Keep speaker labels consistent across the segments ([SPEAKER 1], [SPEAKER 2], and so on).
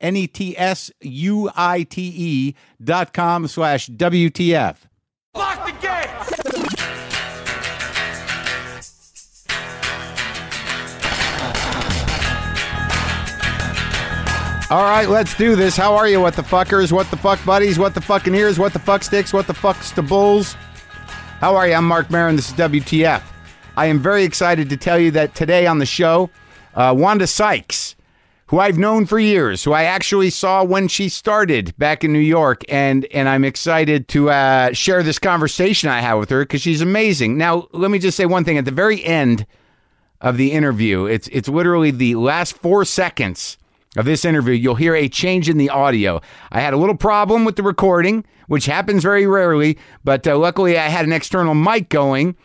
[SPEAKER 1] N E T S U I T E dot com slash WTF.
[SPEAKER 2] Lock the gate!
[SPEAKER 1] All right, let's do this. How are you, what the fuckers? What the fuck buddies? What the fucking ears? What the fuck sticks? What the fucks to bulls? How are you? I'm Mark Marin. This is WTF. I am very excited to tell you that today on the show, uh, Wanda Sykes, who I've known for years, who I actually saw when she started back in New York, and and I'm excited to uh, share this conversation I had with her because she's amazing. Now, let me just say one thing at the very end of the interview. It's it's literally the last four seconds of this interview. You'll hear a change in the audio. I had a little problem with the recording, which happens very rarely, but uh, luckily I had an external mic going,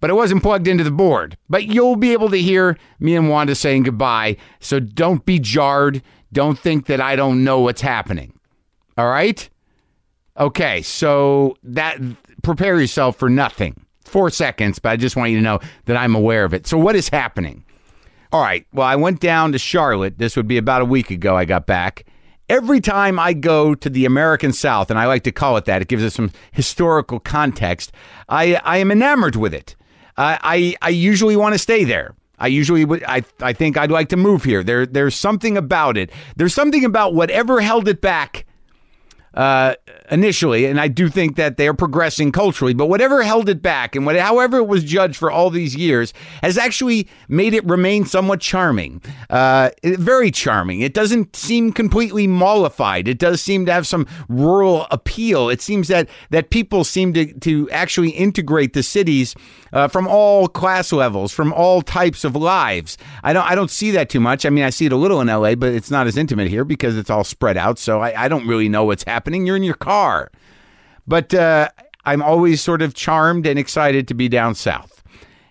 [SPEAKER 1] but it wasn't plugged into the board. But you'll be able to hear me and Wanda saying goodbye. So don't be jarred. Don't think that I don't know what's happening. All right. Okay, so that prepare yourself for nothing. Four seconds, but I just want you to know that I'm aware of it. So what is happening? All right. Well, I went down to Charlotte. This would be about a week ago. I got back. Every time I go to the American South, and I like to call it that, it gives us some historical context. I, I am enamored with it. I I, I usually want to stay there. I usually would. I I think I'd like to move here. There there's something about it. There's something about whatever held it back uh, initially, and I do think that they are progressing culturally. But whatever held it back, and what, however it was judged for all these years, has actually made it remain somewhat charming, uh, it- very charming. It doesn't seem completely mollified. It does seem to have some rural appeal. It seems that that people seem to to actually integrate the cities uh, from all class levels, from all types of lives. I don't I don't see that too much. I mean, I see it a little in LA, but it's not as intimate here because it's all spread out. So I, I don't really know what's happening. You're in your car, but uh, I'm always sort of charmed and excited to be down south.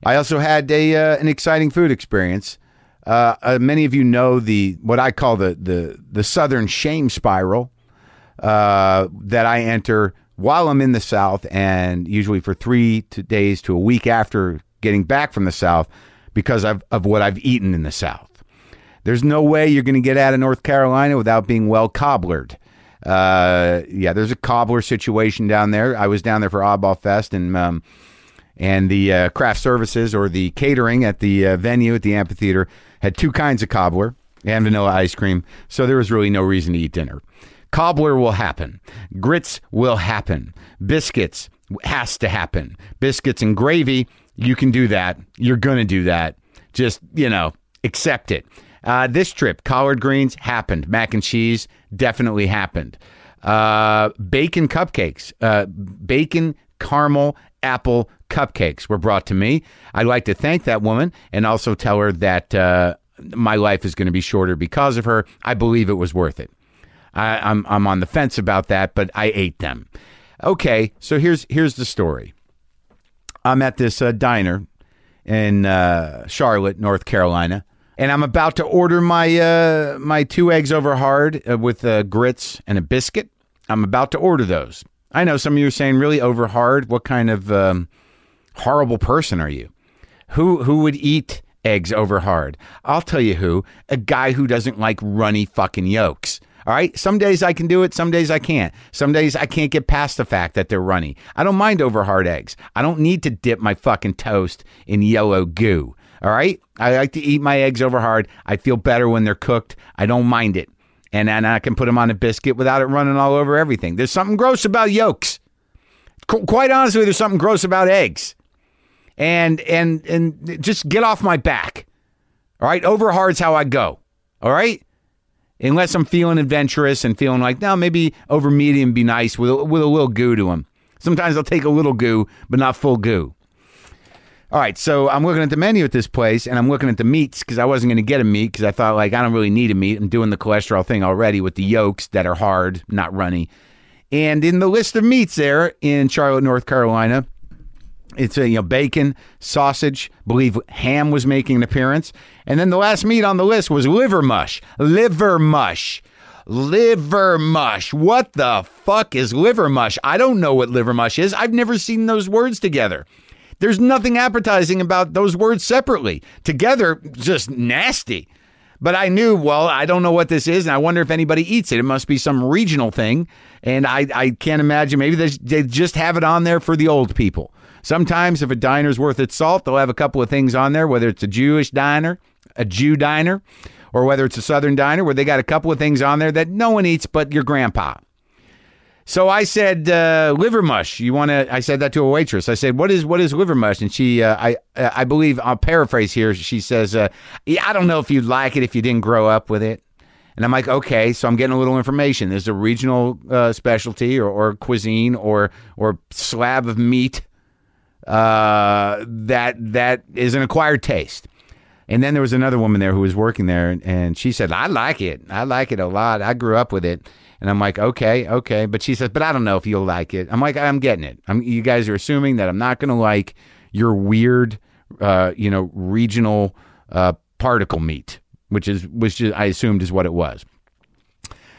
[SPEAKER 1] I also had a uh, an exciting food experience. Uh, uh, many of you know the what I call the the the southern shame spiral uh, that I enter while I'm in the South, and usually for three to days to a week after getting back from the South, because of, of what I've eaten in the South. There's no way you're going to get out of North Carolina without being well cobblered. Uh, yeah, there's a cobbler situation down there. I was down there for Oddball Fest, and um, and the uh, craft services or the catering at the uh, venue at the amphitheater had two kinds of cobbler and vanilla ice cream, so there was really no reason to eat dinner. Cobbler will happen, grits will happen, biscuits has to happen. Biscuits and gravy, you can do that. You're gonna do that. Just you know, accept it. Uh, this trip, collard greens happened. Mac and cheese definitely happened uh, bacon cupcakes, uh, bacon caramel apple cupcakes were brought to me. I'd like to thank that woman and also tell her that uh, my life is going to be shorter because of her. I believe it was worth it. I, I'm I'm on the fence about that, but I ate them. Okay, so here's here's the story. I'm at this uh, diner in uh, Charlotte, North Carolina, and I'm about to order my uh, my two eggs over hard uh, with uh, grits and a biscuit. I'm about to order those. I know some of you are saying, "Really over hard? What kind of um, horrible person are you?" Who who would eat eggs over hard? I'll tell you who. A guy who doesn't like runny fucking yolks. All right. Some days I can do it. Some days I can't. Some days I can't get past the fact that they're runny. I don't mind over hard eggs. I don't need to dip my fucking toast in yellow goo. All right. I like to eat my eggs over hard. I feel better when they're cooked. I don't mind it. And, and I can put them on a biscuit without it running all over everything. There's something gross about yolks. Qu- quite honestly, there's something gross about eggs, and and and just get off my back. All right, over hard's how I go. All right, unless I'm feeling adventurous and feeling like no, maybe over medium be nice with a- with a little goo to them. Sometimes I'll take a little goo, but not full goo. All right, so I'm looking at the menu at this place, and I'm looking at the meats because I wasn't going to get a meat because I thought like I don't really need a meat. I'm doing the cholesterol thing already with the yolks that are hard, not runny. And in the list of meats there in Charlotte, North Carolina, it's a you know bacon, sausage. Believe ham was making an appearance, and then the last meat on the list was liver mush. Liver mush. Liver mush. What the fuck is liver mush? I don't know what liver mush is. I've never seen those words together. There's nothing appetizing about those words separately. Together, just nasty. But I knew, well, I don't know what this is, and I wonder if anybody eats it. It must be some regional thing. And I, I can't imagine. Maybe they, they just have it on there for the old people. Sometimes, if a diner's worth its salt, they'll have a couple of things on there, whether it's a Jewish diner, a Jew diner, or whether it's a Southern diner, where they got a couple of things on there that no one eats but your grandpa. So I said, uh, "Liver mush." You want to? I said that to a waitress. I said, "What is what is liver mush?" And she, uh, I, I believe I'll paraphrase here. She says, uh, "Yeah, "I don't know if you'd like it if you didn't grow up with it." And I'm like, "Okay." So I'm getting a little information. There's a regional uh, specialty or, or cuisine or or slab of meat uh, that that is an acquired taste. And then there was another woman there who was working there, and, and she said, "I like it. I like it a lot. I grew up with it." And I'm like, "Okay, okay." But she says, "But I don't know if you'll like it." I'm like, "I'm getting it. I'm, you guys are assuming that I'm not going to like your weird, uh, you know, regional uh, particle meat, which is which is, I assumed is what it was."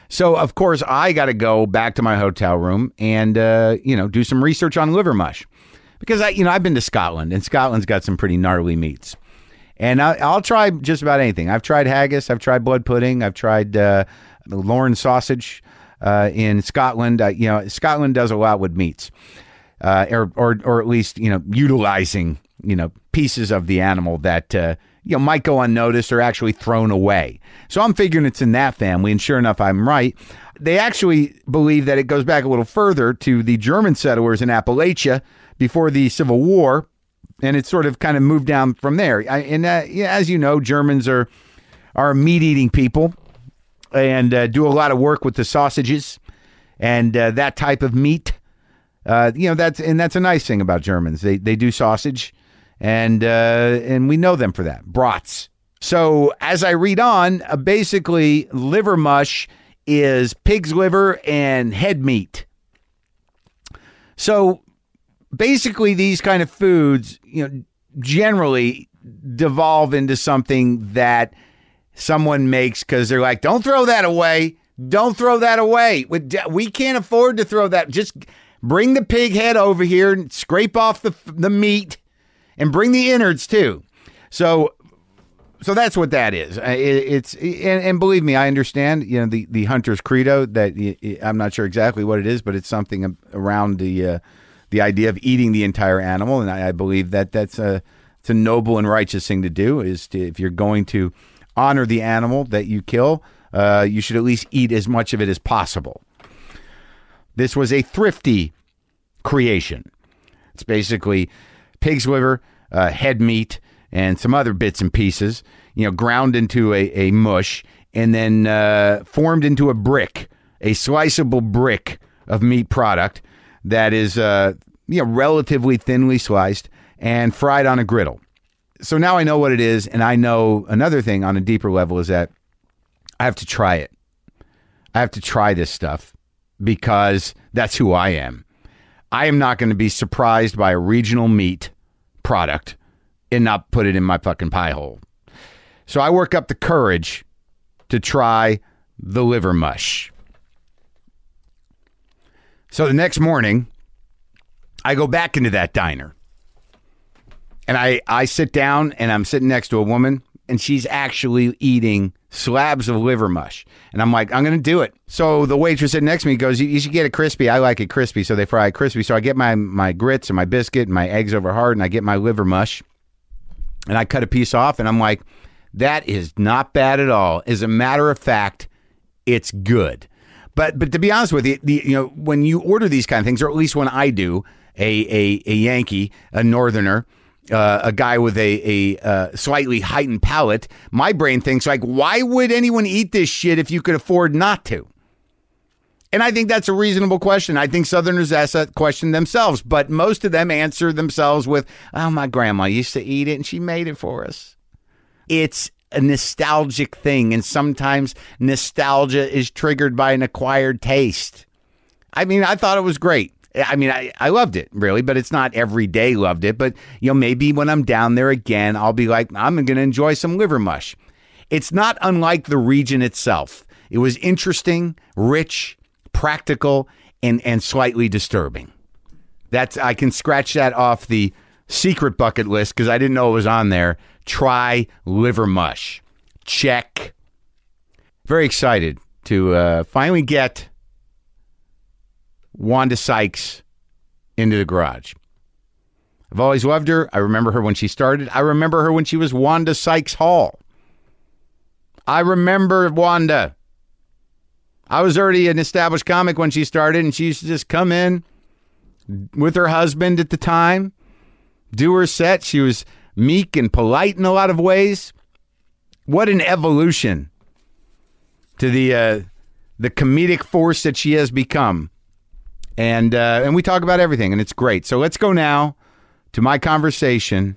[SPEAKER 1] So of course I got to go back to my hotel room and uh, you know do some research on liver mush because I you know I've been to Scotland and Scotland's got some pretty gnarly meats. And I, I'll try just about anything. I've tried haggis. I've tried blood pudding. I've tried uh, the Lorne sausage uh, in Scotland. Uh, you know, Scotland does a lot with meats, uh, or, or or at least you know utilizing you know pieces of the animal that uh, you know might go unnoticed or actually thrown away. So I'm figuring it's in that family, and sure enough, I'm right. They actually believe that it goes back a little further to the German settlers in Appalachia before the Civil War and it sort of kind of moved down from there. I, and uh, yeah, as you know, Germans are are meat eating people and uh, do a lot of work with the sausages and uh, that type of meat. Uh, you know that's and that's a nice thing about Germans. They they do sausage, and uh, and we know them for that brats. So as I read on, uh, basically liver mush is pig's liver and head meat. So basically these kind of foods, you know, generally devolve into something that someone makes because they're like, "Don't throw that away! Don't throw that away! We we can't afford to throw that. Just bring the pig head over here and scrape off the the meat, and bring the innards too." So so that's what that is. Uh, it- It's and, and believe me, I understand. You know the, the hunter's credo that y- y- I'm not sure exactly what it is, but it's something a- around the uh, the idea of eating the entire animal, and I, I believe that that's a it's a noble and righteous thing to do. Is to, if you're going to honor the animal that you kill, uh, you should at least eat as much of it as possible. This was a thrifty creation. It's basically pig's liver, uh, head meat, and some other bits and pieces, you know, ground into a, a mush and then uh, formed into a brick, a sliceable brick of meat product that is, uh, you know, relatively thinly sliced and fried on a griddle. So now I know what it is. And I know another thing on a deeper level is that I have to try it. I have to try this stuff because that's who I am. I am not going to be surprised by a regional meat product and not put it in my fucking pie hole. So I work up the courage to try the liver mush. So the next morning, I go back into that diner and I, I sit down and I'm sitting next to a woman and she's actually eating slabs of liver mush. And I'm like, I'm going to do it. So the waitress sitting next to me goes, you, you should get it crispy. I like it crispy. So they fry it crispy. So I get my, my grits and my biscuit and my eggs over hard and I get my liver mush and I cut a piece off and I'm like, that is not bad at all. As a matter of fact, it's good. But but to be honest with you, the, you know when you order these kind of things, or at least when I do, a a, a Yankee, a Northerner, uh, a guy with a a uh, slightly heightened palate, my brain thinks like, why would anyone eat this shit if you could afford not to? And I think that's a reasonable question. I think Southerners ask that question themselves, but most of them answer themselves with, "Oh, my grandma used to eat it, and she made it for us." it's a nostalgic thing and sometimes nostalgia is triggered by an acquired taste i mean i thought it was great i mean i, I loved it really but it's not every day loved it but you know maybe when i'm down there again i'll be like i'm going to enjoy some liver mush it's not unlike the region itself it was interesting rich practical and and slightly disturbing that's I can scratch that off the secret bucket list because I didn't know it was on there. Try liver mush. Check. Very excited to uh, finally get Wanda Sykes into the garage. I've always loved her. I remember her when she started. I remember her when she was Wanda Sykes Hall. I remember Wanda. I was already an established comic when she started, and she used to just come in with her husband at the time, do her set. She was meek and polite in a lot of ways. What an evolution to the uh, the comedic force that she has become. And uh, and we talk about everything, and it's great. So let's go now to my conversation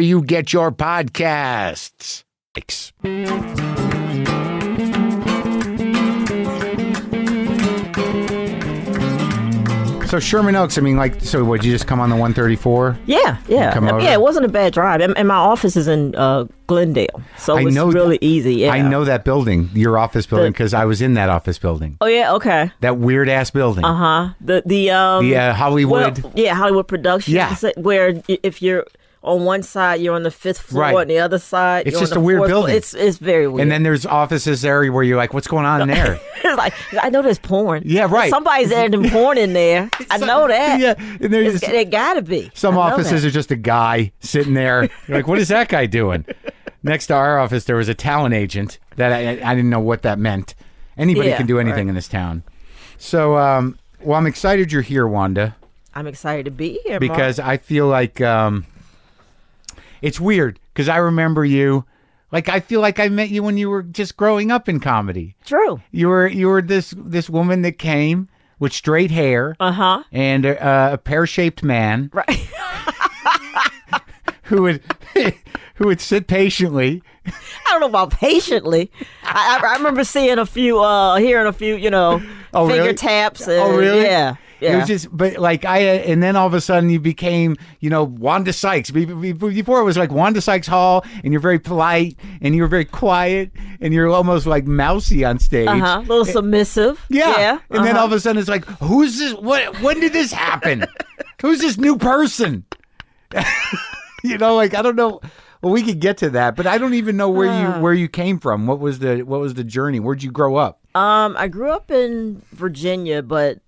[SPEAKER 1] you get your podcasts. Thanks. So Sherman Oaks, I mean, like, so would you just come on the 134?
[SPEAKER 3] Yeah, yeah,
[SPEAKER 1] come
[SPEAKER 3] I mean,
[SPEAKER 1] over?
[SPEAKER 3] yeah. It wasn't a bad drive, and, and my office is in uh, Glendale, so
[SPEAKER 1] I
[SPEAKER 3] it's
[SPEAKER 1] know-
[SPEAKER 3] really easy. Yeah,
[SPEAKER 1] I know that building, your office building, because I was in that office building,
[SPEAKER 3] Oh yeah, okay.
[SPEAKER 1] that weird ass building.
[SPEAKER 3] Uh huh. The the um
[SPEAKER 1] The uh,
[SPEAKER 3] well,
[SPEAKER 1] Hollywood.
[SPEAKER 3] yeah Hollywood production.
[SPEAKER 1] Yeah.
[SPEAKER 3] where y- if you're on one side, you're on the fifth floor,
[SPEAKER 1] Right.
[SPEAKER 3] and the other side,
[SPEAKER 1] It's
[SPEAKER 3] you're on
[SPEAKER 1] just
[SPEAKER 3] the
[SPEAKER 1] a weird
[SPEAKER 3] fourth floor.
[SPEAKER 1] building.
[SPEAKER 3] It's it's very weird.
[SPEAKER 1] and then there's offices there where you're like, what's going on in there?
[SPEAKER 3] it's like I know there's porn.
[SPEAKER 1] Yeah, right.
[SPEAKER 3] Somebody's editing porn in there. I know that.
[SPEAKER 1] yeah, and there's
[SPEAKER 3] It's, it gotta be.
[SPEAKER 1] Some
[SPEAKER 3] I know
[SPEAKER 1] offices
[SPEAKER 3] that.
[SPEAKER 1] are just a guy sitting there. You're like, what is that guy doing? Next to our office, there was a talent agent that I, I didn't know what that meant. Anybody
[SPEAKER 3] Yeah,
[SPEAKER 1] can do anything
[SPEAKER 3] right.
[SPEAKER 1] in this town. So, um, well, I'm excited you're here, Wanda,
[SPEAKER 3] I'm excited to be here Mark.
[SPEAKER 1] because I feel like um, it's weird because I remember you. Like, I feel like I met you when you were just growing up in comedy.
[SPEAKER 3] true.
[SPEAKER 1] You were you were this this woman that came with straight hair
[SPEAKER 3] Uh huh.
[SPEAKER 1] and uh, a pear shaped man.
[SPEAKER 3] Right.
[SPEAKER 1] who would who would sit patiently.
[SPEAKER 3] Uh, I don't know about patiently. I, I, I remember seeing a few, uh, hearing a few, you know,
[SPEAKER 1] Oh,
[SPEAKER 3] finger
[SPEAKER 1] really?
[SPEAKER 3] taps. And,
[SPEAKER 1] Oh, really?
[SPEAKER 3] Yeah.
[SPEAKER 1] It
[SPEAKER 3] Yeah.
[SPEAKER 1] was just, but like I, uh, and then all of a sudden you became, you know, Wanda Sykes. Be- be- Before it was like Wanda Sykes Hall, and you're very polite, and you're very quiet, and you're almost like mousy on stage.
[SPEAKER 3] uh huh. A little submissive.
[SPEAKER 1] Yeah.
[SPEAKER 3] Yeah.
[SPEAKER 1] And then all
[SPEAKER 3] uh-huh.
[SPEAKER 1] of a sudden it's like, who's this? What? When did this happen? who's this new person? you know, like I don't know. Well, we could get to that, but I don't even know where you where you came from. What was the what was the journey? Where'd you grow up?
[SPEAKER 3] um, I grew up in Virginia, but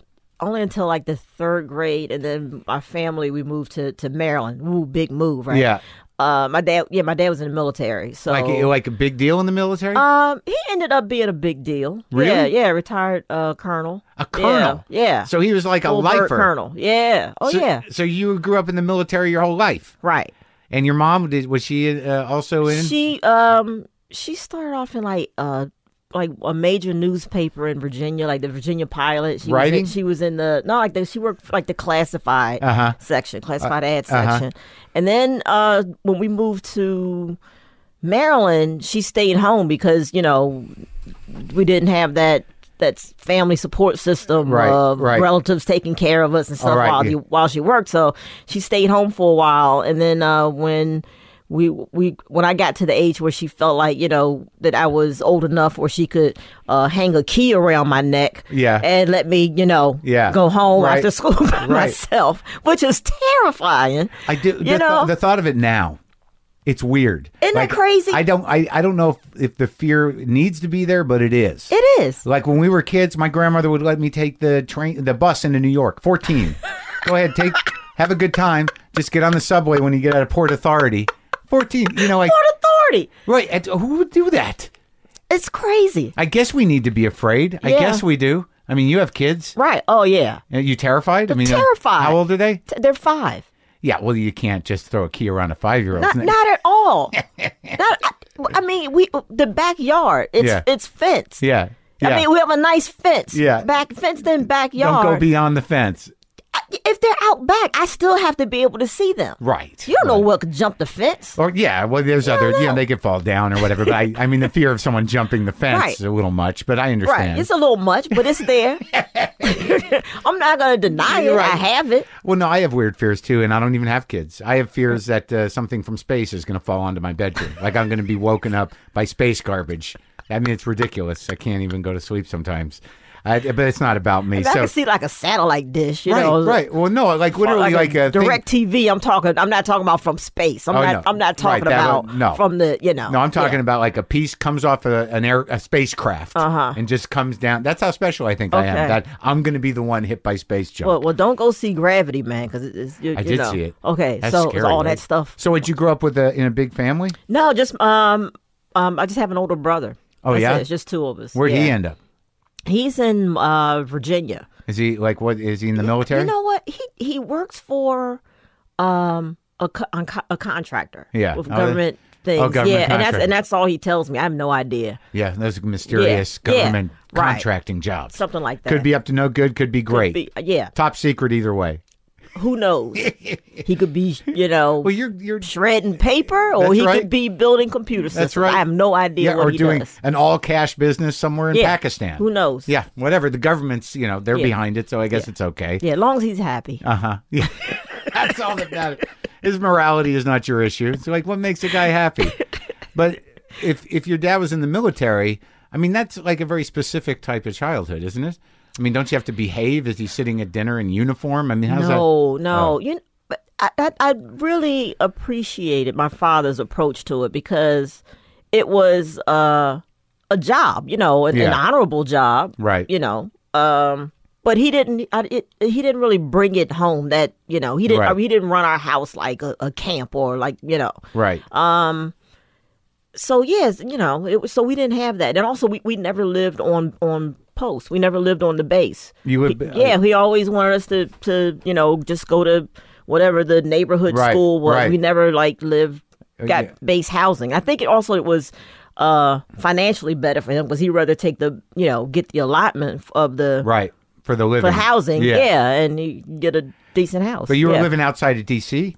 [SPEAKER 3] only until like the third grade, and then my family we moved to to Maryland. Ooh, big move, right?
[SPEAKER 1] Yeah.
[SPEAKER 3] Uh, my dad, yeah, my dad was in the military, so
[SPEAKER 1] Like like a big deal in the military?
[SPEAKER 3] um, he ended up being a big deal.
[SPEAKER 1] Really?
[SPEAKER 3] Yeah, yeah, retired uh, colonel.
[SPEAKER 1] a colonel.
[SPEAKER 3] Yeah. yeah.
[SPEAKER 1] So he was like a
[SPEAKER 3] Full bird
[SPEAKER 1] lifer.
[SPEAKER 3] colonel. Yeah. Oh
[SPEAKER 1] So,
[SPEAKER 3] yeah.
[SPEAKER 1] So you grew up in the military your whole life,
[SPEAKER 3] Right.
[SPEAKER 1] and your mom did. Was she uh, also in?
[SPEAKER 3] She um she started off in like uh like a major newspaper in Virginia, like the Virginia Pilot. She was
[SPEAKER 1] Writing?
[SPEAKER 3] in, she was in the no, like the, she worked for, like the classified
[SPEAKER 1] Uh-huh.
[SPEAKER 3] section, classified ad section. And then uh, when we moved to Maryland, she stayed home because you know we didn't have that that family support system
[SPEAKER 1] Right,
[SPEAKER 3] of
[SPEAKER 1] right.
[SPEAKER 3] relatives taking care of us and stuff
[SPEAKER 1] All right,
[SPEAKER 3] while
[SPEAKER 1] yeah.
[SPEAKER 3] you while she worked. So she stayed home for a while, and then uh, when we we when I got to the age where she felt like you know that I was old enough where she could uh, hang a key around my neck,
[SPEAKER 1] Yeah.
[SPEAKER 3] and let me you know
[SPEAKER 1] Yeah,
[SPEAKER 3] go home
[SPEAKER 1] right,
[SPEAKER 3] after school by
[SPEAKER 1] right.
[SPEAKER 3] myself, which is terrifying.
[SPEAKER 1] I do.
[SPEAKER 3] You
[SPEAKER 1] the,
[SPEAKER 3] know?
[SPEAKER 1] the thought of it now, it's weird.
[SPEAKER 3] Isn't that crazy?
[SPEAKER 1] I don't. I, I don't know if, if the fear needs to be there, but it is.
[SPEAKER 3] it is.
[SPEAKER 1] like when we were kids, my grandmother would let me take the train, the bus into New York. Fourteen. Go ahead, take, have a good time. Just get on the subway when you get out of Port Authority. Fourteen. You know, like
[SPEAKER 3] Port Authority.
[SPEAKER 1] right. and Who would do that?
[SPEAKER 3] It's crazy.
[SPEAKER 1] I guess we need to be afraid. I
[SPEAKER 3] Yeah.
[SPEAKER 1] guess we do. I mean, you have kids.
[SPEAKER 3] Right. Oh yeah.
[SPEAKER 1] Are you terrified? I mean, uh,
[SPEAKER 3] terrified.
[SPEAKER 1] How old are they?
[SPEAKER 3] T- They're five.
[SPEAKER 1] Yeah, well, you can't just throw a key around a five-year-old.
[SPEAKER 3] Not, not at all. not, I, I mean, we the backyard. It's
[SPEAKER 1] Yeah.
[SPEAKER 3] it's fenced.
[SPEAKER 1] yeah, yeah.
[SPEAKER 3] I mean, we have a nice fence.
[SPEAKER 1] Yeah.
[SPEAKER 3] Back fenced in
[SPEAKER 1] don't
[SPEAKER 3] backyard.
[SPEAKER 1] go beyond the fence.
[SPEAKER 3] I- if they're out back, I still have to be able to see them.
[SPEAKER 1] Right.
[SPEAKER 3] You don't know
[SPEAKER 1] Right.
[SPEAKER 3] what could jump the fence.
[SPEAKER 1] Or yeah, well, there's other. Yeah, they could fall down or whatever. But I, I mean, the fear of someone jumping the fence
[SPEAKER 3] Right.
[SPEAKER 1] is a little much. But I understand.
[SPEAKER 3] Right. It's a little much, but it's there. I'm not going to deny it. I
[SPEAKER 1] Right.
[SPEAKER 3] have it.
[SPEAKER 1] well, no, I have weird fears too, and I don't even have kids. I have fears that uh, something from space is going to fall onto my bedroom. like I'm going to be woken up by space garbage. I mean, it's ridiculous. I can't even go to sleep sometimes. I, but it's not about me.
[SPEAKER 3] I
[SPEAKER 1] so
[SPEAKER 3] can see like a satellite dish, you
[SPEAKER 1] right,
[SPEAKER 3] know.
[SPEAKER 1] right. Well, no, like
[SPEAKER 3] or
[SPEAKER 1] literally, like,
[SPEAKER 3] a
[SPEAKER 1] a thing-
[SPEAKER 3] direct TV. I'm talking. I'm not talking about from space. I'm
[SPEAKER 1] Oh,
[SPEAKER 3] not.
[SPEAKER 1] no.
[SPEAKER 3] I'm not talking
[SPEAKER 1] Right, that
[SPEAKER 3] about
[SPEAKER 1] one- no.
[SPEAKER 3] from the. You know.
[SPEAKER 1] No, I'm talking
[SPEAKER 3] Yeah.
[SPEAKER 1] about like a piece comes off a, an air a spacecraft and just comes down. That's how special I think I
[SPEAKER 3] Uh-huh. Okay.
[SPEAKER 1] am. That I'm going to be the one hit by space junk.
[SPEAKER 3] Well, well, don't go see Gravity, man, because it's. You,
[SPEAKER 1] I
[SPEAKER 3] you
[SPEAKER 1] did
[SPEAKER 3] know.
[SPEAKER 1] see it.
[SPEAKER 3] Okay,
[SPEAKER 1] That's
[SPEAKER 3] so it's
[SPEAKER 1] scary,
[SPEAKER 3] all
[SPEAKER 1] right?
[SPEAKER 3] that stuff.
[SPEAKER 1] So, did you grow up with a, in a big family?
[SPEAKER 3] No, just um, um, I just have an older brother.
[SPEAKER 1] Oh,
[SPEAKER 3] That's
[SPEAKER 1] yeah?
[SPEAKER 3] it. it's just two of us.
[SPEAKER 1] Where'd
[SPEAKER 3] yeah.
[SPEAKER 1] he end up?
[SPEAKER 3] He's in uh, Virginia.
[SPEAKER 1] Is he like what? Is he in the military?
[SPEAKER 3] You know what? He he works for um a co- a, co- a contractor.
[SPEAKER 1] Yeah.
[SPEAKER 3] with
[SPEAKER 1] Oh,
[SPEAKER 3] government things.
[SPEAKER 1] government
[SPEAKER 3] yeah, and that's
[SPEAKER 1] contractor.
[SPEAKER 3] and that's all he tells me. I have no idea.
[SPEAKER 1] yeah, those mysterious
[SPEAKER 3] Yeah, yeah,
[SPEAKER 1] government
[SPEAKER 3] right.
[SPEAKER 1] contracting jobs.
[SPEAKER 3] Something like that.
[SPEAKER 1] could be up to no good. Could be great.
[SPEAKER 3] Be- yeah.
[SPEAKER 1] Top secret either way.
[SPEAKER 3] Who knows? he could be you know.
[SPEAKER 1] Well, you're you're
[SPEAKER 3] Shredding paper, or
[SPEAKER 1] That's
[SPEAKER 3] he
[SPEAKER 1] right.
[SPEAKER 3] could be building computer systems.
[SPEAKER 1] that's right.
[SPEAKER 3] I have no idea
[SPEAKER 1] Yeah,
[SPEAKER 3] what
[SPEAKER 1] or
[SPEAKER 3] he
[SPEAKER 1] doing
[SPEAKER 3] does.
[SPEAKER 1] an all cash business somewhere in
[SPEAKER 3] Yeah.
[SPEAKER 1] Pakistan.
[SPEAKER 3] Who knows?
[SPEAKER 1] Yeah, whatever. The government's you know they're
[SPEAKER 3] Yeah.
[SPEAKER 1] behind it, so I guess it's okay.
[SPEAKER 3] yeah. As long as he's happy.
[SPEAKER 1] Uh huh. Yeah. That's all that matters. His morality is not your issue. It's like what makes a guy happy. But if if your dad was in the military, I mean that's like a very specific type of childhood, isn't it? I mean, don't you have to behave? Is he sitting at dinner in uniform? I mean, how's
[SPEAKER 3] no,
[SPEAKER 1] Oh.
[SPEAKER 3] no. You, but I, I, I really appreciated my father's approach to it because it was uh, a job, you know, an, an
[SPEAKER 1] Yeah.
[SPEAKER 3] honorable job,
[SPEAKER 1] Right.
[SPEAKER 3] You know, um, but he didn't. I, it, he didn't really bring it home that you know he didn't.
[SPEAKER 1] Right.
[SPEAKER 3] he didn't run our house like a, a camp or like you know.
[SPEAKER 1] that? Right.
[SPEAKER 3] Um, So yes, you know, it was. So we didn't have that, and also we, we never lived on on post. We never lived on the base.
[SPEAKER 1] you would. uh,
[SPEAKER 3] He- yeah, he always wanted us to, to you know, just go to whatever the neighborhood
[SPEAKER 1] Right,
[SPEAKER 3] school was.
[SPEAKER 1] right. Oh,
[SPEAKER 3] We never like lived, got
[SPEAKER 1] yeah.
[SPEAKER 3] base housing. I think it also it was uh, financially better for him because he'd rather take the you know get the allotment f- of the
[SPEAKER 1] Right for the living
[SPEAKER 3] for housing, yeah. and he get a decent house.
[SPEAKER 1] But you were
[SPEAKER 3] yeah.
[SPEAKER 1] living outside of D.C.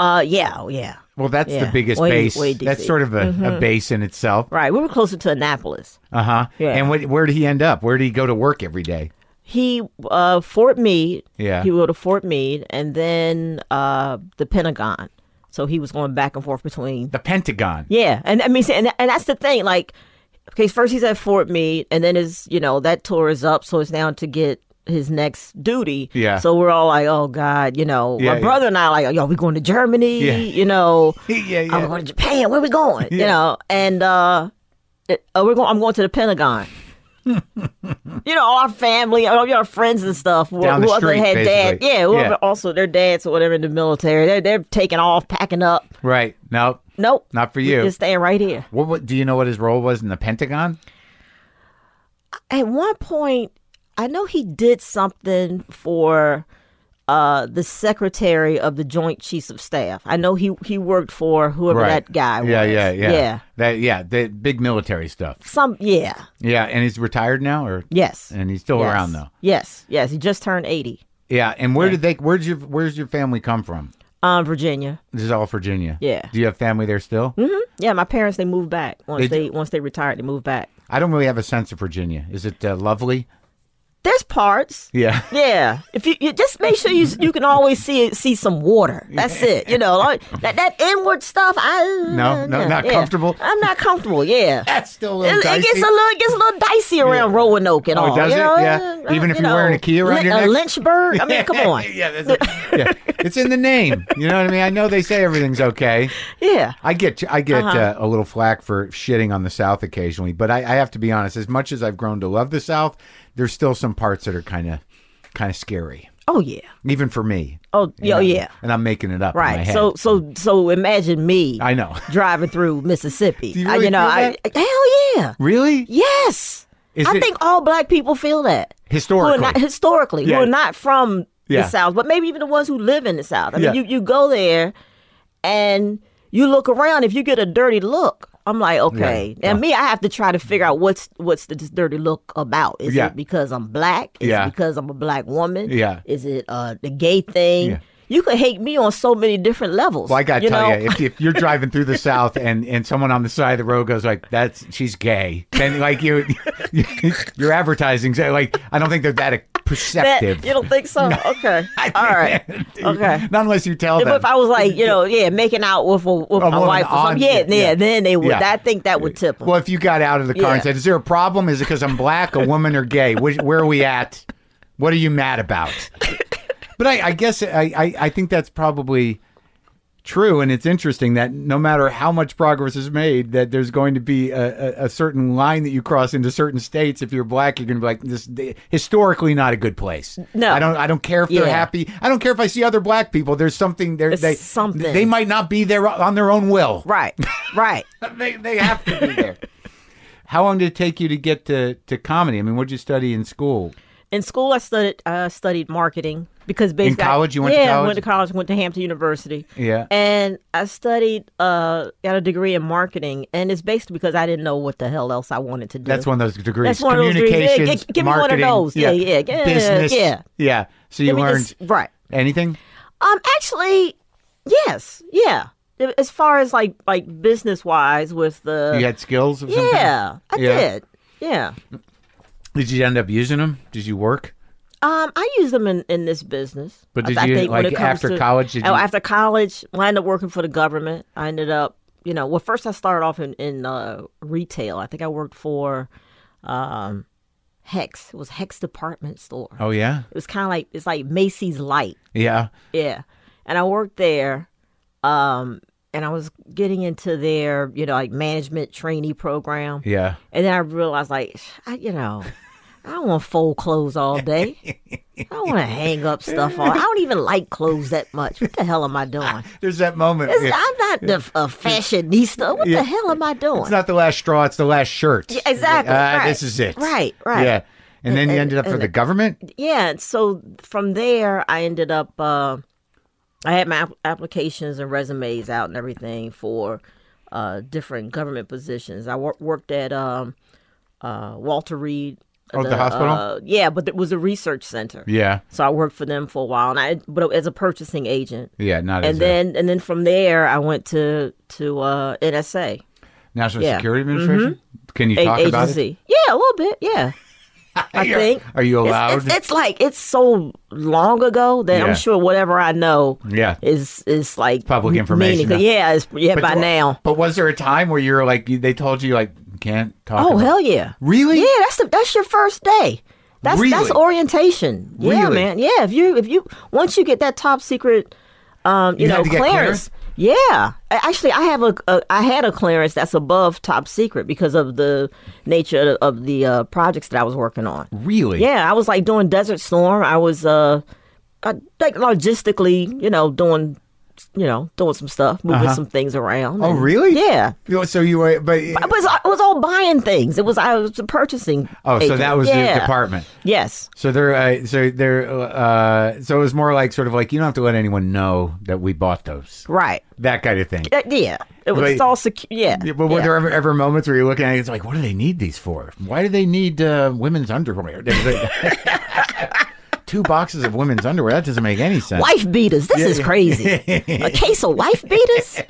[SPEAKER 3] uh, yeah, oh, yeah,
[SPEAKER 1] Well, that's
[SPEAKER 3] Yeah.
[SPEAKER 1] the biggest
[SPEAKER 3] Way-
[SPEAKER 1] base.
[SPEAKER 3] way Mm-hmm.
[SPEAKER 1] that's
[SPEAKER 3] DC.
[SPEAKER 1] sort of a, a base in itself.
[SPEAKER 3] right. We were closer to Annapolis.
[SPEAKER 1] Uh huh.
[SPEAKER 3] Yeah.
[SPEAKER 1] And what, where did he end up? Where did he go to work every day?
[SPEAKER 3] He uh, Fort Meade.
[SPEAKER 1] Yeah.
[SPEAKER 3] He would to Fort Meade, and then uh, the Pentagon. So he was going back and forth between
[SPEAKER 1] The Pentagon.
[SPEAKER 3] Yeah, and I mean, and, and that's the thing. Like, okay, first he's at Fort Meade, and then his, you know, that tour is up, so it's now to get his next duty.
[SPEAKER 1] Yeah.
[SPEAKER 3] So we're all like, oh God, you know,
[SPEAKER 1] Yeah,
[SPEAKER 3] my
[SPEAKER 1] yeah.
[SPEAKER 3] brother and I are like, yo, we going to Germany?
[SPEAKER 1] Yeah.
[SPEAKER 3] You know,
[SPEAKER 1] yeah, yeah.
[SPEAKER 3] I'm going to Japan. Where we going? You know, and uh, it, uh, we're going. I'm going to the Pentagon. you know, all our family, all your friends and stuff. who-
[SPEAKER 1] Down the
[SPEAKER 3] who other
[SPEAKER 1] street,
[SPEAKER 3] had dad,
[SPEAKER 1] basically.
[SPEAKER 3] yeah, who
[SPEAKER 1] Yeah.
[SPEAKER 3] other- also their dads or whatever in the military. They're they're taking off, packing up.
[SPEAKER 1] Right. No,
[SPEAKER 3] Nope,
[SPEAKER 1] not for
[SPEAKER 3] We
[SPEAKER 1] you.
[SPEAKER 3] Just staying right here.
[SPEAKER 1] What, what do you know what his role was in the Pentagon?
[SPEAKER 3] at one point, I know he did something for uh, the secretary of the Joint Chiefs of Staff. I know he he worked for whoever that guy
[SPEAKER 1] Yeah,
[SPEAKER 3] was.
[SPEAKER 1] yeah, yeah,
[SPEAKER 3] yeah.
[SPEAKER 1] That yeah, the big military stuff.
[SPEAKER 3] Some yeah.
[SPEAKER 1] Yeah, and he's retired now, or
[SPEAKER 3] Yes.
[SPEAKER 1] and he's still
[SPEAKER 3] yes.
[SPEAKER 1] around though.
[SPEAKER 3] Yes. Yes. He just turned eighty.
[SPEAKER 1] Yeah, and where did they? Where's your Where's your family come from?
[SPEAKER 3] Um, Virginia.
[SPEAKER 1] This is all Virginia.
[SPEAKER 3] Yeah. Mm-hmm.
[SPEAKER 1] Do you have family there still?
[SPEAKER 3] Yeah, my parents they moved back once
[SPEAKER 1] They
[SPEAKER 3] they,
[SPEAKER 1] do-
[SPEAKER 3] once they retired. They moved back.
[SPEAKER 1] I don't really have a sense of Virginia. Is it uh, lovely?
[SPEAKER 3] There's parts.
[SPEAKER 1] Yeah.
[SPEAKER 3] Yeah, if you, you just make sure you you can always see see some water. That's it. You know like, that that inward stuff. I uh,
[SPEAKER 1] No, no, not comfortable?
[SPEAKER 3] I'm not comfortable. Yeah,
[SPEAKER 1] That's still a
[SPEAKER 3] it,
[SPEAKER 1] little
[SPEAKER 3] it
[SPEAKER 1] dicey.
[SPEAKER 3] gets a little it gets a little dicey around Roanoke and
[SPEAKER 1] Oh,
[SPEAKER 3] all.
[SPEAKER 1] does
[SPEAKER 3] you
[SPEAKER 1] it?
[SPEAKER 3] know?
[SPEAKER 1] Yeah.
[SPEAKER 3] Uh,
[SPEAKER 1] Even if
[SPEAKER 3] you
[SPEAKER 1] you're
[SPEAKER 3] know,
[SPEAKER 1] wearing a key around your
[SPEAKER 3] uh,
[SPEAKER 1] neck?
[SPEAKER 3] Lynchburg. I mean, come on.
[SPEAKER 1] yeah, that's a- yeah, it's in the name. You know what I mean? I know they say everything's okay.
[SPEAKER 3] Yeah.
[SPEAKER 1] I get I get uh
[SPEAKER 3] Uh-huh.
[SPEAKER 1] a little flack for shitting on the South occasionally, but I, I have to be honest. As much as I've grown to love the South, there's still some parts that are kind of kind of scary,
[SPEAKER 3] Oh yeah.
[SPEAKER 1] even for me.
[SPEAKER 3] Oh
[SPEAKER 1] You
[SPEAKER 3] yeah. Oh,
[SPEAKER 1] know?
[SPEAKER 3] yeah.
[SPEAKER 1] And I'm making it up. in my
[SPEAKER 3] Right.
[SPEAKER 1] head.
[SPEAKER 3] So so so imagine me.
[SPEAKER 1] I know.
[SPEAKER 3] Driving through Mississippi.
[SPEAKER 1] Do you
[SPEAKER 3] I-
[SPEAKER 1] really
[SPEAKER 3] know. I,
[SPEAKER 1] feel
[SPEAKER 3] hell yeah.
[SPEAKER 1] really,
[SPEAKER 3] Yes.
[SPEAKER 1] Is
[SPEAKER 3] I
[SPEAKER 1] it-
[SPEAKER 3] think all black people feel that.
[SPEAKER 1] Historically.
[SPEAKER 3] Who are not, historically,
[SPEAKER 1] Yeah.
[SPEAKER 3] who are not from
[SPEAKER 1] Yeah.
[SPEAKER 3] the South, but maybe even the ones who live in the South. I
[SPEAKER 1] Yeah.
[SPEAKER 3] mean, you, you go there and you look around. If you get a dirty look, I'm like, okay. And me, I have to try to figure out what's what's this dirty look about. Is
[SPEAKER 1] Yeah.
[SPEAKER 3] it because I'm black? Is
[SPEAKER 1] Yeah.
[SPEAKER 3] it because I'm a black woman?
[SPEAKER 1] Yeah.
[SPEAKER 3] Is it uh, the gay thing?
[SPEAKER 1] Yeah.
[SPEAKER 3] You could hate me on so many different levels.
[SPEAKER 1] Well, I got to
[SPEAKER 3] you
[SPEAKER 1] tell
[SPEAKER 3] know?
[SPEAKER 1] you, if, if you're driving through the South and, and someone on the side of the road goes like, "That's she's gay," then like you, you your advertising's like, I don't think they're that
[SPEAKER 3] That-
[SPEAKER 1] perceptive.
[SPEAKER 3] you don't think so? Okay. All right. Okay.
[SPEAKER 1] Not unless you tell
[SPEAKER 3] But
[SPEAKER 1] them.
[SPEAKER 3] if I was like, you know, yeah, making out with a, with
[SPEAKER 1] A
[SPEAKER 3] my
[SPEAKER 1] woman
[SPEAKER 3] wife or
[SPEAKER 1] on-
[SPEAKER 3] something, yeah,
[SPEAKER 1] yeah,
[SPEAKER 3] yeah, then they would.
[SPEAKER 1] yeah.
[SPEAKER 3] I think that would tip them.
[SPEAKER 1] well, if you got out of the car and
[SPEAKER 3] Yeah.
[SPEAKER 1] said, "Is there a problem? Is it because I'm black, a woman, or gay? Which, where are we at? What are you mad about?" But I, I guess I, I, I think that's probably true, and it's interesting that no matter how much progress is made, that there's going to be a, a, a certain line that you cross into certain states. If you're black, you're going to be like this. they- Historically, not a good place.
[SPEAKER 3] No.
[SPEAKER 1] I don't. I don't care if they're
[SPEAKER 3] Yeah.
[SPEAKER 1] happy. I don't care if I see other black people. There's something there.
[SPEAKER 3] It's
[SPEAKER 1] They
[SPEAKER 3] something.
[SPEAKER 1] They might not be there on their own will.
[SPEAKER 3] Right, right.
[SPEAKER 1] they they have to be there. How long did it take you to get to, to comedy? I mean, what did you study in school?
[SPEAKER 3] In school, I studied uh, studied marketing because basically I-
[SPEAKER 1] college, you went to
[SPEAKER 3] yeah,
[SPEAKER 1] college?
[SPEAKER 3] I went to college, went to Hampton University.
[SPEAKER 1] Yeah.
[SPEAKER 3] and I studied uh, got a degree in marketing, and it's basically because I didn't know what the hell else I wanted to do.
[SPEAKER 1] That's one of those degrees.
[SPEAKER 3] That's one of those degrees. Yeah,
[SPEAKER 1] Communications,
[SPEAKER 3] gi- give me one of
[SPEAKER 1] marketing,
[SPEAKER 3] those. Yeah, yeah, yeah,
[SPEAKER 1] business.
[SPEAKER 3] yeah.
[SPEAKER 1] yeah. So you
[SPEAKER 3] Let me
[SPEAKER 1] learned
[SPEAKER 3] just- right.
[SPEAKER 1] anything?
[SPEAKER 3] Um, actually, yes, yeah. As far as like like business wise, with the
[SPEAKER 1] You had skills of some kind?
[SPEAKER 3] yeah, I
[SPEAKER 1] Yeah.
[SPEAKER 3] did. Yeah.
[SPEAKER 1] Did you end up using them? Did you work?
[SPEAKER 3] Um, I use them in, in this business.
[SPEAKER 1] But
[SPEAKER 3] I-
[SPEAKER 1] did
[SPEAKER 3] I
[SPEAKER 1] you,
[SPEAKER 3] think when
[SPEAKER 1] like,
[SPEAKER 3] it comes
[SPEAKER 1] after
[SPEAKER 3] to-
[SPEAKER 1] college, did
[SPEAKER 3] oh,
[SPEAKER 1] you-
[SPEAKER 3] after college, well, I ended up working for the government. I ended up, you know, well, first I started off in in uh, retail. I think I worked for um, Hex. It was Hex department store.
[SPEAKER 1] Oh, yeah.
[SPEAKER 3] It was kind of like it's like Macy's Light.
[SPEAKER 1] Yeah.
[SPEAKER 3] Yeah. And I worked there. Um, and I was getting into their, you know, like management trainee program.
[SPEAKER 1] Yeah.
[SPEAKER 3] And then I realized, like, I, you know, I don't want to fold clothes all day. I don't want to hang up stuff on. I don't even like clothes that much. What the hell am I doing?
[SPEAKER 1] There's that moment.
[SPEAKER 3] It's-
[SPEAKER 1] yeah.
[SPEAKER 3] I'm not the, a fashionista. What
[SPEAKER 1] Yeah.
[SPEAKER 3] the hell am I doing?
[SPEAKER 1] It's not the last straw, it's the last shirt.
[SPEAKER 3] exactly,
[SPEAKER 1] Uh,
[SPEAKER 3] right.
[SPEAKER 1] This is it.
[SPEAKER 3] Right, right.
[SPEAKER 1] Yeah. And then you ended up for the government?
[SPEAKER 3] yeah. and So from there, I ended up. Uh, I had my app- applications and resumes out and everything for uh, different government positions. I wor- worked at um, uh, Walter Reed.
[SPEAKER 1] Oh, the hospital?
[SPEAKER 3] uh, yeah, but it was a research center.
[SPEAKER 1] Yeah.
[SPEAKER 3] So I worked for them for a while, and I but as a purchasing agent.
[SPEAKER 1] Yeah, not as
[SPEAKER 3] And
[SPEAKER 1] a
[SPEAKER 3] then and then from there, I went to to uh, NSA
[SPEAKER 1] National
[SPEAKER 3] yeah. Mm-hmm.
[SPEAKER 1] Security Administration? Can you
[SPEAKER 3] a-
[SPEAKER 1] talk about it?
[SPEAKER 3] agency. Yeah, a little bit. Yeah, I
[SPEAKER 1] Yeah.
[SPEAKER 3] think.
[SPEAKER 1] Are you
[SPEAKER 3] It's-
[SPEAKER 1] allowed?
[SPEAKER 3] It's, it's like it's so long ago that
[SPEAKER 1] Yeah.
[SPEAKER 3] I'm sure whatever I know
[SPEAKER 1] Yeah.
[SPEAKER 3] is is like
[SPEAKER 1] Public information.
[SPEAKER 3] meaningless. Yeah, it's, yeah. by
[SPEAKER 1] do-
[SPEAKER 3] now,
[SPEAKER 1] But was there a time where you were like you- they told you like you can't talk?
[SPEAKER 3] oh
[SPEAKER 1] about-
[SPEAKER 3] hell yeah,
[SPEAKER 1] Really?
[SPEAKER 3] yeah. That's the that's your first day. That's
[SPEAKER 1] Really?
[SPEAKER 3] that's orientation. Yeah,
[SPEAKER 1] Really?
[SPEAKER 3] man. Yeah, if you if you once you get that top secret, um, you,
[SPEAKER 1] You had
[SPEAKER 3] know
[SPEAKER 1] to get
[SPEAKER 3] clearance. Yeah, A- actually, I have a, a I had a clearance that's above top secret because of the nature of the uh, projects that I was working on.
[SPEAKER 1] Really?
[SPEAKER 3] Yeah, I was like doing Desert Storm. I was uh, I, like logistically, you know, doing you know, doing some stuff, moving some things around.
[SPEAKER 1] Oh,
[SPEAKER 3] and-
[SPEAKER 1] really?
[SPEAKER 3] Yeah.
[SPEAKER 1] You know, So you were, but
[SPEAKER 3] It was it was all buying things. It was I was a purchasing.
[SPEAKER 1] oh, so
[SPEAKER 3] agent.
[SPEAKER 1] that was
[SPEAKER 3] yeah.
[SPEAKER 1] your department.
[SPEAKER 3] Yes.
[SPEAKER 1] So they're, uh, so they're, uh, so it was more like sort of like you don't have to let anyone know that we bought those,
[SPEAKER 3] Right.
[SPEAKER 1] that kind of thing.
[SPEAKER 3] That- yeah. It was
[SPEAKER 1] Wait.
[SPEAKER 3] all secure. Yeah.
[SPEAKER 1] Yeah, but were
[SPEAKER 3] yeah.
[SPEAKER 1] there ever, ever moments where you're looking at it, it's like, what do they need these for? Why do they need uh, women's underwear? Two boxes of women's underwear. That doesn't make any sense.
[SPEAKER 3] Life beaters. This is crazy. a case of life beaters.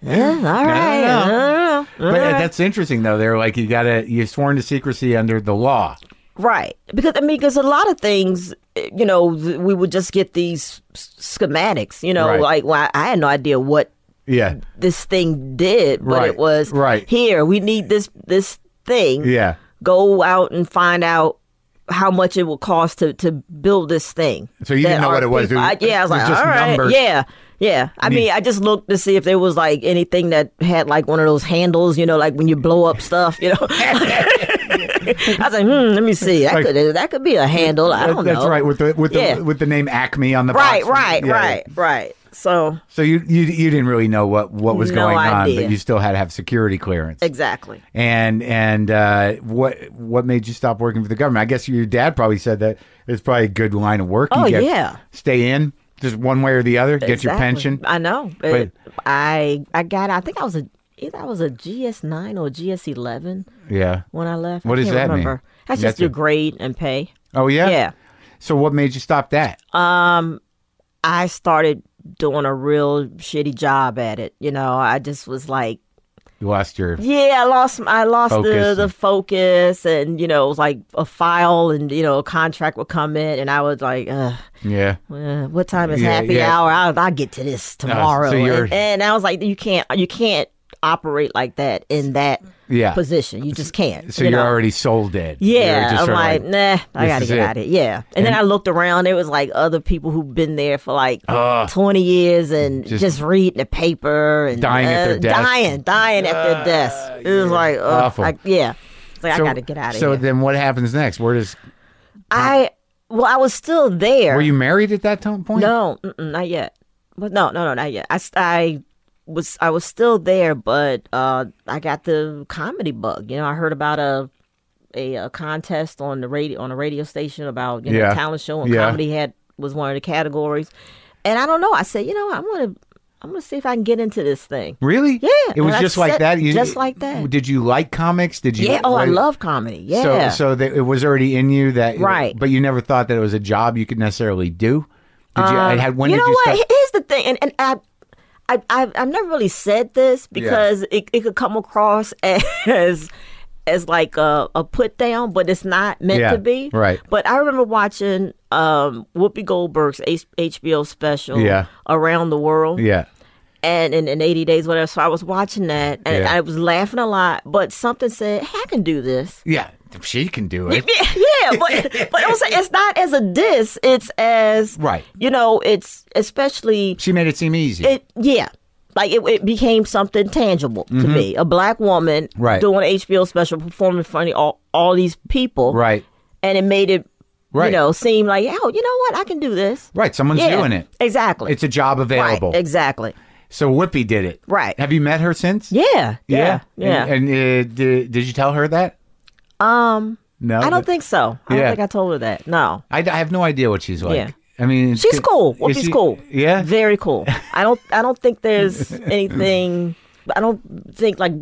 [SPEAKER 3] Yeah, all right.
[SPEAKER 1] no.
[SPEAKER 3] I don't know.
[SPEAKER 1] But uh, that's interesting, though. They're like, you gotta, you're sworn to secrecy under the law.
[SPEAKER 3] Right. Because I mean, because a lot of things, eh, you know, th- we would just get these s- schematics. You know,
[SPEAKER 1] Right.
[SPEAKER 3] like well, I had no idea what
[SPEAKER 1] Yeah,
[SPEAKER 3] this thing did, but
[SPEAKER 1] Right,
[SPEAKER 3] it was
[SPEAKER 1] right.
[SPEAKER 3] here. We need this this thing.
[SPEAKER 1] yeah.
[SPEAKER 3] Go out and find out how much it will cost to to build this thing.
[SPEAKER 1] So you
[SPEAKER 3] that
[SPEAKER 1] didn't know
[SPEAKER 3] our
[SPEAKER 1] what it was.
[SPEAKER 3] people-
[SPEAKER 1] It
[SPEAKER 3] I,
[SPEAKER 1] was-
[SPEAKER 3] yeah, I was
[SPEAKER 1] it was
[SPEAKER 3] like,
[SPEAKER 1] just
[SPEAKER 3] all right,
[SPEAKER 1] numbers.
[SPEAKER 3] yeah. Yeah, I mean, I just looked to see if there was like anything that had like one of those handles, you know, like when you blow up stuff, you know. I was like, hmm, let me see. That
[SPEAKER 1] Like-
[SPEAKER 3] could that could be a handle. I
[SPEAKER 1] That-
[SPEAKER 3] don't
[SPEAKER 1] that's
[SPEAKER 3] know.
[SPEAKER 1] right with the with the
[SPEAKER 3] Yeah.
[SPEAKER 1] with the name Acme on the
[SPEAKER 3] right,
[SPEAKER 1] box.
[SPEAKER 3] right,
[SPEAKER 1] Yeah.
[SPEAKER 3] right, right. So
[SPEAKER 1] So you, you you didn't really know what what was
[SPEAKER 3] No
[SPEAKER 1] going on,
[SPEAKER 3] idea.
[SPEAKER 1] but you still had to have security clearance.
[SPEAKER 3] exactly.
[SPEAKER 1] and and uh, what what made you stop working for the government? I guess your dad probably said that it's probably a good line of work. You
[SPEAKER 3] Oh,
[SPEAKER 1] get-
[SPEAKER 3] yeah.
[SPEAKER 1] stay in just one way or the other. Get your
[SPEAKER 3] Exactly.
[SPEAKER 1] pension.
[SPEAKER 3] I know. It- I I got. I think I was a either I was a GS nine or GS eleven
[SPEAKER 1] Yeah.
[SPEAKER 3] when I left.
[SPEAKER 1] What
[SPEAKER 3] I
[SPEAKER 1] does
[SPEAKER 3] can't
[SPEAKER 1] that mean?
[SPEAKER 3] remember. That's just
[SPEAKER 1] That's
[SPEAKER 3] your
[SPEAKER 1] a-
[SPEAKER 3] grade and pay.
[SPEAKER 1] Oh yeah.
[SPEAKER 3] Yeah. Um,
[SPEAKER 1] So what made you stop that?
[SPEAKER 3] I started doing a real shitty job at it. You know, I just was like,
[SPEAKER 1] you lost your.
[SPEAKER 3] yeah, I lost I lost the,
[SPEAKER 1] Focus.
[SPEAKER 3] the focus, and you know, it was like a file, and you know, a contract would come in, and I was like, Ugh.
[SPEAKER 1] Yeah.
[SPEAKER 3] Well, what time is
[SPEAKER 1] Yeah,
[SPEAKER 3] happy
[SPEAKER 1] yeah. Uh,
[SPEAKER 3] hour? I'll, I'll get to this tomorrow.
[SPEAKER 1] you're-
[SPEAKER 3] and, and I was like, you can't, you can't operate like that in that
[SPEAKER 1] Yeah.
[SPEAKER 3] position. You just can't.
[SPEAKER 1] So
[SPEAKER 3] you
[SPEAKER 1] you are
[SPEAKER 3] know?
[SPEAKER 1] already soul dead. You're
[SPEAKER 3] Yeah,
[SPEAKER 1] just
[SPEAKER 3] I'm
[SPEAKER 1] sort of
[SPEAKER 3] like, nah, I
[SPEAKER 1] this
[SPEAKER 3] gotta
[SPEAKER 1] is
[SPEAKER 3] get
[SPEAKER 1] it.
[SPEAKER 3] out of it. Yeah, and, then I looked around. It was like other people who've been there for like 20 years and just, reading the paper and
[SPEAKER 1] Dying at their
[SPEAKER 3] uh,
[SPEAKER 1] desk. Ah,
[SPEAKER 3] dying, dying at their desk. It was like, ugh,
[SPEAKER 1] Awful.
[SPEAKER 3] I, yeah, It's like
[SPEAKER 1] so-
[SPEAKER 3] I gotta get out of
[SPEAKER 1] So
[SPEAKER 3] here.
[SPEAKER 1] then what happens next? Where does
[SPEAKER 3] I well, I was still there.
[SPEAKER 1] were you married at that to- point?
[SPEAKER 3] No, mm-mm, not yet. But no, no, no, not yet. I, s- I was I was still there, but uh, I got the comedy bug. You know, I heard about a a, uh contest on the radio on a radio station about you know
[SPEAKER 1] Yeah.
[SPEAKER 3] talent show and
[SPEAKER 1] Yeah.
[SPEAKER 3] comedy had was one of the categories, and I don't know. I said, you know, I'm gonna I'm gonna see if I can get into this thing.
[SPEAKER 1] Really?
[SPEAKER 3] Yeah,
[SPEAKER 1] It was
[SPEAKER 3] and I
[SPEAKER 1] just like
[SPEAKER 3] said-
[SPEAKER 1] that. You,
[SPEAKER 3] just like that.
[SPEAKER 1] Did you like comics? Did you?
[SPEAKER 3] Yeah. Oh, I
[SPEAKER 1] what-
[SPEAKER 3] love comedy. Yeah.
[SPEAKER 1] So, so that it was already in you that
[SPEAKER 3] Right.
[SPEAKER 1] but you never thought that it was a job you could necessarily do. Did you? I had when
[SPEAKER 3] Um, you
[SPEAKER 1] did
[SPEAKER 3] know
[SPEAKER 1] you
[SPEAKER 3] what?
[SPEAKER 1] start?
[SPEAKER 3] Here's the thing, and and I, I, I I've never really said this because it, it could come across as as like a, a put down, but it's not meant
[SPEAKER 1] Yeah,
[SPEAKER 3] to be.
[SPEAKER 1] right.
[SPEAKER 3] But I remember watching um, Whoopi Goldberg's H- HBO special,
[SPEAKER 1] Yeah.
[SPEAKER 3] Around the World,
[SPEAKER 1] Yeah.
[SPEAKER 3] and in, in 80 days, whatever. So I was watching that, and
[SPEAKER 1] Yeah.
[SPEAKER 3] I was laughing a lot. But something said, "Hey, I can do this."
[SPEAKER 1] Yeah. She can do it.
[SPEAKER 3] Yeah, yeah, but but also it's not as a diss. It's as
[SPEAKER 1] Right.
[SPEAKER 3] You know, it's especially
[SPEAKER 1] She made it seem easy.
[SPEAKER 3] it yeah like it, it became something tangible to me a black woman
[SPEAKER 1] Mm-hmm. Right.
[SPEAKER 3] doing an hbo special performing in front of all, all these people
[SPEAKER 1] right.
[SPEAKER 3] and it made it
[SPEAKER 1] Right.
[SPEAKER 3] you know seem like oh you know what i can do this
[SPEAKER 1] Right. Someone's
[SPEAKER 3] yeah
[SPEAKER 1] doing it.
[SPEAKER 3] exactly
[SPEAKER 1] It's a job
[SPEAKER 3] right
[SPEAKER 1] available.
[SPEAKER 3] exactly
[SPEAKER 1] so Whoopi did it.
[SPEAKER 3] Right.
[SPEAKER 1] Have you met her since?
[SPEAKER 3] yeah
[SPEAKER 1] Yeah.
[SPEAKER 3] yeah yeah,
[SPEAKER 1] And, and uh, did, did you tell her that?
[SPEAKER 3] um
[SPEAKER 1] No.
[SPEAKER 3] i don't
[SPEAKER 1] but-
[SPEAKER 3] think so i
[SPEAKER 1] Yeah.
[SPEAKER 3] don't think i told her that no
[SPEAKER 1] I, I have no idea what she's like.
[SPEAKER 3] Yeah.
[SPEAKER 1] I mean, it's
[SPEAKER 3] she's
[SPEAKER 1] good-
[SPEAKER 3] cool
[SPEAKER 1] is
[SPEAKER 3] whoopi's
[SPEAKER 1] she-
[SPEAKER 3] cool
[SPEAKER 1] Yeah.
[SPEAKER 3] very cool i don't i don't think there's anything I don't think like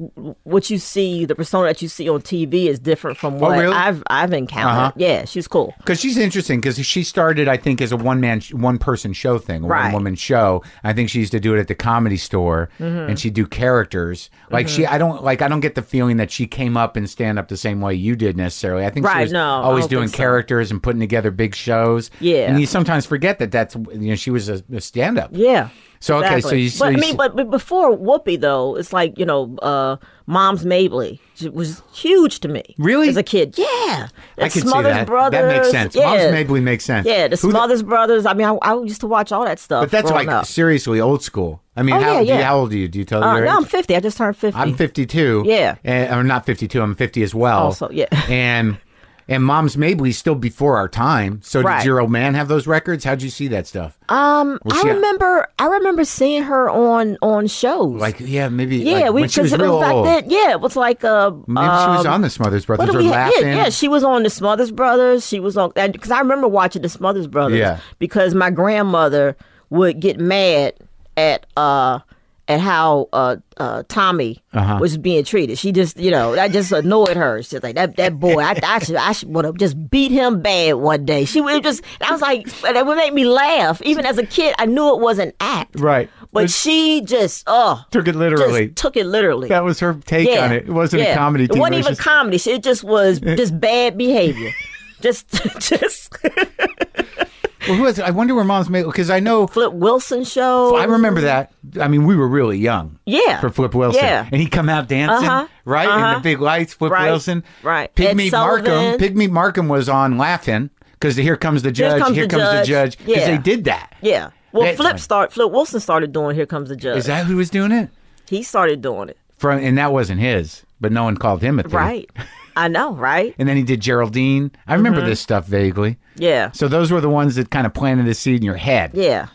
[SPEAKER 3] what you see, the persona that you see on TV is different from what
[SPEAKER 1] Oh, really?
[SPEAKER 3] I've I've encountered.
[SPEAKER 1] Uh-huh.
[SPEAKER 3] Yeah, she's cool.
[SPEAKER 1] Because she's interesting. Because she started, I think, as a one man, one person show thing, a
[SPEAKER 3] Right.
[SPEAKER 1] one woman show. I think she used to do it at the comedy store,
[SPEAKER 3] Mm-hmm.
[SPEAKER 1] and she'd do characters. Like she, I don't like, I don't get the feeling that she came up and stand up the same way you did necessarily. I think she
[SPEAKER 3] Right,
[SPEAKER 1] was
[SPEAKER 3] no, I
[SPEAKER 1] always
[SPEAKER 3] don't
[SPEAKER 1] doing
[SPEAKER 3] think so.
[SPEAKER 1] characters and putting together big shows.
[SPEAKER 3] Yeah.
[SPEAKER 1] and you sometimes forget that that's you know she was a, a stand up.
[SPEAKER 3] Yeah.
[SPEAKER 1] So, okay, so
[SPEAKER 3] exactly.
[SPEAKER 1] you- so
[SPEAKER 3] but,
[SPEAKER 1] you
[SPEAKER 3] I mean,
[SPEAKER 1] s-
[SPEAKER 3] but, but before Whoopi though, it's like you know, uh, Mom's Mabley she was huge to me.
[SPEAKER 1] Really?
[SPEAKER 3] as a kid, yeah.
[SPEAKER 1] I could
[SPEAKER 3] And
[SPEAKER 1] see
[SPEAKER 3] Smothers
[SPEAKER 1] that.
[SPEAKER 3] Brothers,
[SPEAKER 1] That makes sense.
[SPEAKER 3] Yeah.
[SPEAKER 1] Moms Mabley makes sense.
[SPEAKER 3] Yeah, the
[SPEAKER 1] Who the-
[SPEAKER 3] Smothers Brothers. I mean, I, I used to watch all that stuff.
[SPEAKER 1] But that's
[SPEAKER 3] growing
[SPEAKER 1] like
[SPEAKER 3] up.
[SPEAKER 1] seriously old school. I mean,
[SPEAKER 3] Oh,
[SPEAKER 1] how,
[SPEAKER 3] yeah,
[SPEAKER 1] do you-
[SPEAKER 3] yeah.
[SPEAKER 1] how old are you? Do you tell
[SPEAKER 3] Uh,
[SPEAKER 1] your
[SPEAKER 3] no,
[SPEAKER 1] age?
[SPEAKER 3] I'm 50. I just turned 50.
[SPEAKER 1] I'm 52.
[SPEAKER 3] Yeah.
[SPEAKER 1] And, or not 52. I'm 50 as well.
[SPEAKER 3] Also, yeah.
[SPEAKER 1] And And Mom's Mabley still before our time. So
[SPEAKER 3] Right.
[SPEAKER 1] did your old man have those records? How'd you see that stuff?
[SPEAKER 3] Um,
[SPEAKER 1] Was
[SPEAKER 3] I
[SPEAKER 1] she a-
[SPEAKER 3] remember, I remember seeing her on on shows.
[SPEAKER 1] Like yeah, maybe
[SPEAKER 3] yeah,
[SPEAKER 1] like,
[SPEAKER 3] we
[SPEAKER 1] when she was
[SPEAKER 3] it
[SPEAKER 1] real
[SPEAKER 3] was back
[SPEAKER 1] old.
[SPEAKER 3] then. Yeah, it was like uh,
[SPEAKER 1] Maybe she was on the Smothers
[SPEAKER 3] What
[SPEAKER 1] Brothers
[SPEAKER 3] did
[SPEAKER 1] or
[SPEAKER 3] we have?
[SPEAKER 1] laughing.
[SPEAKER 3] Yeah, yeah, she was on the Smothers Brothers. She was on because I remember watching the Smothers Brothers.
[SPEAKER 1] Yeah.
[SPEAKER 3] because my grandmother would get mad at uh at how uh, uh Tommy
[SPEAKER 1] Uh-huh.
[SPEAKER 3] was being treated. She just you know that just annoyed her. She's like that that boy. I, I should I should want to just beat him bad one day. She would just I was like and that would make me laugh. Even as a kid, I knew it was an act.
[SPEAKER 1] Right.
[SPEAKER 3] But
[SPEAKER 1] But-
[SPEAKER 3] she just oh
[SPEAKER 1] Took it literally.
[SPEAKER 3] just took it literally
[SPEAKER 1] That was her take on it. It wasn't
[SPEAKER 3] yeah.
[SPEAKER 1] a comedy.
[SPEAKER 3] It
[SPEAKER 1] TV,
[SPEAKER 3] wasn't
[SPEAKER 1] was
[SPEAKER 3] even
[SPEAKER 1] just-
[SPEAKER 3] comedy. shit. It just was just bad behavior. just, just
[SPEAKER 1] Well, who was it? I wonder where Mom's Mabley because I know
[SPEAKER 3] Flip Wilson show.
[SPEAKER 1] I remember that. I mean, we were really young.
[SPEAKER 3] Yeah.
[SPEAKER 1] For Flip Wilson.
[SPEAKER 3] Yeah.
[SPEAKER 1] And he'd come out dancing,
[SPEAKER 3] Uh-huh.
[SPEAKER 1] right? In the big lights, Flip
[SPEAKER 3] Right.
[SPEAKER 1] Wilson.
[SPEAKER 3] Right. Ed
[SPEAKER 1] Pygmy Markham.
[SPEAKER 3] Sullivan.
[SPEAKER 1] Pygmy Markham was on laughing because here comes the judge.
[SPEAKER 3] Comes
[SPEAKER 1] here
[SPEAKER 3] the
[SPEAKER 1] comes the
[SPEAKER 3] Judge.
[SPEAKER 1] judge. Because
[SPEAKER 3] Yeah.
[SPEAKER 1] they did that. Is
[SPEAKER 3] Yeah. Well,
[SPEAKER 1] That
[SPEAKER 3] Flip
[SPEAKER 1] joint.
[SPEAKER 3] start. Flip Wilson started doing "Here Comes the Judge."
[SPEAKER 1] that who was doing it?
[SPEAKER 3] He started doing it.
[SPEAKER 1] From and that wasn't his, but no one called him a thing.
[SPEAKER 3] Right. I know. Right.
[SPEAKER 1] And then he did Geraldine. I remember this stuff vaguely.
[SPEAKER 3] Mm-hmm. Yeah.
[SPEAKER 1] So those were the ones that kind of planted a seed in your head.
[SPEAKER 3] Yeah.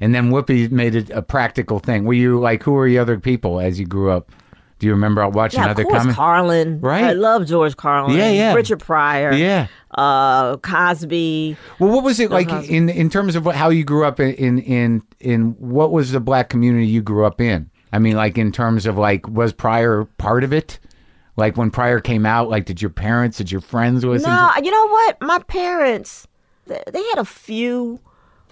[SPEAKER 1] And then Whoopi made it a practical thing. Were you like, who were the other people as you grew up? Do you remember watching
[SPEAKER 3] Yeah. Of
[SPEAKER 1] other
[SPEAKER 3] course,
[SPEAKER 1] comedy?
[SPEAKER 3] Carlin.
[SPEAKER 1] Right.
[SPEAKER 3] I love George Carlin.
[SPEAKER 1] Yeah, yeah.
[SPEAKER 3] Richard Pryor.
[SPEAKER 1] Yeah.
[SPEAKER 3] Uh, Cosby.
[SPEAKER 1] Well, what was it like in in terms of what, how you grew up in, in in in what was the black community you grew up in? I mean, like in terms of like was Pryor part of it? Like when Pryor came out, like did your parents, did your friends listen?
[SPEAKER 3] No, you know what? My parents, th- they had a few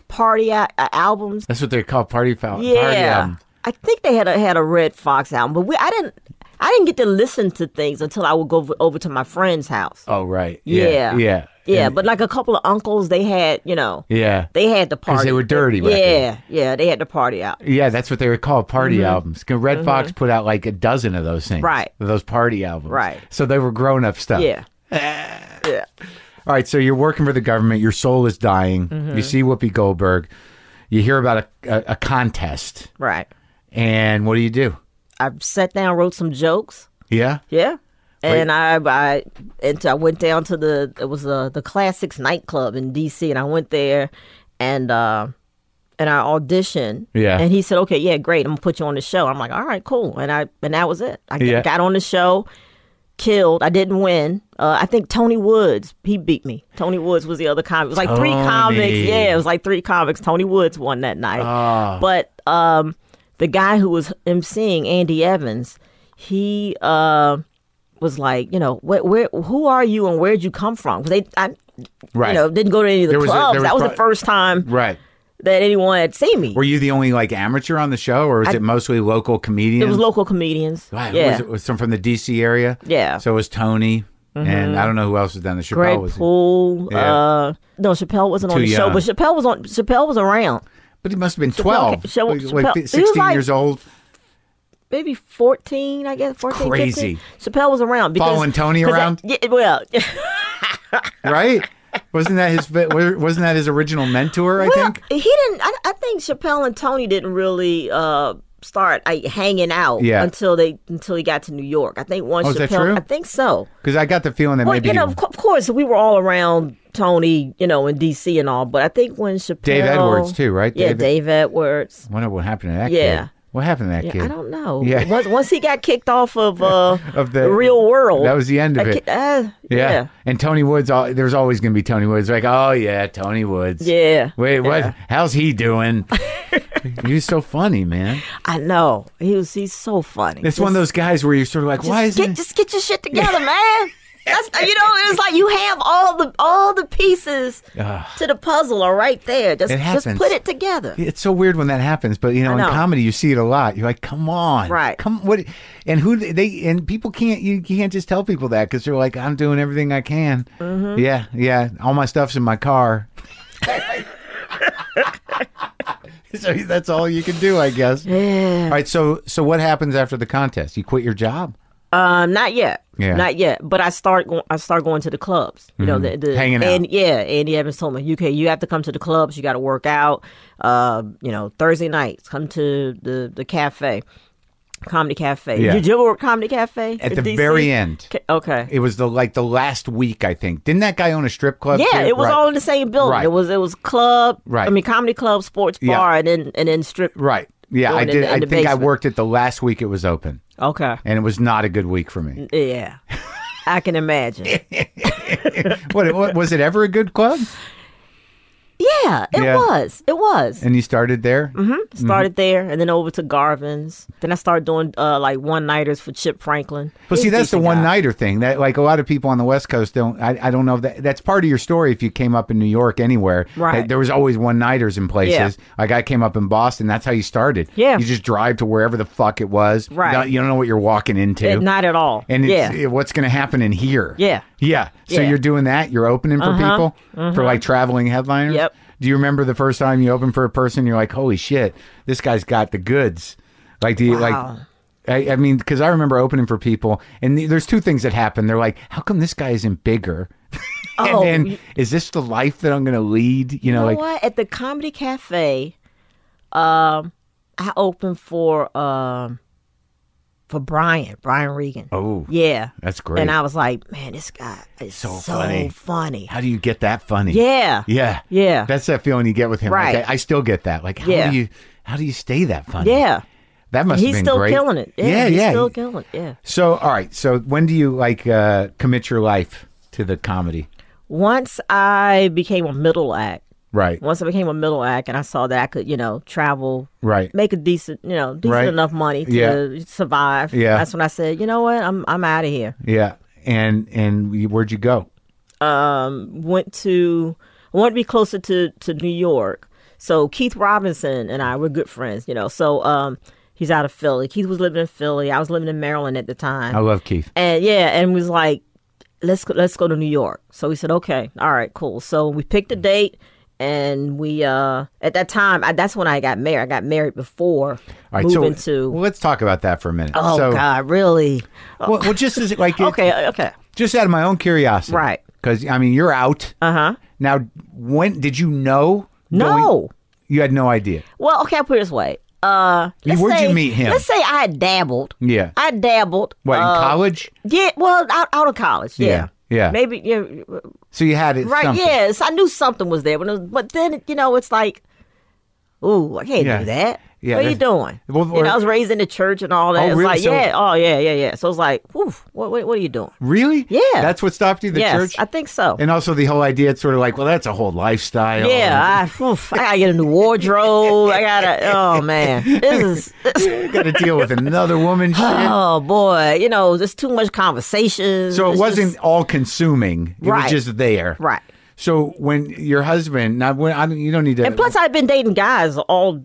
[SPEAKER 3] party a- uh, albums.
[SPEAKER 1] That's what they call party foul. Party
[SPEAKER 3] Yeah,
[SPEAKER 1] album.
[SPEAKER 3] I think they had a, had a Red Fox album, but we I didn't I didn't get to listen to things until I would go over, over to my friend's house.
[SPEAKER 1] Oh right.
[SPEAKER 3] Yeah.
[SPEAKER 1] Yeah. Yeah.
[SPEAKER 3] yeah,
[SPEAKER 1] And-
[SPEAKER 3] but like a couple of uncles, they had you know
[SPEAKER 1] yeah.
[SPEAKER 3] they had the party.
[SPEAKER 1] they were dirty back
[SPEAKER 3] Yeah,
[SPEAKER 1] then.
[SPEAKER 3] yeah, they had the party out.
[SPEAKER 1] Yeah, that's what they would call party albums. 'Cause Red Fox put out like a dozen of those things.
[SPEAKER 3] Mm-hmm. Right.
[SPEAKER 1] Those party albums.
[SPEAKER 3] Right.
[SPEAKER 1] So they were grown up stuff.
[SPEAKER 3] Yeah, yeah.
[SPEAKER 1] All right, so you're working for the government. Your soul is dying.
[SPEAKER 3] Mm-hmm.
[SPEAKER 1] You see Whoopi Goldberg. You hear about a, a, a contest,
[SPEAKER 3] Right.
[SPEAKER 1] and what do you do?
[SPEAKER 3] I sat down, wrote some jokes.
[SPEAKER 1] Yeah,
[SPEAKER 3] Yeah. And I, I, and I went down to the it was uh the classics nightclub in D.C. and I went there, and uh, and I auditioned.
[SPEAKER 1] Yeah.
[SPEAKER 3] And he said, "Okay, yeah, great. I'm gonna put you on the show." I'm like, "All right, cool." And I and that was it. I g-
[SPEAKER 1] Yeah.
[SPEAKER 3] got on the show, killed. I didn't win. Uh, I think Tony Woods he beat me. Tony Woods was the other comic. It was like three
[SPEAKER 1] Tony.
[SPEAKER 3] comics. Yeah, it was like three comics. Tony Woods won that night.
[SPEAKER 1] Ah.
[SPEAKER 3] But um, the guy who was emceeing, Andy Evans, he uh, was like, you know, where, where, who are you and where'd you come from? 'Cause they, I,
[SPEAKER 1] right,
[SPEAKER 3] you know, didn't go to any of the
[SPEAKER 1] There was a-
[SPEAKER 3] clubs.
[SPEAKER 1] there was
[SPEAKER 3] that was
[SPEAKER 1] pro-
[SPEAKER 3] the first time
[SPEAKER 1] right.
[SPEAKER 3] that anyone had seen me.
[SPEAKER 1] Were you the only like amateur on the show, or was it mostly local comedians?
[SPEAKER 3] It was local comedians.
[SPEAKER 1] Right,
[SPEAKER 3] Yeah.
[SPEAKER 1] was it was some from the D.C. area?
[SPEAKER 3] Yeah. Mm-hmm.
[SPEAKER 1] So it was Tony, and I don't know who else was down the Chappelle
[SPEAKER 3] Greg
[SPEAKER 1] was,
[SPEAKER 3] Poole.
[SPEAKER 1] Yeah.
[SPEAKER 3] Uh, no, Chappelle wasn't on
[SPEAKER 1] Too
[SPEAKER 3] the show,
[SPEAKER 1] young.
[SPEAKER 3] but Chappelle was on. Chappelle was around,
[SPEAKER 1] but he must have been twelve,
[SPEAKER 3] Chappelle-
[SPEAKER 1] like, like
[SPEAKER 3] Chappelle- he was
[SPEAKER 1] sixteen
[SPEAKER 3] like-
[SPEAKER 1] years old.
[SPEAKER 3] maybe fourteen, I guess. 14,
[SPEAKER 1] Crazy.
[SPEAKER 3] 15. Chappelle was around. Because,
[SPEAKER 1] Following Tony
[SPEAKER 3] 'cause I-
[SPEAKER 1] around?
[SPEAKER 3] yeah, well,
[SPEAKER 1] right? Wasn't that his? Wasn't that his original mentor? I
[SPEAKER 3] Well,
[SPEAKER 1] think.
[SPEAKER 3] he didn't. I, I think Chappelle and Tony didn't really uh, start like, hanging out
[SPEAKER 1] Yeah.
[SPEAKER 3] until they until he got to New York. I think once
[SPEAKER 1] Oh, is
[SPEAKER 3] Chappelle.
[SPEAKER 1] that true?
[SPEAKER 3] I think so.
[SPEAKER 1] Because I got the feeling that
[SPEAKER 3] Well,
[SPEAKER 1] maybe
[SPEAKER 3] you know,
[SPEAKER 1] he-
[SPEAKER 3] of, cou- of course, we were all around Tony, you know, in D.C. and all. But I think when Chappelle,
[SPEAKER 1] Dave Edwards, too, right?
[SPEAKER 3] Yeah,
[SPEAKER 1] Dave- E-
[SPEAKER 3] Dave, Edwards.
[SPEAKER 1] wonder what happened to that
[SPEAKER 3] Yeah.
[SPEAKER 1] kid. What happened to that
[SPEAKER 3] Yeah,
[SPEAKER 1] kid?
[SPEAKER 3] I don't know.
[SPEAKER 1] Yeah.
[SPEAKER 3] Once, once he got kicked off of uh,
[SPEAKER 1] Of the-
[SPEAKER 3] real world,
[SPEAKER 1] That was the end of
[SPEAKER 3] I
[SPEAKER 1] it.
[SPEAKER 3] ki- uh,
[SPEAKER 1] Yeah.
[SPEAKER 3] yeah,
[SPEAKER 1] And Tony Woods, al- there's always going to be Tony Woods. Like, oh, yeah, Tony Woods.
[SPEAKER 3] yeah.
[SPEAKER 1] Wait, what? How's he doing? he was so funny, man.
[SPEAKER 3] I know. He was. He's so funny.
[SPEAKER 1] It's one of
[SPEAKER 3] Just-
[SPEAKER 1] those guys where you're sort of like, why
[SPEAKER 3] just
[SPEAKER 1] is
[SPEAKER 3] get,
[SPEAKER 1] it?
[SPEAKER 3] just get your shit together, man. That's you know, it's like you have all the all the pieces to the puzzle are right there. Just
[SPEAKER 1] It
[SPEAKER 3] just
[SPEAKER 1] happens.
[SPEAKER 3] put it together.
[SPEAKER 1] It's so weird when that happens, but you know,
[SPEAKER 3] I
[SPEAKER 1] in
[SPEAKER 3] know.
[SPEAKER 1] comedy, you see it a lot. You're like, come on,
[SPEAKER 3] Right.
[SPEAKER 1] Come what? And who they and people can't you can't just tell people that because they're like, I'm doing everything I can.
[SPEAKER 3] Mm-hmm.
[SPEAKER 1] Yeah, yeah. All my stuff's in my car. so that's all you can do, I guess.
[SPEAKER 3] Yeah.
[SPEAKER 1] All right. So so what happens after the contest? You quit your job,
[SPEAKER 3] Um, not yet.
[SPEAKER 1] Yeah.
[SPEAKER 3] Not yet. But I start going. I start going to the clubs. You know, the, the
[SPEAKER 1] Mm-hmm. Hanging out.
[SPEAKER 3] And yeah, Andy Evans told me, "UK, you have to come to the clubs. You got to work out. Uh, you know, Thursday nights, come to the the cafe." Comedy Cafe.
[SPEAKER 1] Yeah.
[SPEAKER 3] Did you ever work Comedy Cafe
[SPEAKER 1] At
[SPEAKER 3] in
[SPEAKER 1] the
[SPEAKER 3] DC?
[SPEAKER 1] very end.
[SPEAKER 3] Ca- Okay.
[SPEAKER 1] It was the like the last week, I think. Didn't that guy own a strip club?
[SPEAKER 3] Yeah,
[SPEAKER 1] too?
[SPEAKER 3] it was
[SPEAKER 1] Right.
[SPEAKER 3] all in the same building.
[SPEAKER 1] Right.
[SPEAKER 3] It was it was club.
[SPEAKER 1] Right.
[SPEAKER 3] I mean, comedy club, sports
[SPEAKER 1] Yeah.
[SPEAKER 3] bar, and then and then strip.
[SPEAKER 1] right. Yeah, I
[SPEAKER 3] Going in
[SPEAKER 1] did.
[SPEAKER 3] the- in
[SPEAKER 1] I
[SPEAKER 3] the
[SPEAKER 1] think I
[SPEAKER 3] basement.
[SPEAKER 1] worked it the last week it was open,
[SPEAKER 3] Okay.
[SPEAKER 1] and it was not a good week for me.
[SPEAKER 3] Yeah. I can imagine.
[SPEAKER 1] what, what was it ever a good club?
[SPEAKER 3] Yeah, it
[SPEAKER 1] Yeah. Mm-hmm.
[SPEAKER 3] was. It was.
[SPEAKER 1] And you started there.
[SPEAKER 3] Mm-hmm. Started there and then over to Garvin's. Then I started doing uh, like one nighters for Chip Franklin.
[SPEAKER 1] Well,
[SPEAKER 3] He's
[SPEAKER 1] see,
[SPEAKER 3] a
[SPEAKER 1] that's the
[SPEAKER 3] decent
[SPEAKER 1] one
[SPEAKER 3] guy.
[SPEAKER 1] nighter thing that, like, a lot of people on the West Coast don't. I, I don't know if that that's part of your story. If you came up in New York, anywhere,
[SPEAKER 3] Right.
[SPEAKER 1] that there was always one nighters in places.
[SPEAKER 3] Yeah.
[SPEAKER 1] Like I came up in Boston. That's how you started.
[SPEAKER 3] Yeah.
[SPEAKER 1] you just drive to wherever the fuck it was.
[SPEAKER 3] Right.
[SPEAKER 1] You don't, you don't know what you're walking into.
[SPEAKER 3] Eh, Not at all.
[SPEAKER 1] and
[SPEAKER 3] yeah.
[SPEAKER 1] it's, it- what's going to happen in here?
[SPEAKER 3] Yeah.
[SPEAKER 1] yeah. So
[SPEAKER 3] Yeah. Uh-huh.
[SPEAKER 1] you're doing that. You're opening for people for like traveling headliners.
[SPEAKER 3] Yep.
[SPEAKER 1] Do you remember the first time you opened for a person? You're like, holy shit, this guy's got the goods. Like, do you
[SPEAKER 3] Wow.
[SPEAKER 1] like? I, I mean, because I remember opening for people, and the- there's two things that happen. They're like, how come this guy isn't bigger?
[SPEAKER 3] Oh,
[SPEAKER 1] and
[SPEAKER 3] you-
[SPEAKER 1] then, is this the life that I'm going to lead? You know,
[SPEAKER 3] You
[SPEAKER 1] like,
[SPEAKER 3] know what? At the Comedy Cafe, um, I opened for um for Brian, Brian Regan.
[SPEAKER 1] Oh,
[SPEAKER 3] yeah,
[SPEAKER 1] that's great.
[SPEAKER 3] And I was like, man, this guy is so,
[SPEAKER 1] funny.
[SPEAKER 3] funny.
[SPEAKER 1] how do you get that funny?
[SPEAKER 3] Yeah,
[SPEAKER 1] Yeah.
[SPEAKER 3] Yeah.
[SPEAKER 1] That's that feeling you get with him. Like,
[SPEAKER 3] Right.
[SPEAKER 1] I, I still get that. Like, how
[SPEAKER 3] Yeah.
[SPEAKER 1] do you how do you stay that funny?
[SPEAKER 3] yeah.
[SPEAKER 1] That must have
[SPEAKER 3] He's
[SPEAKER 1] been
[SPEAKER 3] still
[SPEAKER 1] great.
[SPEAKER 3] killing it. Yeah,
[SPEAKER 1] yeah.
[SPEAKER 3] he's
[SPEAKER 1] yeah.
[SPEAKER 3] still killing it. Yeah.
[SPEAKER 1] so, all right. So, when do you like uh commit your life to the comedy?
[SPEAKER 3] Once I became a middle act,
[SPEAKER 1] Right.
[SPEAKER 3] once I became a middle act, and I saw that I could, you know, travel,
[SPEAKER 1] Right.
[SPEAKER 3] make a decent, you know, decent
[SPEAKER 1] Right.
[SPEAKER 3] enough money to
[SPEAKER 1] Yeah.
[SPEAKER 3] survive.
[SPEAKER 1] Yeah.
[SPEAKER 3] that's when I said, you know what, I'm I'm out of here.
[SPEAKER 1] Yeah. And and you- where'd you go?
[SPEAKER 3] went to I wanted to be closer to to New York. So Keith Robinson and I were good friends, you know. So um he's out of Philly. Keith was living in Philly. I was living in Maryland at the time.
[SPEAKER 1] I love Keith.
[SPEAKER 3] And yeah, and was like, let's go, let's go to New York. So we said, okay, all right, cool. So we picked a date, and we uh at that time I, that's when I got married. I got married before
[SPEAKER 1] All right.
[SPEAKER 3] moving
[SPEAKER 1] so
[SPEAKER 3] to.
[SPEAKER 1] well, let's talk about that for a minute.
[SPEAKER 3] Oh
[SPEAKER 1] so,
[SPEAKER 3] God, really?
[SPEAKER 1] Well, well, just as like it-
[SPEAKER 3] Okay, okay.
[SPEAKER 1] just out of my own curiosity,
[SPEAKER 3] Right.
[SPEAKER 1] Because I mean, you're out.
[SPEAKER 3] Uh huh.
[SPEAKER 1] Now, when did you know?
[SPEAKER 3] No.
[SPEAKER 1] going- you had no idea.
[SPEAKER 3] Well, okay, I'll put it this way. Uh, let's
[SPEAKER 1] Where'd
[SPEAKER 3] say,
[SPEAKER 1] you meet him?
[SPEAKER 3] Let's say I dabbled.
[SPEAKER 1] Yeah.
[SPEAKER 3] I dabbled.
[SPEAKER 1] What in
[SPEAKER 3] uh,
[SPEAKER 1] college?
[SPEAKER 3] Yeah, well, out, out of college. Yeah.
[SPEAKER 1] Yeah, yeah.
[SPEAKER 3] Maybe, yeah,
[SPEAKER 1] So you had it.
[SPEAKER 3] right.
[SPEAKER 1] something.
[SPEAKER 3] Yes, I knew something was there, but, it was- but then, you know, it's like, ooh, I can't
[SPEAKER 1] Yeah.
[SPEAKER 3] do that.
[SPEAKER 1] Yeah,
[SPEAKER 3] what are you
[SPEAKER 1] that's-
[SPEAKER 3] doing?
[SPEAKER 1] Well,
[SPEAKER 3] you know, I was raised in the church and all that.
[SPEAKER 1] Oh,
[SPEAKER 3] it's
[SPEAKER 1] really?
[SPEAKER 3] like,
[SPEAKER 1] So-
[SPEAKER 3] yeah, oh, yeah, yeah, yeah. So it's like, whew, what, what, what are you doing?
[SPEAKER 1] Really?
[SPEAKER 3] Yeah.
[SPEAKER 1] That's what stopped you, the
[SPEAKER 3] yes,
[SPEAKER 1] church?
[SPEAKER 3] I think so.
[SPEAKER 1] and also the whole idea, it's sort of like, well, that's a whole lifestyle.
[SPEAKER 3] yeah, I, oof, I gotta get a new wardrobe. I gotta, oh man, this is.
[SPEAKER 1] Got to deal with another woman shit.
[SPEAKER 3] Oh boy, you know, there's too much conversation.
[SPEAKER 1] So it
[SPEAKER 3] It's
[SPEAKER 1] wasn't
[SPEAKER 3] just-
[SPEAKER 1] all consuming. It
[SPEAKER 3] Right.
[SPEAKER 1] was just there.
[SPEAKER 3] right.
[SPEAKER 1] So when your husband, now when, I don't, you don't need to.
[SPEAKER 3] And plus, I've been dating guys all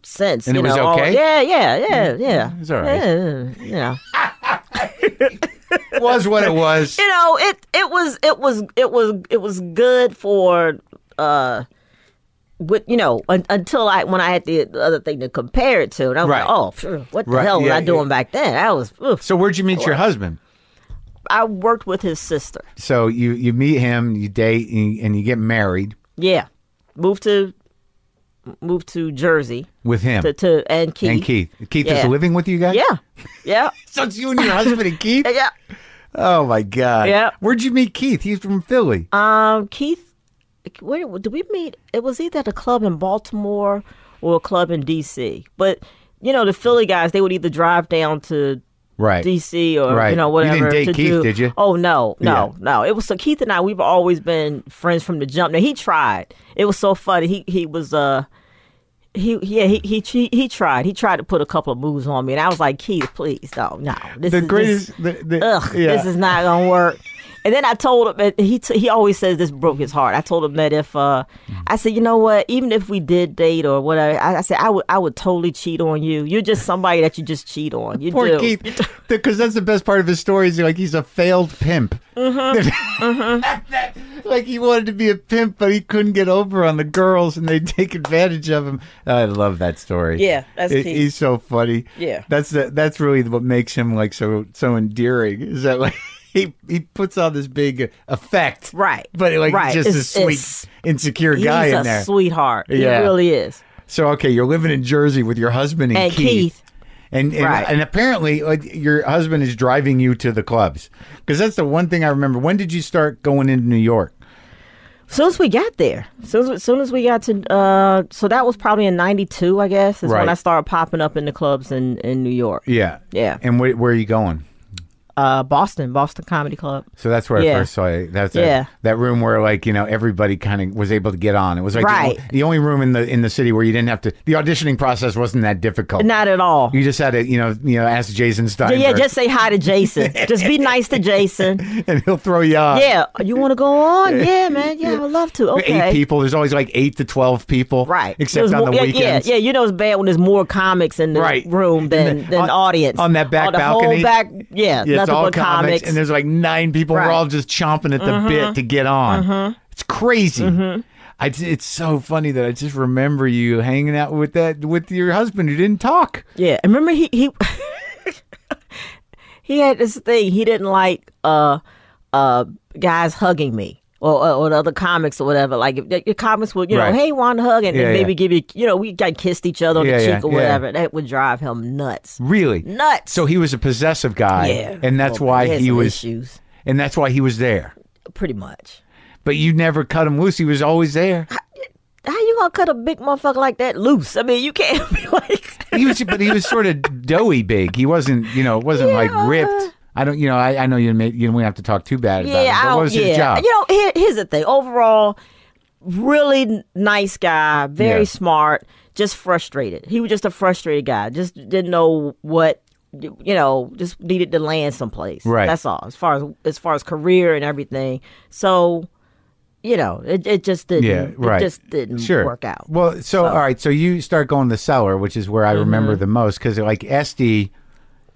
[SPEAKER 1] Uh,
[SPEAKER 3] since.
[SPEAKER 1] And
[SPEAKER 3] you
[SPEAKER 1] it was
[SPEAKER 3] know, all-
[SPEAKER 1] okay? Mm,
[SPEAKER 3] yeah, yeah, yeah, yeah.
[SPEAKER 1] it's all right.
[SPEAKER 3] Yeah, you know,
[SPEAKER 1] it was what it was.
[SPEAKER 3] you know, it it was it was it was it was good for uh, with you know un- until I when I had the other thing to compare it to, and I was
[SPEAKER 1] Right.
[SPEAKER 3] like, oh, phew, what the
[SPEAKER 1] Right,
[SPEAKER 3] hell was
[SPEAKER 1] yeah,
[SPEAKER 3] I doing
[SPEAKER 1] yeah.
[SPEAKER 3] back then? That was. oof.
[SPEAKER 1] So where'd you meet your husband?
[SPEAKER 3] I worked with his sister.
[SPEAKER 1] So you, you meet him, you date, and you, and you get married
[SPEAKER 3] Yeah, moved to moved to Jersey
[SPEAKER 1] with him
[SPEAKER 3] to, to and Keith.
[SPEAKER 1] and Keith. Keith is
[SPEAKER 3] Yeah.
[SPEAKER 1] living with you guys?
[SPEAKER 3] Yeah. Yeah.
[SPEAKER 1] So it's you and your husband and Keith?
[SPEAKER 3] Yeah.
[SPEAKER 1] Oh, my God.
[SPEAKER 3] Yeah.
[SPEAKER 1] Where'd you meet Keith? He's from Philly.
[SPEAKER 3] Um, Keith, where did we meet? It was either at a club in Baltimore or a club in D.C. But, you know, the Philly guys, they would either drive down to
[SPEAKER 1] right.
[SPEAKER 3] D.C. or,
[SPEAKER 1] Right.
[SPEAKER 3] you know,
[SPEAKER 1] You didn't
[SPEAKER 3] whatever.
[SPEAKER 1] date
[SPEAKER 3] to
[SPEAKER 1] Keith,
[SPEAKER 3] do.
[SPEAKER 1] did you?
[SPEAKER 3] Oh, no, no,
[SPEAKER 1] Yeah.
[SPEAKER 3] no. It was so Keith and I, we've always been friends from the jump. Now, he tried. It was so funny. He, he was, uh, he yeah he, he he he tried he tried to put a couple of moves on me and I was like Keith please no no this
[SPEAKER 1] the
[SPEAKER 3] is this-
[SPEAKER 1] greatest. the, the,
[SPEAKER 3] ugh,
[SPEAKER 1] yeah.
[SPEAKER 3] this is not gonna work. And then I told him, that he t- he always says this broke his heart. I told him that if uh,
[SPEAKER 1] Mm.
[SPEAKER 3] I said, you know what, even if we did date or whatever, I, I said I would I would totally cheat on you. You're just somebody that you just cheat on. You
[SPEAKER 1] Poor
[SPEAKER 3] do.
[SPEAKER 1] Keith, because that's the best part of his story. Is like he's a failed pimp.
[SPEAKER 3] Mm-hmm,
[SPEAKER 1] like he wanted to be a pimp, but he couldn't get over on the girls, and they take advantage of him. I love that story.
[SPEAKER 3] Yeah, that's
[SPEAKER 1] He-
[SPEAKER 3] Keith.
[SPEAKER 1] he's so funny.
[SPEAKER 3] Yeah.
[SPEAKER 1] that's the, that's really what makes him like so so endearing. Is that like he he puts on this big effect,
[SPEAKER 3] Right,
[SPEAKER 1] But like
[SPEAKER 3] right.
[SPEAKER 1] just
[SPEAKER 3] It's-
[SPEAKER 1] a sweet,
[SPEAKER 3] it's-
[SPEAKER 1] insecure
[SPEAKER 3] He's
[SPEAKER 1] guy
[SPEAKER 3] a
[SPEAKER 1] in there.
[SPEAKER 3] sweetheart.
[SPEAKER 1] Yeah.
[SPEAKER 3] He really is.
[SPEAKER 1] so okay, you're living in Jersey with your husband and,
[SPEAKER 3] And Keith,
[SPEAKER 1] And and,
[SPEAKER 3] Right.
[SPEAKER 1] and apparently, like your husband is driving you to the clubs because that's the one thing I remember. When did you start going into New York?
[SPEAKER 3] soon as we got there, soon as, soon as we got to, uh, so that was probably in '92, I guess, is
[SPEAKER 1] Right.
[SPEAKER 3] when I started popping up in the clubs in in New York.
[SPEAKER 1] Yeah,
[SPEAKER 3] Yeah.
[SPEAKER 1] And where, where are you going?
[SPEAKER 3] Uh, Boston, Boston Comedy Club.
[SPEAKER 1] So that's where I
[SPEAKER 3] Yeah.
[SPEAKER 1] first saw it. That's that-
[SPEAKER 3] Yeah.
[SPEAKER 1] that room where like you know everybody kind of was able to get on. It was like the
[SPEAKER 3] Right.
[SPEAKER 1] o- the, only room in the in the city where you didn't have to. The auditioning process wasn't that difficult.
[SPEAKER 3] Not at all.
[SPEAKER 1] you just had to you know you know ask Jason Steinberg.
[SPEAKER 3] yeah, just say hi to Jason. just be nice to Jason.
[SPEAKER 1] and he'll throw you off.
[SPEAKER 3] Yeah, you want to go on? Yeah, man. Yeah, I'd love to. Okay.
[SPEAKER 1] Eight people. There's always like eight to twelve people.
[SPEAKER 3] Right.
[SPEAKER 1] Except
[SPEAKER 3] There's
[SPEAKER 1] on
[SPEAKER 3] more-
[SPEAKER 1] the
[SPEAKER 3] yeah,
[SPEAKER 1] weekends.
[SPEAKER 3] Yeah, yeah, you know it's bad when there's more comics in the
[SPEAKER 1] Right.
[SPEAKER 3] room than
[SPEAKER 1] the-
[SPEAKER 3] than
[SPEAKER 1] on-
[SPEAKER 3] audience.
[SPEAKER 1] on that back
[SPEAKER 3] All the
[SPEAKER 1] balcony.
[SPEAKER 3] Whole back, yeah,
[SPEAKER 1] Yeah, it's
[SPEAKER 3] nothing
[SPEAKER 1] all
[SPEAKER 3] but
[SPEAKER 1] comics,
[SPEAKER 3] comics.
[SPEAKER 1] and there's like nine people. We're
[SPEAKER 3] Right. Mm-hmm.
[SPEAKER 1] all just chomping at the bit to get on. It's crazy. I j- it's so funny that I just remember you hanging out with that with your husband who didn't talk.
[SPEAKER 3] yeah, and remember he he he had this thing. He didn't like uh uh guys hugging me. Or, or, or the other comics or whatever. Like if the- your comics would, you
[SPEAKER 1] Right.
[SPEAKER 3] know, hey, want to hug, and
[SPEAKER 1] Yeah,
[SPEAKER 3] then
[SPEAKER 1] yeah.
[SPEAKER 3] maybe give you, you know, we got kissed each other on
[SPEAKER 1] Yeah,
[SPEAKER 3] the cheek
[SPEAKER 1] yeah,
[SPEAKER 3] or
[SPEAKER 1] yeah.
[SPEAKER 3] whatever. That would drive him nuts.
[SPEAKER 1] Really
[SPEAKER 3] Nuts.
[SPEAKER 1] So he was a possessive guy,
[SPEAKER 3] yeah,
[SPEAKER 1] and that's
[SPEAKER 3] Well,
[SPEAKER 1] why
[SPEAKER 3] had
[SPEAKER 1] he
[SPEAKER 3] some
[SPEAKER 1] was,
[SPEAKER 3] issues,
[SPEAKER 1] and that's why he was there.
[SPEAKER 3] pretty much.
[SPEAKER 1] But you never cut him loose. He was always there.
[SPEAKER 3] How you gonna cut a big motherfucker like that loose? I mean, you can't be like.
[SPEAKER 1] He was, but he was sort of doughy big. He wasn't, you know, wasn't like ripped. I don't, you know, I, I know you. May, you don't have to talk too bad about
[SPEAKER 3] Yeah,
[SPEAKER 1] it.
[SPEAKER 3] I
[SPEAKER 1] But
[SPEAKER 3] don't.
[SPEAKER 1] what was
[SPEAKER 3] yeah,
[SPEAKER 1] his job?
[SPEAKER 3] you know, here, here's the thing. Overall, really n- nice guy, very
[SPEAKER 1] Yeah.
[SPEAKER 3] smart. Just frustrated. He was just a frustrated guy. Just didn't know what you know. Just needed to land someplace.
[SPEAKER 1] Right.
[SPEAKER 3] That's all. As far as as far as career and everything. So, you know, it it just didn't.
[SPEAKER 1] Yeah, right.
[SPEAKER 3] It just didn't
[SPEAKER 1] sure.
[SPEAKER 3] work out. Mm-hmm.
[SPEAKER 1] Well, so, all right, so you start going to the cellar, which is where I remember the most because like Esty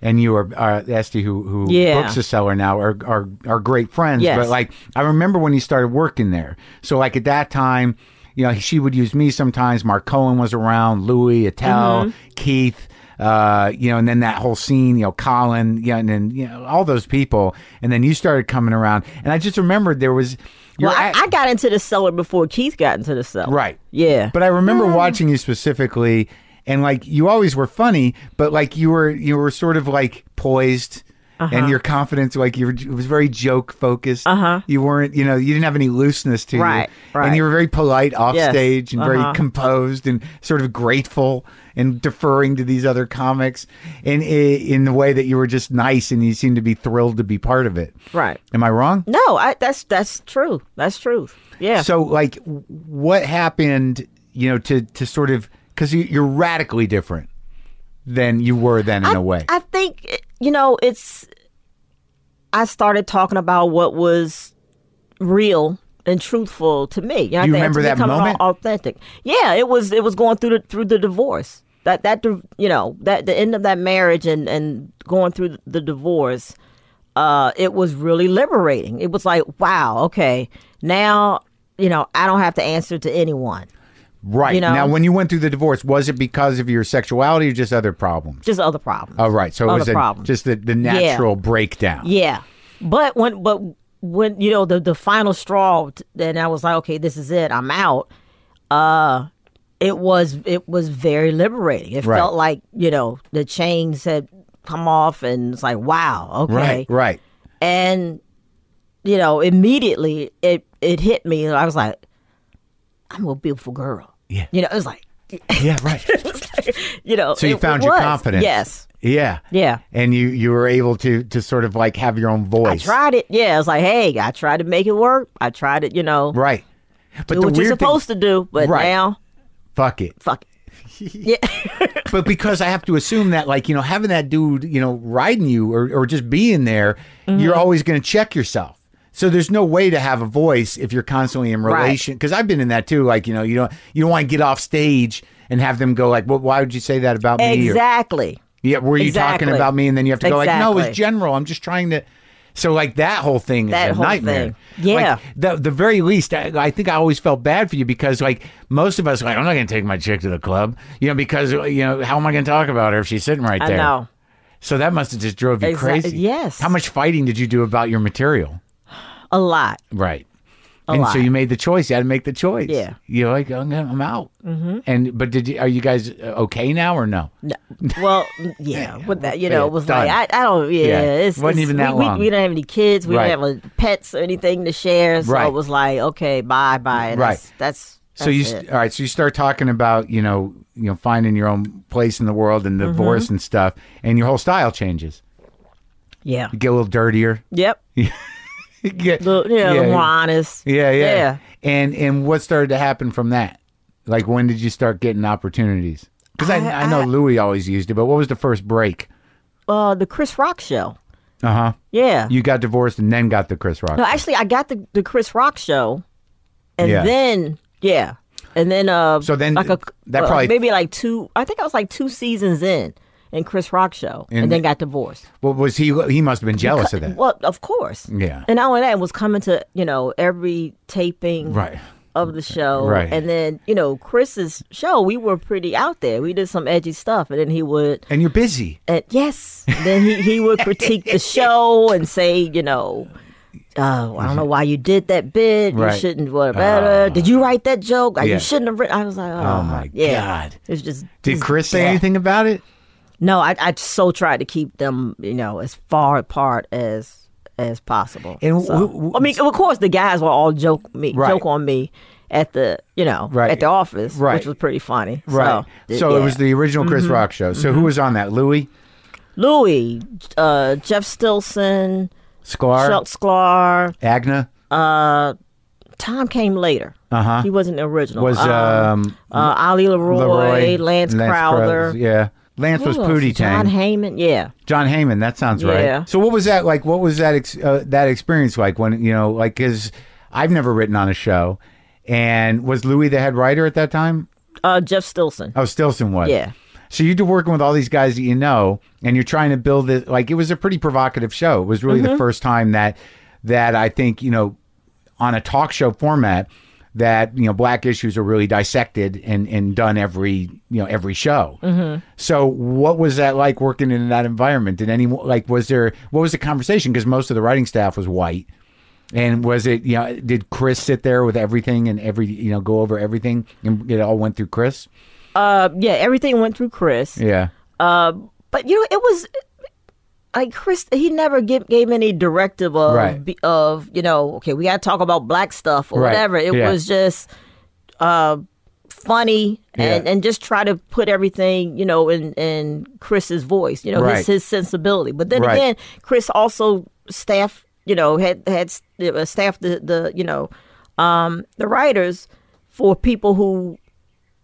[SPEAKER 1] and you are uh, Esty who who
[SPEAKER 3] Yeah.
[SPEAKER 1] books the cellar now are are are great friends.
[SPEAKER 3] Yes.
[SPEAKER 1] But like I remember when you started working there. So like at that time, you know, she would use me sometimes. Mark Cohen was around, Louis, Attell,
[SPEAKER 3] Mm-hmm.
[SPEAKER 1] Keith. Uh, you know, and then that whole scene, you know, Colin, yeah, and then you know, all those people, and then you started coming around, and I just remembered there was. your
[SPEAKER 3] Well, I,
[SPEAKER 1] act-
[SPEAKER 3] I got into the cellar before Keith got into the cellar.
[SPEAKER 1] Right.
[SPEAKER 3] Yeah.
[SPEAKER 1] But I remember watching you specifically and like you always were funny, but like you were you were sort of like poised
[SPEAKER 3] Uh-huh.
[SPEAKER 1] and your confidence like you were it was very joke focused. Uh-huh. You weren't, you know, you didn't have any looseness to you.
[SPEAKER 3] Right,
[SPEAKER 1] And
[SPEAKER 3] right.
[SPEAKER 1] you were very polite off
[SPEAKER 3] Yes,
[SPEAKER 1] stage and very
[SPEAKER 3] uh-huh.
[SPEAKER 1] composed and sort of grateful and deferring to these other comics and i- in the way that you were just nice and you seemed to be thrilled to be part of it.
[SPEAKER 3] Right.
[SPEAKER 1] Am I wrong?
[SPEAKER 3] No, I, that's that's true. That's true. Yeah.
[SPEAKER 1] So, like, w- what happened? You know, to to sort of because you, you're radically different than you were then in a way.
[SPEAKER 3] I think you know it's. I started talking about what was real and truthful to me. You, know, I
[SPEAKER 1] You
[SPEAKER 3] think
[SPEAKER 1] remember
[SPEAKER 3] it's
[SPEAKER 1] that
[SPEAKER 3] becoming au-
[SPEAKER 1] moment?
[SPEAKER 3] Authentic. Yeah, it was. It was going through the through the divorce. That that div- you know that the end of that marriage and and going through the divorce. Uh, it was really liberating. It was like, wow, okay, now you know I don't have to answer to anyone.
[SPEAKER 1] right
[SPEAKER 3] you know?
[SPEAKER 1] now, when you went through the divorce, was it because of your sexuality or just other problems?
[SPEAKER 3] Just other problems.
[SPEAKER 1] Oh, right. So it
[SPEAKER 3] Other
[SPEAKER 1] was a,
[SPEAKER 3] problems.
[SPEAKER 1] just the, the natural breakdown.
[SPEAKER 3] Yeah, but when but when you know the the final straw, t- then I was like, okay, this is it. I'm out. Uh, it was it was very liberating. It
[SPEAKER 1] Right.
[SPEAKER 3] felt like you know the chains had come off, and it's like, wow, okay,
[SPEAKER 1] Right. Right.
[SPEAKER 3] and you know immediately it it hit me. and I was like, I'm a beautiful girl.
[SPEAKER 1] Yeah.
[SPEAKER 3] you know, it was like
[SPEAKER 1] Yeah. Right.
[SPEAKER 3] you know.
[SPEAKER 1] So you
[SPEAKER 3] it- it
[SPEAKER 1] found your
[SPEAKER 3] was.
[SPEAKER 1] confidence.
[SPEAKER 3] Yes.
[SPEAKER 1] yeah.
[SPEAKER 3] Yeah.
[SPEAKER 1] And you you were able to to sort of like have your own voice.
[SPEAKER 3] Tried it. Yeah, I was like, hey, I tried to make it work. I tried it. You know.
[SPEAKER 1] Right. But
[SPEAKER 3] do
[SPEAKER 1] the weird
[SPEAKER 3] what you're supposed to do, but
[SPEAKER 1] Right.
[SPEAKER 3] now
[SPEAKER 1] thing, fuck it.
[SPEAKER 3] fuck it. Yeah,
[SPEAKER 1] but because I have to assume that, like, you know, having that dude, you know, riding you or, or just being there, you're always going to check yourself. So there's no way to have a voice if you're constantly in
[SPEAKER 3] Right.
[SPEAKER 1] relation. Because I've been in that too. Like, you know, you don't you don't want to get off stage and have them go like, well, "Why would you say that about me?" Or-
[SPEAKER 3] exactly.
[SPEAKER 1] yeah, were you talking
[SPEAKER 3] Exactly.
[SPEAKER 1] about me? And then you have to go like, no, it's
[SPEAKER 3] Exactly.
[SPEAKER 1] general. I'm just trying to. So like that whole thing is
[SPEAKER 3] That
[SPEAKER 1] a
[SPEAKER 3] whole
[SPEAKER 1] nightmare.
[SPEAKER 3] thing. Yeah.
[SPEAKER 1] Like, the the very least, I, I think I always felt bad for you because like most of us, are like I'm not going to take my chick to the club, you know, because you know how am I going to talk about her if she's sitting right
[SPEAKER 3] I
[SPEAKER 1] there?
[SPEAKER 3] know.
[SPEAKER 1] So that must have just drove you
[SPEAKER 3] Exa-
[SPEAKER 1] crazy.
[SPEAKER 3] yes.
[SPEAKER 1] How much fighting did you do about your material?
[SPEAKER 3] A lot.
[SPEAKER 1] Right.
[SPEAKER 3] a
[SPEAKER 1] and
[SPEAKER 3] lot.
[SPEAKER 1] so you made the choice. You had to make the choice.
[SPEAKER 3] Yeah.
[SPEAKER 1] You're like, I'm, gonna- I'm out. Mm-hmm. And but did you? Are you guys uh, okay now or no?
[SPEAKER 3] No. Well, yeah, with that, you know, it was
[SPEAKER 1] Done.
[SPEAKER 3] like I, I don't, yeah,
[SPEAKER 1] Yeah.
[SPEAKER 3] it's
[SPEAKER 1] Wasn't
[SPEAKER 3] it's-
[SPEAKER 1] even that
[SPEAKER 3] we,
[SPEAKER 1] long.
[SPEAKER 3] We, we don't have any kids, we
[SPEAKER 1] Right.
[SPEAKER 3] don't have uh, pets or anything to share, so
[SPEAKER 1] Right.
[SPEAKER 3] it was like, okay, bye, bye. That's,
[SPEAKER 1] Right.
[SPEAKER 3] That's,
[SPEAKER 1] so you
[SPEAKER 3] that's
[SPEAKER 1] st-
[SPEAKER 3] it.
[SPEAKER 1] all right? So you start talking about you know you know finding your own place in the world and
[SPEAKER 3] Mm-hmm.
[SPEAKER 1] divorce and stuff, and your whole style changes.
[SPEAKER 3] yeah,
[SPEAKER 1] You get a little dirtier.
[SPEAKER 3] yep,
[SPEAKER 1] You get-
[SPEAKER 3] the, you
[SPEAKER 1] yeah,
[SPEAKER 3] know, the more honest,
[SPEAKER 1] yeah, yeah,
[SPEAKER 3] yeah.
[SPEAKER 1] And and what started to happen from that? Like when did you start getting opportunities? Because I, I,
[SPEAKER 3] I-
[SPEAKER 1] know
[SPEAKER 3] I-
[SPEAKER 1] Louis always used it, but what was the first break?
[SPEAKER 3] Uh, the Chris Rock show,
[SPEAKER 1] Uh huh.
[SPEAKER 3] yeah.
[SPEAKER 1] You got divorced and then got the Chris Rock.
[SPEAKER 3] no, actually, I got the the Chris Rock show, and
[SPEAKER 1] Yeah.
[SPEAKER 3] then yeah, and then uh,
[SPEAKER 1] So then
[SPEAKER 3] like a
[SPEAKER 1] that
[SPEAKER 3] uh,
[SPEAKER 1] probably-
[SPEAKER 3] maybe like two, I think I was like two seasons in. in Chris Rock show,
[SPEAKER 1] And-
[SPEAKER 3] and then got divorced.
[SPEAKER 1] Well, was he? He must have been jealous of that.
[SPEAKER 3] Well, of course.
[SPEAKER 1] Yeah.
[SPEAKER 3] And not only that, it was coming to you know every taping
[SPEAKER 1] Right.
[SPEAKER 3] of the show,
[SPEAKER 1] Right.
[SPEAKER 3] And then you know Chris's show, we were pretty out there. We did some edgy stuff, and then he would,
[SPEAKER 1] And you're busy.
[SPEAKER 3] and yes, then he he would critique the show and say, you know. Oh, I don't know why you did that bit.
[SPEAKER 1] Right. Oh.
[SPEAKER 3] You shouldn't. What better? did you write that joke? Like,
[SPEAKER 1] Yeah.
[SPEAKER 3] You shouldn't have written. I was like, oh,
[SPEAKER 1] my
[SPEAKER 3] yeah.
[SPEAKER 1] God.
[SPEAKER 3] It was just.
[SPEAKER 1] Did
[SPEAKER 3] just
[SPEAKER 1] Chris say
[SPEAKER 3] bad.
[SPEAKER 1] anything about it?
[SPEAKER 3] No, I, I so tried to keep them, you know, as far apart as as possible.
[SPEAKER 1] And
[SPEAKER 3] so,
[SPEAKER 1] wh- wh-
[SPEAKER 3] I mean, of course, the guys were all joke me,
[SPEAKER 1] Right.
[SPEAKER 3] joke on me at the, you know,
[SPEAKER 1] Right.
[SPEAKER 3] at the office,
[SPEAKER 1] Right.
[SPEAKER 3] which was pretty funny.
[SPEAKER 1] Right. So,
[SPEAKER 3] So, Mm-hmm.
[SPEAKER 1] it was the original Chris Rock show. So who was on that? Louis,
[SPEAKER 3] Louis, uh, Jeff Stilson,
[SPEAKER 1] Scar,
[SPEAKER 3] Chuck Sklar.
[SPEAKER 1] Agna
[SPEAKER 3] Tom came later. Uh-huh. He wasn't the original.
[SPEAKER 1] was
[SPEAKER 3] Um,
[SPEAKER 1] um,
[SPEAKER 3] uh, Ali Leroy,
[SPEAKER 1] Leroy,
[SPEAKER 3] Lance, Crowther.
[SPEAKER 1] Crowther, Yeah. Lance was
[SPEAKER 3] Who else?
[SPEAKER 1] Pootie
[SPEAKER 3] John
[SPEAKER 1] Tang.
[SPEAKER 3] Heyman, yeah.
[SPEAKER 1] John Heyman. That sounds
[SPEAKER 3] Yeah.
[SPEAKER 1] right. So what was that like? What was that ex- uh, that experience like when you know like because I've never written on a show, and was Louis the head writer at that time?
[SPEAKER 3] Uh, Jeff Stilson.
[SPEAKER 1] Oh, Stilson was.
[SPEAKER 3] Yeah.
[SPEAKER 1] So you're working with all these guys that you know, and you're trying to build it. Like it was a pretty provocative show. It was really the first time that that I think you know, on a talk show format, that you know black issues are really dissected and and done every you know every show. Mm-hmm. So what was that like working in that environment? Did anyone like was there what was the conversation? Because most of the writing staff was white. And was it, you know, did Chris sit there with everything and every, you know, go over everything and it all went through Chris?
[SPEAKER 3] Uh, yeah, everything went through Chris.
[SPEAKER 1] Yeah.
[SPEAKER 3] but you know it was like Chris. He never gave, gave any directive of
[SPEAKER 1] Right.
[SPEAKER 3] be- of you know okay we got to talk about black stuff or
[SPEAKER 1] Right.
[SPEAKER 3] whatever. It
[SPEAKER 1] Yeah.
[SPEAKER 3] was just uh, funny and
[SPEAKER 1] Yeah.
[SPEAKER 3] and just try to put everything you know in in Chris's voice. You know
[SPEAKER 1] Right.
[SPEAKER 3] his his sensibility. But then
[SPEAKER 1] Right.
[SPEAKER 3] again, Chris also staff you know had had uh, staffed the the you know um, the writers for people who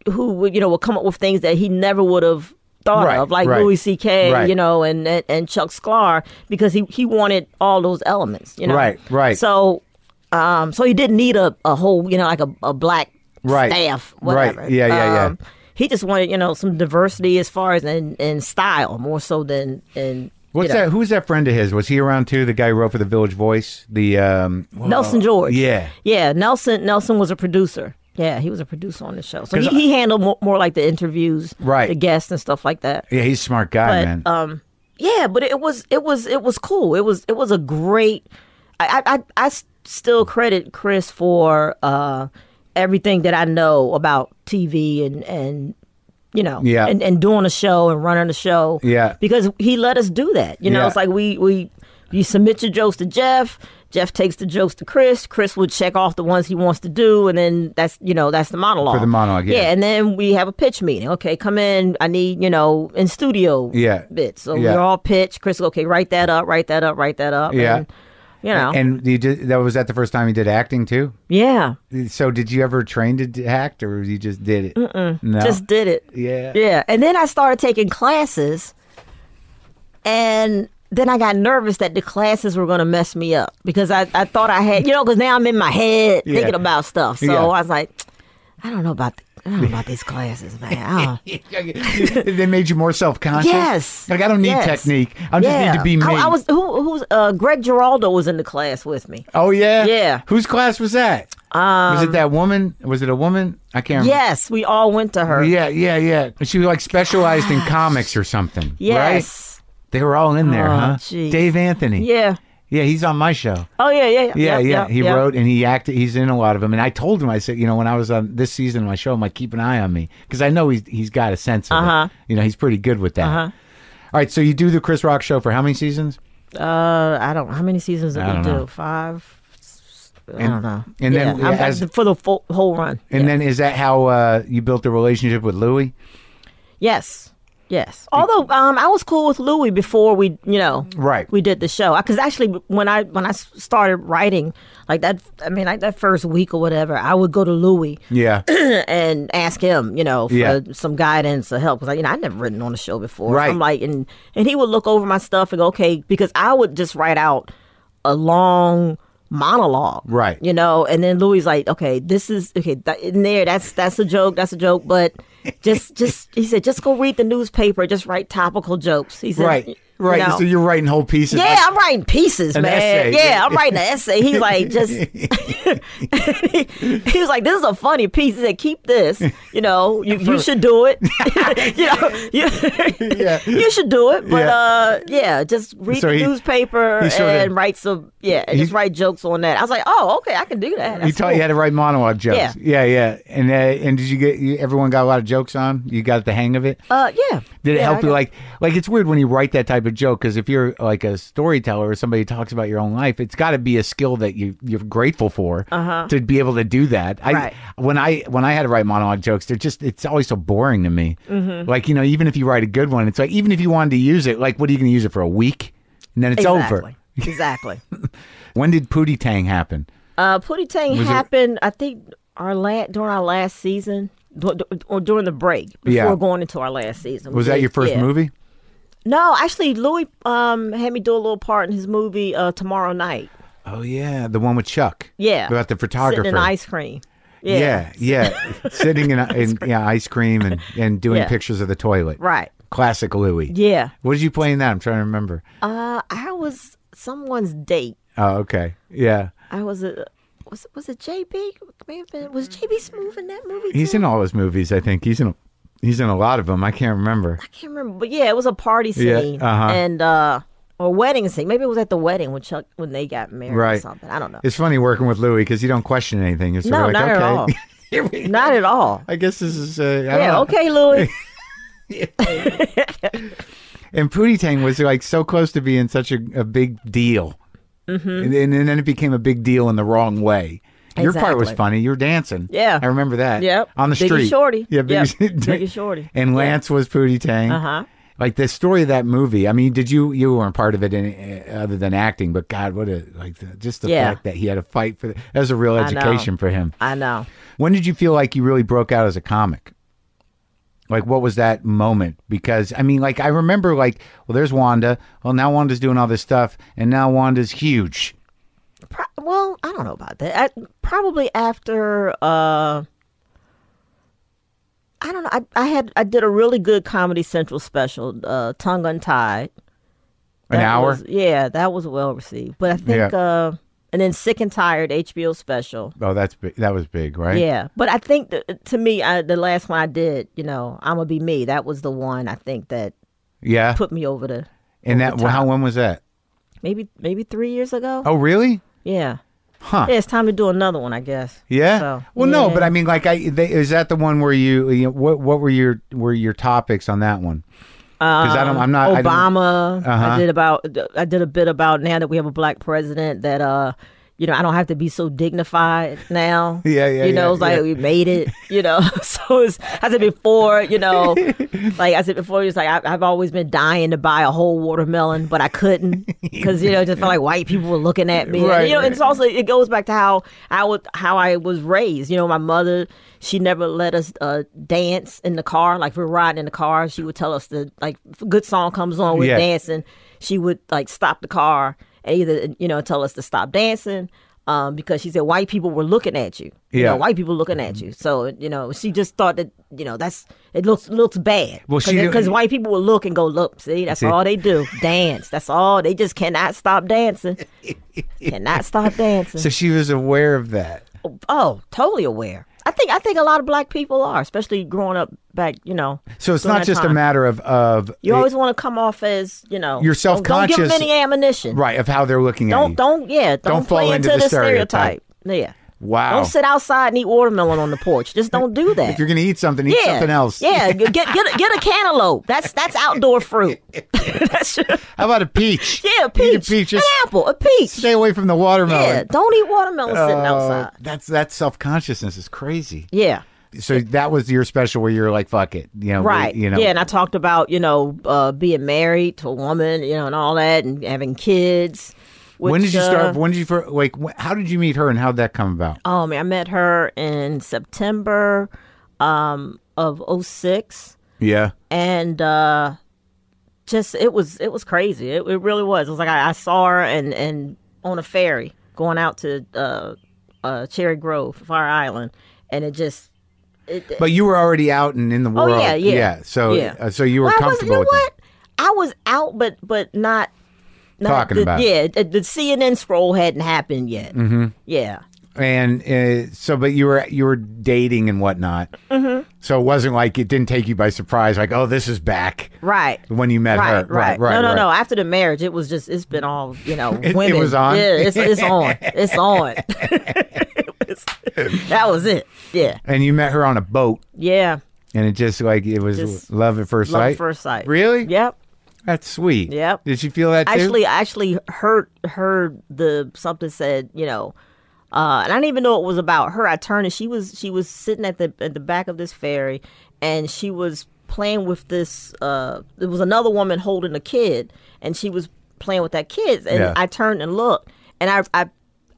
[SPEAKER 3] who would you know would come up with things that he never would have thought
[SPEAKER 1] Right,
[SPEAKER 3] of, like
[SPEAKER 1] right.
[SPEAKER 3] Louis C.K.
[SPEAKER 1] Right.
[SPEAKER 3] You know, and, and and Chuck Sklar because he he wanted all those elements. You know,
[SPEAKER 1] Right, right.
[SPEAKER 3] So, um, so he didn't need a, a whole you know like a, a black
[SPEAKER 1] Right,
[SPEAKER 3] staff,
[SPEAKER 1] right.
[SPEAKER 3] whatever.
[SPEAKER 1] Yeah, yeah, yeah.
[SPEAKER 3] Um, He just wanted you know some diversity as far as in, in style more so than in.
[SPEAKER 1] What's
[SPEAKER 3] you know,
[SPEAKER 1] that? Who's that friend of his? Was he around too? The guy who wrote for the Village Voice, the um,
[SPEAKER 3] Nelson George.
[SPEAKER 1] Yeah.
[SPEAKER 3] Yeah, Nelson Nelson was a producer. Yeah, he was a producer on the show. So he,
[SPEAKER 1] 'Cause I-
[SPEAKER 3] he handled more, more like the interviews,
[SPEAKER 1] Right.
[SPEAKER 3] the guests and stuff like that.
[SPEAKER 1] Yeah, he's a smart guy,
[SPEAKER 3] But
[SPEAKER 1] man.
[SPEAKER 3] um yeah, but it was it was it was cool. It was it was a great I I I, I s- still credit Chris for uh everything that I know about TV and and you know,
[SPEAKER 1] Yeah.
[SPEAKER 3] and, and doing a show and running a show.
[SPEAKER 1] Yeah.
[SPEAKER 3] Because he let us do that. You know,
[SPEAKER 1] Yeah.
[SPEAKER 3] it's like we we you submit your jokes to Jeff, Jeff takes the jokes to Chris, Chris would check off the ones he wants to do and then that's you know, that's the monologue.
[SPEAKER 1] For the monologue, yeah.
[SPEAKER 3] Yeah, and then we have a pitch meeting. Okay, come in, I need, you know, in studio
[SPEAKER 1] Yeah.
[SPEAKER 3] bits. So
[SPEAKER 1] Yeah.
[SPEAKER 3] we're all pitch. Chris, okay, write that up, write that up, write that up.
[SPEAKER 1] Yeah.
[SPEAKER 3] And, you know.
[SPEAKER 1] and you did, that was that the first time he did acting too.
[SPEAKER 3] yeah.
[SPEAKER 1] So did you ever train to d- act, or you just did it? No.
[SPEAKER 3] Just did it.
[SPEAKER 1] yeah.
[SPEAKER 3] Yeah. And then I started taking classes and then I got nervous that the classes were going to mess me up because I, I thought I had, you know, because now I'm in my head
[SPEAKER 1] Yeah.
[SPEAKER 3] thinking about stuff. So
[SPEAKER 1] Yeah.
[SPEAKER 3] I was like, I don't know about, th- I don't know about these classes, man. I don't-
[SPEAKER 1] they made you more self conscious.
[SPEAKER 3] Yes.
[SPEAKER 1] Like I don't need
[SPEAKER 3] Yes. Oh,
[SPEAKER 1] technique. I just need to be me.
[SPEAKER 3] I, I was who who's uh Greg Giraldo was in the class with me.
[SPEAKER 1] oh yeah.
[SPEAKER 3] Yeah.
[SPEAKER 1] Whose class was that? Um, was it that woman? Was it a woman? I can't. remember.
[SPEAKER 3] Yes, we all went to her.
[SPEAKER 1] Yeah, yeah, yeah. She like specialized in comics or something. Right?
[SPEAKER 3] Yes.
[SPEAKER 1] They were all in there,
[SPEAKER 3] Oh,
[SPEAKER 1] huh?
[SPEAKER 3] geez.
[SPEAKER 1] Dave Anthony.
[SPEAKER 3] Yeah.
[SPEAKER 1] Yeah, he's on my show.
[SPEAKER 3] Oh yeah, yeah, yeah,
[SPEAKER 1] Yeah, yeah. he
[SPEAKER 3] yeah.
[SPEAKER 1] wrote and he acted. He's in a lot of them. And I told him, I said, you know, when I was on this season of my show, I'm like, keep an eye on me because I know he's he's got a sense of
[SPEAKER 3] Uh-huh.
[SPEAKER 1] it. You know, he's pretty good with that.
[SPEAKER 3] Uh-huh.
[SPEAKER 1] All right, so you do the Chris Rock show for how many seasons?
[SPEAKER 3] Uh, I don't. How many seasons did
[SPEAKER 1] I
[SPEAKER 3] we
[SPEAKER 1] don't
[SPEAKER 3] do?
[SPEAKER 1] know.
[SPEAKER 3] Five. S- I
[SPEAKER 1] And-
[SPEAKER 3] don't know.
[SPEAKER 1] and then
[SPEAKER 3] Yeah, I'm-
[SPEAKER 1] as-
[SPEAKER 3] for the full, whole run.
[SPEAKER 1] And
[SPEAKER 3] yeah.
[SPEAKER 1] then is that how uh, you built the relationship with Louis?
[SPEAKER 3] yes, yes. Although um, I was cool with Louis before we, you know,
[SPEAKER 1] Right.
[SPEAKER 3] We did the show because actually when I when I s- started writing like that, I mean like that first week or whatever, I would go to Louis
[SPEAKER 1] Yeah,
[SPEAKER 3] and ask him, you know, for
[SPEAKER 1] Yeah.
[SPEAKER 3] some guidance or help. Because you know, I'd never written on a show before.
[SPEAKER 1] Right.
[SPEAKER 3] I'm like, and and he would look over my stuff and go, okay, because I would just write out a long monologue,
[SPEAKER 1] Right.
[SPEAKER 3] You know, and then Louis like, okay, this is okay that, in there. That's that's a joke. That's a joke, but. Just, just he said, just go read the newspaper. Just write topical jokes. He said,
[SPEAKER 1] right,
[SPEAKER 3] you
[SPEAKER 1] right.
[SPEAKER 3] know.
[SPEAKER 1] So you're writing whole pieces.
[SPEAKER 3] Yeah, I'm writing pieces,
[SPEAKER 1] An
[SPEAKER 3] man.
[SPEAKER 1] essay.
[SPEAKER 3] Yeah, I'm writing an essay. He's like, just he, was like, this is a funny piece. He said, keep this. You know, you, you should do it. you know, you,
[SPEAKER 1] Yeah.
[SPEAKER 3] you should do it. But
[SPEAKER 1] Yeah.
[SPEAKER 3] uh, yeah, just read
[SPEAKER 1] So
[SPEAKER 3] the
[SPEAKER 1] he-
[SPEAKER 3] newspaper
[SPEAKER 1] he sorta-
[SPEAKER 3] and write some. Yeah, and just write jokes on that. I was like, oh, okay, I can do that.
[SPEAKER 1] He
[SPEAKER 3] That's
[SPEAKER 1] taught
[SPEAKER 3] cool.
[SPEAKER 1] you how to write monologue jokes. Yeah, yeah. And uh, and did you get you, everyone got a lot of jokes on? You got the hang of it.
[SPEAKER 3] Uh, yeah.
[SPEAKER 1] Did it
[SPEAKER 3] Yeah, I
[SPEAKER 1] help you
[SPEAKER 3] got-
[SPEAKER 1] like like it's weird when you write that type of joke because if you're like a storyteller or somebody who talks about your own life, it's got to be a skill that you you're grateful for to be able to do that. I
[SPEAKER 3] Uh-huh. Right.
[SPEAKER 1] when I when I had to write monologue jokes, they're just it's always so boring to me.
[SPEAKER 3] Mm-hmm.
[SPEAKER 1] Like you know, even if you write a good one, it's like even if you wanted to use it, like what are you going to use it for a week and then it's over?
[SPEAKER 3] exactly. Exactly.
[SPEAKER 1] When did Pootie Tang happen?
[SPEAKER 3] Uh, Pootie Tang
[SPEAKER 1] Was it-
[SPEAKER 3] happened, I think, our la- during our last season, du- du- or during the break before
[SPEAKER 1] Yeah.
[SPEAKER 3] going into our last season.
[SPEAKER 1] Was that your first
[SPEAKER 3] Yeah.
[SPEAKER 1] movie?
[SPEAKER 3] No, actually, Louis um, had me do a little part in his movie uh, tomorrow night.
[SPEAKER 1] Oh yeah, the one with Chuck.
[SPEAKER 3] Yeah,
[SPEAKER 1] about the photographer.
[SPEAKER 3] sitting in ice cream. Yeah,
[SPEAKER 1] Yeah, yeah. Sitting in, in yeah, ice cream and, and doing
[SPEAKER 3] Yeah.
[SPEAKER 1] pictures of the toilet.
[SPEAKER 3] Right.
[SPEAKER 1] Classic Louis.
[SPEAKER 3] yeah.
[SPEAKER 1] What did you play in that? I'm trying to remember.
[SPEAKER 3] Uh, I was someone's date.
[SPEAKER 1] Oh, okay. Yeah.
[SPEAKER 3] I was a was was it JB? May have been- Was JB Smooth in that movie?
[SPEAKER 1] He's
[SPEAKER 3] too?
[SPEAKER 1] in all his movies, I think. He's in he's in a lot of them. I can't remember.
[SPEAKER 3] I can't remember, but yeah, it was a party
[SPEAKER 1] Yeah,
[SPEAKER 3] scene
[SPEAKER 1] uh-huh.
[SPEAKER 3] and uh, or wedding scene. Maybe it was at the wedding when Chuck when they got married or
[SPEAKER 1] Right.
[SPEAKER 3] something. I don't know.
[SPEAKER 1] It's funny working with Louis because you don't question anything. You're sort
[SPEAKER 3] no,
[SPEAKER 1] of like,
[SPEAKER 3] not
[SPEAKER 1] okay.
[SPEAKER 3] at all. not at all.
[SPEAKER 1] I guess this is. Uh, I don't
[SPEAKER 3] Yeah.
[SPEAKER 1] know.
[SPEAKER 3] Okay, Louis.
[SPEAKER 1] And Pootie Tang was like so close to being such a, a big deal. Mm-hmm. And, and then it became a big deal in the wrong way. Your part was
[SPEAKER 3] Exactly.
[SPEAKER 1] funny. You were dancing.
[SPEAKER 3] Yeah.
[SPEAKER 1] I remember that.
[SPEAKER 3] Yep.
[SPEAKER 1] On the
[SPEAKER 3] Biggie
[SPEAKER 1] street.
[SPEAKER 3] Shorty.
[SPEAKER 1] Yeah,
[SPEAKER 3] Yep. Biggie Shorty.
[SPEAKER 1] And
[SPEAKER 3] Yeah.
[SPEAKER 1] Lance was Pootie Tang.
[SPEAKER 3] Uh-huh.
[SPEAKER 1] Like the story of that movie. I mean, did you, you weren't part of it in, uh, other than acting, but God, what a, like, the, just the
[SPEAKER 3] Yeah.
[SPEAKER 1] fact that he had a fight for the, that was a real
[SPEAKER 3] know.
[SPEAKER 1] education for him.
[SPEAKER 3] I know.
[SPEAKER 1] When did you feel like you really broke out as a comic? Like, what was that moment? Because, I mean, like, I remember, like, well, there's Wanda. Well, now Wanda's doing all this stuff, and now Wanda's huge.
[SPEAKER 3] Pro- well, I don't know about that. I, probably after uh I don't know. I, I had I did a really good Comedy Central special, uh, Tongue Untied.
[SPEAKER 1] An
[SPEAKER 3] That
[SPEAKER 1] hour?
[SPEAKER 3] was- yeah, that was well received. But I think
[SPEAKER 1] Yeah.
[SPEAKER 3] uh and then Sick and Tired HBO special.
[SPEAKER 1] oh, that's big. That was big, right?
[SPEAKER 3] Yeah, but I think that, to me, I, the last one I did, you know, I'm gonna be me. That was the one I think that
[SPEAKER 1] Yeah.
[SPEAKER 3] put me over the
[SPEAKER 1] and that, well, how, when was that?
[SPEAKER 3] maybe maybe three years ago.
[SPEAKER 1] Oh, really?
[SPEAKER 3] Yeah,
[SPEAKER 1] Huh.
[SPEAKER 3] yeah. It's time to do another one, I guess.
[SPEAKER 1] Yeah.
[SPEAKER 3] So,
[SPEAKER 1] well, no,
[SPEAKER 3] yeah.
[SPEAKER 1] but I mean, like, I they, is that the one where you, you know, what what were your were your topics on that one? Because I don't, I'm not I don't-
[SPEAKER 3] Um, Obama. I,
[SPEAKER 1] Uh-huh.
[SPEAKER 3] did about I did a bit about now that we have a black president that uh you know I don't have to be so dignified now.
[SPEAKER 1] Yeah, yeah,
[SPEAKER 3] You know,
[SPEAKER 1] yeah,
[SPEAKER 3] it's like
[SPEAKER 1] yeah.
[SPEAKER 3] we made it. You know, so it's I said before. You know, like I said before, it's like I, I've always been dying to buy a whole watermelon, but I couldn't because you know it just felt like white people were looking at me.
[SPEAKER 1] Right,
[SPEAKER 3] you know,
[SPEAKER 1] right.
[SPEAKER 3] it's also it goes back to how I would how I was raised. You know, my mother she never let us uh, dance in the car. Like if we were riding in the car, she would tell us to like if a good song comes on, we're
[SPEAKER 1] Yeah.
[SPEAKER 3] dancing. She would like stop the car and either you know tell us to stop dancing. Um, because she said white people were looking at you. You
[SPEAKER 1] Yeah.
[SPEAKER 3] know, white people looking at you. So, you know, she just thought that, you know, that's it looks looks bad.
[SPEAKER 1] Well, she didn't-
[SPEAKER 3] because white people will look and go, look, see, that's
[SPEAKER 1] See?
[SPEAKER 3] all they do, dance. That's all they just cannot stop dancing, cannot stop dancing.
[SPEAKER 1] So she was aware of that.
[SPEAKER 3] oh, totally aware. I think I think a lot of black people are, especially growing up back. You know,
[SPEAKER 1] So it's
[SPEAKER 3] during
[SPEAKER 1] not
[SPEAKER 3] that
[SPEAKER 1] just a
[SPEAKER 3] time.
[SPEAKER 1] matter of of
[SPEAKER 3] You
[SPEAKER 1] it-
[SPEAKER 3] always want to come off as you know.
[SPEAKER 1] You're
[SPEAKER 3] don't- Don't
[SPEAKER 1] self-conscious.
[SPEAKER 3] give them any ammunition.
[SPEAKER 1] right of how they're looking at
[SPEAKER 3] Don't
[SPEAKER 1] you.
[SPEAKER 3] don't yeah. Don't,
[SPEAKER 1] fall
[SPEAKER 3] play
[SPEAKER 1] into
[SPEAKER 3] into
[SPEAKER 1] the
[SPEAKER 3] the stereotype. Yeah.
[SPEAKER 1] wow.
[SPEAKER 3] Don't sit outside and eat watermelon on the porch. Just don't do that.
[SPEAKER 1] if you're gonna eat something, eat
[SPEAKER 3] yeah,
[SPEAKER 1] something else.
[SPEAKER 3] Yeah, get get a, get a cantaloupe. That's that's outdoor fruit. that's your-
[SPEAKER 1] How about a peach?
[SPEAKER 3] yeah, a
[SPEAKER 1] Eat
[SPEAKER 3] peach,
[SPEAKER 1] a peach.
[SPEAKER 3] an
[SPEAKER 1] Just
[SPEAKER 3] apple, a peach.
[SPEAKER 1] stay away from the
[SPEAKER 3] Yeah,
[SPEAKER 1] watermelon.
[SPEAKER 3] don't eat watermelon sitting
[SPEAKER 1] Uh,
[SPEAKER 3] outside.
[SPEAKER 1] that's that self consciousness is crazy.
[SPEAKER 3] Yeah.
[SPEAKER 1] So that was your special where you're like, fuck it, you know, we-
[SPEAKER 3] Right.
[SPEAKER 1] you know,
[SPEAKER 3] Yeah, and I talked about, you know, uh, being married to a woman, you know, and all that and having kids. Which,
[SPEAKER 1] when did you
[SPEAKER 3] uh,
[SPEAKER 1] start? When did you fir- like? wh- How did you meet her, and how would that come about?
[SPEAKER 3] Um, I met her in September um, of 06
[SPEAKER 1] Yeah,
[SPEAKER 3] and uh, just it was it was crazy. It, it really was. It was like I, I saw her and and on a ferry going out to uh, uh, Cherry Grove, Fire Island, and it just it,
[SPEAKER 1] but you were already out and in the
[SPEAKER 3] Oh,
[SPEAKER 1] world.
[SPEAKER 3] yeah, yeah.
[SPEAKER 1] so,
[SPEAKER 3] Yeah.
[SPEAKER 1] uh, so you were
[SPEAKER 3] Well, I was, you
[SPEAKER 1] comfortable
[SPEAKER 3] know
[SPEAKER 1] with
[SPEAKER 3] what? I was out, but but not. not
[SPEAKER 1] Talking
[SPEAKER 3] the,
[SPEAKER 1] about it.
[SPEAKER 3] yeah, the, the CNN scroll hadn't happened yet. Mm-hmm. Yeah,
[SPEAKER 1] it, and uh, so, but you were you were dating and whatnot. Mm-hmm. So it wasn't like it didn't take you by surprise. Like, oh, this is back.
[SPEAKER 3] right.
[SPEAKER 1] When you met
[SPEAKER 3] Right,
[SPEAKER 1] her, right, right,
[SPEAKER 3] no, no,
[SPEAKER 1] right.
[SPEAKER 3] no. After the marriage, it was just it's been all you know.
[SPEAKER 1] it
[SPEAKER 3] women.
[SPEAKER 1] was on?
[SPEAKER 3] Yeah, it's, it's on. It's on. that was it. Yeah,
[SPEAKER 1] And you met her on a boat,
[SPEAKER 3] yeah.
[SPEAKER 1] and it just like it was
[SPEAKER 3] Just
[SPEAKER 1] love at first
[SPEAKER 3] Love
[SPEAKER 1] sight.
[SPEAKER 3] at first sight.
[SPEAKER 1] Really?
[SPEAKER 3] Yep.
[SPEAKER 1] That's sweet.
[SPEAKER 3] Yep.
[SPEAKER 1] Did you feel that too?
[SPEAKER 3] actually I actually heard heard the something said you know uh, and I didn't even know it was about her. I turned and she was she was sitting at the at the back of this ferry, and she was playing with this. Uh, there was another woman holding a kid, and she was playing with that kid. And
[SPEAKER 1] Yeah.
[SPEAKER 3] I turned and looked, and I I,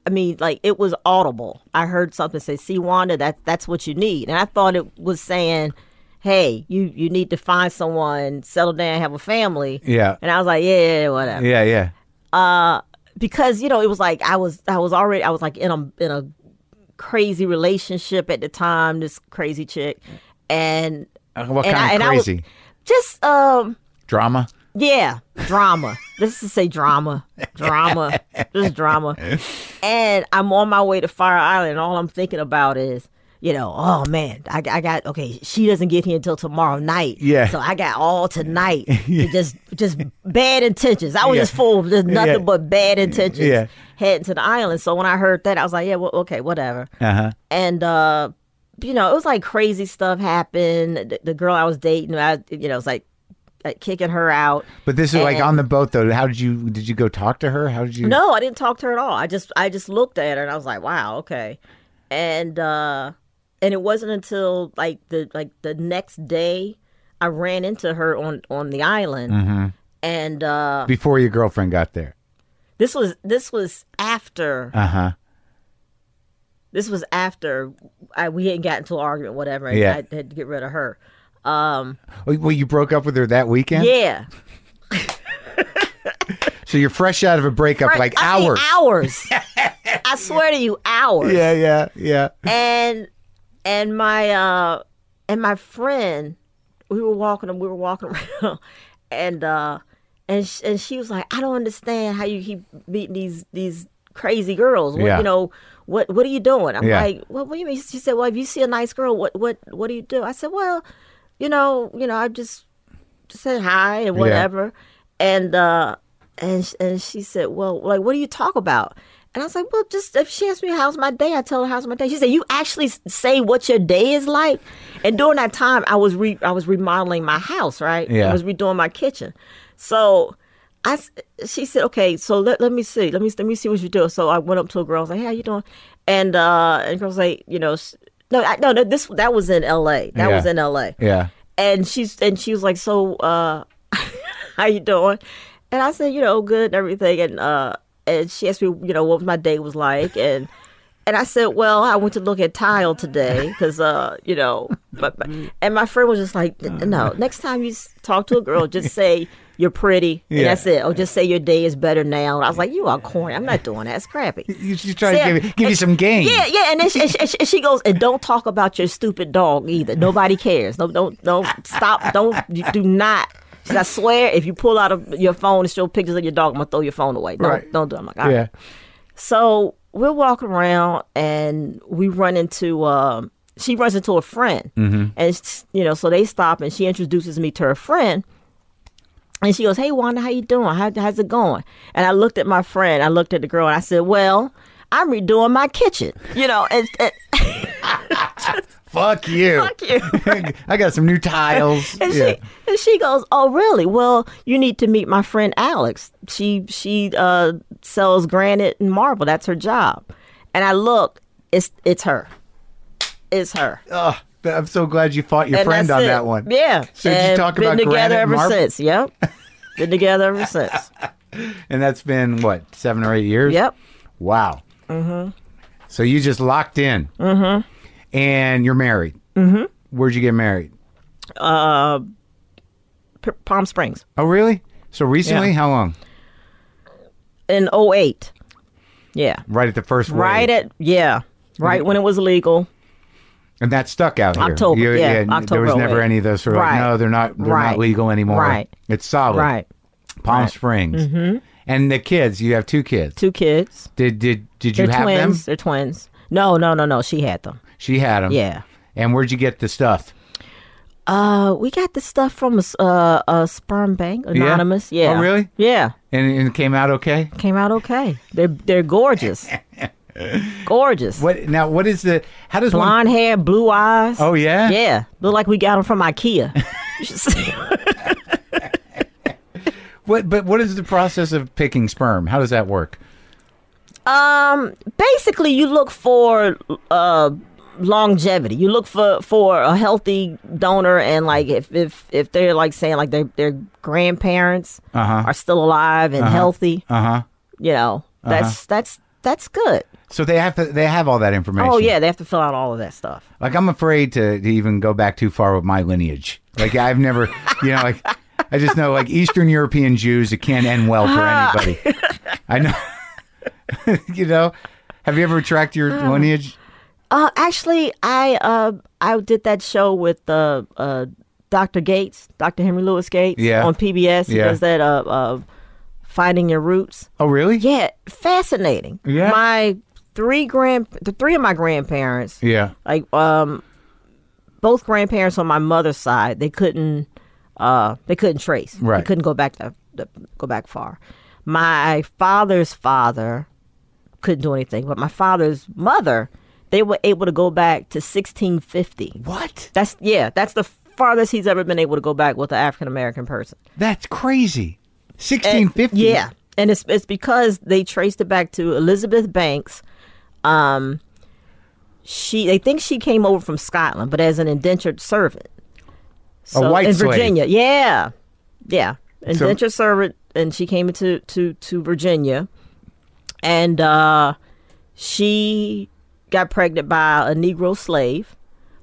[SPEAKER 3] I mean like it was audible. I heard something say, "See Wanda, that that's what you need." And I thought it was saying, "Hey, you you need to find someone, settle down, have a family."
[SPEAKER 1] Yeah.
[SPEAKER 3] And I was like, "Yeah, yeah, yeah, whatever."
[SPEAKER 1] yeah, yeah.
[SPEAKER 3] because you know it was like I was I was already I was like in a in a crazy relationship at the time this crazy chick and
[SPEAKER 1] Uh, What
[SPEAKER 3] and I,
[SPEAKER 1] kind
[SPEAKER 3] and
[SPEAKER 1] of
[SPEAKER 3] I was
[SPEAKER 1] crazy
[SPEAKER 3] just um
[SPEAKER 1] drama?
[SPEAKER 3] yeah drama let's just say drama drama just drama and I'm on my way to Fire Island and all I'm thinking about is you know oh man I, I got okay she doesn't get here until tomorrow night
[SPEAKER 1] Yeah.
[SPEAKER 3] so I got all tonight to just just bad intentions I was
[SPEAKER 1] Yeah.
[SPEAKER 3] just full of just nothing
[SPEAKER 1] Yeah.
[SPEAKER 3] but bad intentions
[SPEAKER 1] Yeah.
[SPEAKER 3] heading to the island. So when I heard that, I was like, yeah, well, okay, whatever.
[SPEAKER 1] Uh huh.
[SPEAKER 3] And, uh, you know, it was like crazy stuff happened. The, the girl I was dating, I, you know, it was like, like kicking her out.
[SPEAKER 1] But this is like
[SPEAKER 3] And-
[SPEAKER 1] on the boat though. How did you did you go talk to her? How did you?
[SPEAKER 3] No, I didn't talk to her at all. I just, I just looked at her and I was like, wow, okay. And, uh, and it wasn't until like the, like the next day I ran into her on, on the island.
[SPEAKER 1] Mm-hmm.
[SPEAKER 3] And, uh,
[SPEAKER 1] Before your girlfriend got there.
[SPEAKER 3] this was, this was after
[SPEAKER 1] Uh huh.
[SPEAKER 3] this was after I, we hadn't gotten to an argument, whatever. and
[SPEAKER 1] Yeah.
[SPEAKER 3] I had to get rid of her. Um,
[SPEAKER 1] Well, you broke up with her that weekend.
[SPEAKER 3] Yeah.
[SPEAKER 1] So you're fresh out of a breakup, like
[SPEAKER 3] I mean,
[SPEAKER 1] hours.
[SPEAKER 3] hours. I swear to you, hours.
[SPEAKER 1] Yeah, yeah, yeah.
[SPEAKER 3] And and my uh and my friend, we were walking we were walking around and uh and sh- and she was like, I don't understand how you keep meeting these these crazy girls. What,
[SPEAKER 1] Yeah.
[SPEAKER 3] You know what? What are you doing? I'm
[SPEAKER 1] Yeah.
[SPEAKER 3] like, what, what do you mean? She said, Well, if you see a nice girl, what what what do you do? I said, Well, you know, you know, I just just said hi and whatever, and uh, and sh- and she said, well, like, what do you talk about? And I was like, well, just if she asks me how's my day, I tell her how's my day. She said, you actually s- say what your day is like. And during that time, I was re- I was remodeling my house, right?
[SPEAKER 1] Yeah.
[SPEAKER 3] I was redoing my kitchen, so. I, s- she said, okay, so let, let me see, let me let me see what you do. So I went up to a girl, I was like, hey, how you doing? And uh, and girl's like, you know, s no, I, no, no, this that was in L.A. That
[SPEAKER 1] Yeah.
[SPEAKER 3] was in L.A
[SPEAKER 1] Yeah.
[SPEAKER 3] and she's and she was like, "So, uh, how you doing?" And I said, "You know, good and everything." And uh, and she asked me, you know, what my day was like, and and I said, "Well, I went to look at tile today because, uh, you know," but, but- and my friend was just like, "No, next time you s- talk to a girl, just say." You're pretty, and
[SPEAKER 1] Yeah.
[SPEAKER 3] that's it. Or just say your day is better now. And I was like, "You are corny. I'm not doing that. It's crappy."
[SPEAKER 1] You should try
[SPEAKER 3] Yeah.
[SPEAKER 1] to give, give you
[SPEAKER 3] And-
[SPEAKER 1] some game.
[SPEAKER 3] Yeah, yeah, and then she, and she, and she- and she goes, and don't talk about your stupid dog either. Nobody cares. No, don't, don't stop. Don't you do not. She said, I swear, if you pull out of your phone and show pictures of your dog, I'm gonna throw your phone away. Don't,
[SPEAKER 1] Right.
[SPEAKER 3] don't do. It. I'm like, all right.
[SPEAKER 1] Yeah.
[SPEAKER 3] So we're walking around and we run into um, she runs into a friend, and s- you know, so they stop and she introduces me to her friend, and she goes, "Hey, Wanda, how you doing? How, how's it going?" And I looked at my friend, I looked at the girl, and I said, "Well, I'm redoing my kitchen," you know, and, and
[SPEAKER 1] Fuck you.
[SPEAKER 3] fuck you.
[SPEAKER 1] I got some new tiles.
[SPEAKER 3] And
[SPEAKER 1] yeah.
[SPEAKER 3] she and she goes, "Oh, really? Well, you need to meet my friend Alex. She she uh, sells granite and marble. That's her job." And I look, it's it's her, it's her.
[SPEAKER 1] Ugh, I'm so glad you fought your
[SPEAKER 3] and
[SPEAKER 1] friend
[SPEAKER 3] that's
[SPEAKER 1] on
[SPEAKER 3] it.
[SPEAKER 1] that one.
[SPEAKER 3] Yeah.
[SPEAKER 1] So did you
[SPEAKER 3] And
[SPEAKER 1] talk
[SPEAKER 3] been
[SPEAKER 1] about granite
[SPEAKER 3] together
[SPEAKER 1] and
[SPEAKER 3] ever
[SPEAKER 1] marble?
[SPEAKER 3] since. Yep. been together ever since.
[SPEAKER 1] And that's been what seven or eight years.
[SPEAKER 3] Yep.
[SPEAKER 1] Wow. Mm-hmm. So you just locked in. Mm-hmm. And you're married. Mm-hmm. Where'd you get married?
[SPEAKER 3] P- Palm Springs
[SPEAKER 1] Oh, really? So recently?
[SPEAKER 3] Yeah.
[SPEAKER 1] How long?
[SPEAKER 3] in 08. Yeah.
[SPEAKER 1] Right Mm-hmm. at the first wave.
[SPEAKER 3] Right at yeah. Right when it was legal.
[SPEAKER 1] and that stuck out here.
[SPEAKER 3] October,
[SPEAKER 1] You-
[SPEAKER 3] yeah,
[SPEAKER 1] and
[SPEAKER 3] October
[SPEAKER 1] There was never
[SPEAKER 3] wave.
[SPEAKER 1] any of those sort of like,
[SPEAKER 3] Right.
[SPEAKER 1] no, they're not. They're not
[SPEAKER 3] Right.
[SPEAKER 1] legal anymore.
[SPEAKER 3] Right.
[SPEAKER 1] It's solid.
[SPEAKER 3] Right.
[SPEAKER 1] Palm Springs. Mm-hmm. And the kids. You have two kids.
[SPEAKER 3] Two kids.
[SPEAKER 1] Did did did you
[SPEAKER 3] They're
[SPEAKER 1] have
[SPEAKER 3] twins.
[SPEAKER 1] them?
[SPEAKER 3] They're twins. No, no, no, no. She had them.
[SPEAKER 1] She had them.
[SPEAKER 3] Yeah.
[SPEAKER 1] And where'd you get the stuff?
[SPEAKER 3] Uh, we got this stuff from a, s- uh, a sperm bank, anonymous. Yeah.
[SPEAKER 1] Oh, really?
[SPEAKER 3] Yeah.
[SPEAKER 1] And, and it came out okay.
[SPEAKER 3] Came out okay. They're they're gorgeous, gorgeous.
[SPEAKER 1] What now? What is the? How does one?
[SPEAKER 3] Blonde hair, blue eyes.
[SPEAKER 1] Oh yeah.
[SPEAKER 3] Yeah, look like we got them from IKEA. You should see 'em.
[SPEAKER 1] What? But what is the process of picking sperm? How does that work?
[SPEAKER 3] um, basically, you look for uh longevity. You look for for a healthy donor, and like if if if they're like saying like their their grandparents
[SPEAKER 1] Uh-huh.
[SPEAKER 3] are still alive and healthy. Uh huh. You know,
[SPEAKER 1] Uh-huh.
[SPEAKER 3] that's that's that's good.
[SPEAKER 1] So they have to. They have all that information.
[SPEAKER 3] Oh yeah, they have to fill out all of that stuff.
[SPEAKER 1] Like I'm afraid to, to even go back too far with my lineage. Like I've never, you know, like I just know like Eastern European Jews, it can't end well for
[SPEAKER 3] Ah.
[SPEAKER 1] anybody. I know. you know. Have you ever tracked your
[SPEAKER 3] Um,
[SPEAKER 1] lineage?
[SPEAKER 3] Uh, actually, I uh, I did that show with uh, uh, Dr. Gates, Dr. Henry Louis Gates,
[SPEAKER 1] Yeah.
[SPEAKER 3] on PBS. He
[SPEAKER 1] Yeah.
[SPEAKER 3] does that uh, uh, Finding Your Roots.
[SPEAKER 1] Oh really?
[SPEAKER 3] Yeah, fascinating.
[SPEAKER 1] Yeah.
[SPEAKER 3] My three grand, the three of my grandparents,
[SPEAKER 1] Yeah.
[SPEAKER 3] like um, both grandparents on my mother's side, they couldn't, uh, they couldn't trace.
[SPEAKER 1] Right.
[SPEAKER 3] They couldn't go back to, to go back far. My father's father couldn't do anything, but my father's mother, they were able to go back to 1650.
[SPEAKER 1] What?
[SPEAKER 3] That's yeah, that's the farthest he's ever been able to go back with an African American person.
[SPEAKER 1] That's crazy.
[SPEAKER 3] And-
[SPEAKER 1] 1650.
[SPEAKER 3] Yeah, and it's it's because they traced it back to Elizabeth Banks. Um, she they think she came over from Scotland, but as an indentured servant. So,
[SPEAKER 1] white
[SPEAKER 3] in
[SPEAKER 1] slave.
[SPEAKER 3] Virginia, yeah, yeah, indentured servant, and she came into to to Virginia, and uh, she got pregnant by a Negro slave.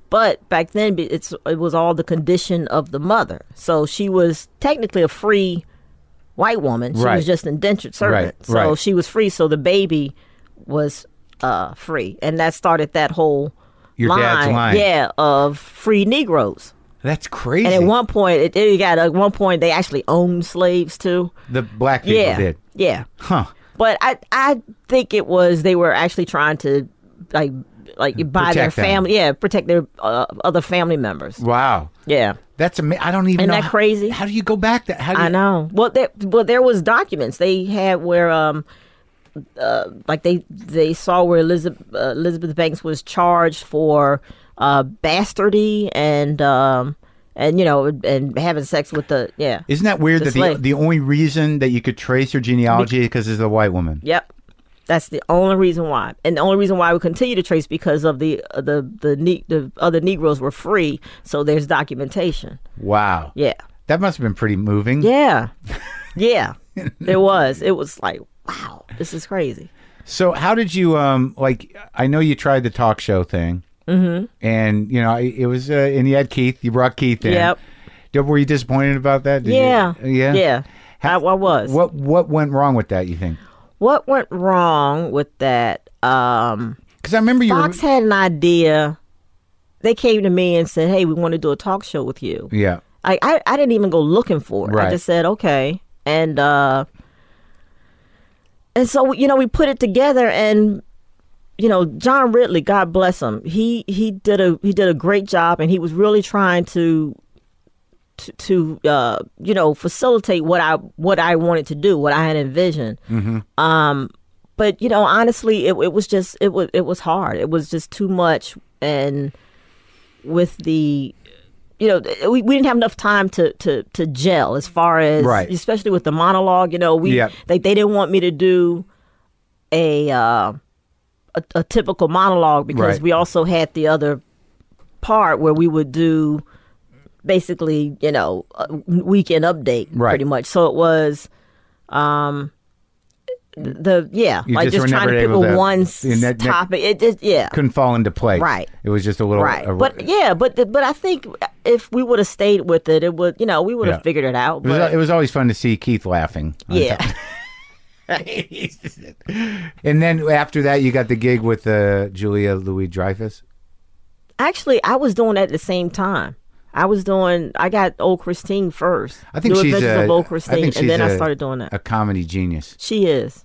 [SPEAKER 3] But back then, be- it's it was all the condition of the mother. So she was technically a free white woman. She
[SPEAKER 1] Right.
[SPEAKER 3] was just indentured servant.
[SPEAKER 1] Right,
[SPEAKER 3] so
[SPEAKER 1] right.
[SPEAKER 3] she was free. So the baby was uh, free, and that started that whole
[SPEAKER 1] Your dad's line.
[SPEAKER 3] yeah, of free Negroes.
[SPEAKER 1] That's crazy.
[SPEAKER 3] And at one point, it, it got at one point they actually owned slaves too.
[SPEAKER 1] the black people
[SPEAKER 3] yeah,
[SPEAKER 1] did.
[SPEAKER 3] yeah.
[SPEAKER 1] Huh.
[SPEAKER 3] But I I think it was they were actually trying to like like buy their
[SPEAKER 1] Protect them.
[SPEAKER 3] family, yeah, protect their uh, other family members.
[SPEAKER 1] Wow.
[SPEAKER 3] Yeah,
[SPEAKER 1] That's amazing. I don't even
[SPEAKER 3] Isn't
[SPEAKER 1] know.
[SPEAKER 3] that
[SPEAKER 1] how-
[SPEAKER 3] crazy?
[SPEAKER 1] How do you go back that? How do you,
[SPEAKER 3] I know. Well, there well there was documents they had where um. Uh, like they they saw where Elizabeth uh, Elizabeth Banks was charged for uh, bastardy and um and you know and having sex with the yeah
[SPEAKER 1] Isn't that weird
[SPEAKER 3] The
[SPEAKER 1] that the,
[SPEAKER 3] slave.
[SPEAKER 1] the only reason that you could trace your genealogy is because it's a white woman?
[SPEAKER 3] Yep. That's the only reason why, and the only reason why we continue to trace because of the uh, the the ne- the other Negroes were free, so there's documentation.
[SPEAKER 1] Wow.
[SPEAKER 3] Yeah,
[SPEAKER 1] That must have been pretty moving.
[SPEAKER 3] yeah, yeah. it was. It was like, wow, this is crazy.
[SPEAKER 1] So how did you um like? I know you tried the talk show thing, mm-hmm. and you know it it was uh, and you had Keith. You brought Keith in.
[SPEAKER 3] Yep.
[SPEAKER 1] Did- Were you disappointed about that? Did you- Uh,
[SPEAKER 3] Yeah,
[SPEAKER 1] yeah.
[SPEAKER 3] yeah.
[SPEAKER 1] How-
[SPEAKER 3] I, I was.
[SPEAKER 1] What what went wrong with that? You think?
[SPEAKER 3] What went wrong with that? Um,
[SPEAKER 1] Because I remember you. were-
[SPEAKER 3] Fox had an idea. They came to me and said, "Hey, we want to do a talk show with you."
[SPEAKER 1] yeah.
[SPEAKER 3] I, I, I didn't even go looking for it.
[SPEAKER 1] Right.
[SPEAKER 3] I just said, okay. And uh and so you know, we put it together and you know John Ridley, God bless him. He he did a he did a great job, and he was really trying to to, to uh, you know facilitate what I what I wanted to do, what I had envisioned. Um, but you know, honestly, it, it was just it was it was hard. It was just too much, and with the you know th- we, we didn't have enough time to to to gel as far as
[SPEAKER 1] Right.
[SPEAKER 3] especially with the monologue. You know, we
[SPEAKER 1] Yep.
[SPEAKER 3] like they didn't want me to do a uh, a, a typical monologue because
[SPEAKER 1] Right.
[SPEAKER 3] we also had the other part where we would do basically, you know, a weekend update,
[SPEAKER 1] Right.
[SPEAKER 3] pretty much. So it was, um, the yeah,
[SPEAKER 1] You
[SPEAKER 3] like
[SPEAKER 1] just
[SPEAKER 3] just
[SPEAKER 1] were
[SPEAKER 3] trying to
[SPEAKER 1] never
[SPEAKER 3] pick
[SPEAKER 1] able to-
[SPEAKER 3] a one
[SPEAKER 1] Yeah, that- that-
[SPEAKER 3] topic. It just yeah,
[SPEAKER 1] couldn't fall into place.
[SPEAKER 3] Right.
[SPEAKER 1] It was just a little
[SPEAKER 3] right.
[SPEAKER 1] a-
[SPEAKER 3] but yeah, but the, but I think if we would have stayed with it, it would you know we would have
[SPEAKER 1] Yeah.
[SPEAKER 3] figured it out.
[SPEAKER 1] It was,
[SPEAKER 3] But
[SPEAKER 1] it was always fun to see Keith laughing. on
[SPEAKER 3] yeah,
[SPEAKER 1] top. And then after that, you got the gig with uh, Julia Louis Dreyfus.
[SPEAKER 3] actually, I was doing that at the same time. I was doing. I got old Christine first.
[SPEAKER 1] I think
[SPEAKER 3] New
[SPEAKER 1] she's
[SPEAKER 3] Adventures
[SPEAKER 1] a-
[SPEAKER 3] of old
[SPEAKER 1] I
[SPEAKER 3] Christine,
[SPEAKER 1] think she's
[SPEAKER 3] and then I
[SPEAKER 1] a-
[SPEAKER 3] started doing that.
[SPEAKER 1] A comedy genius.
[SPEAKER 3] she is.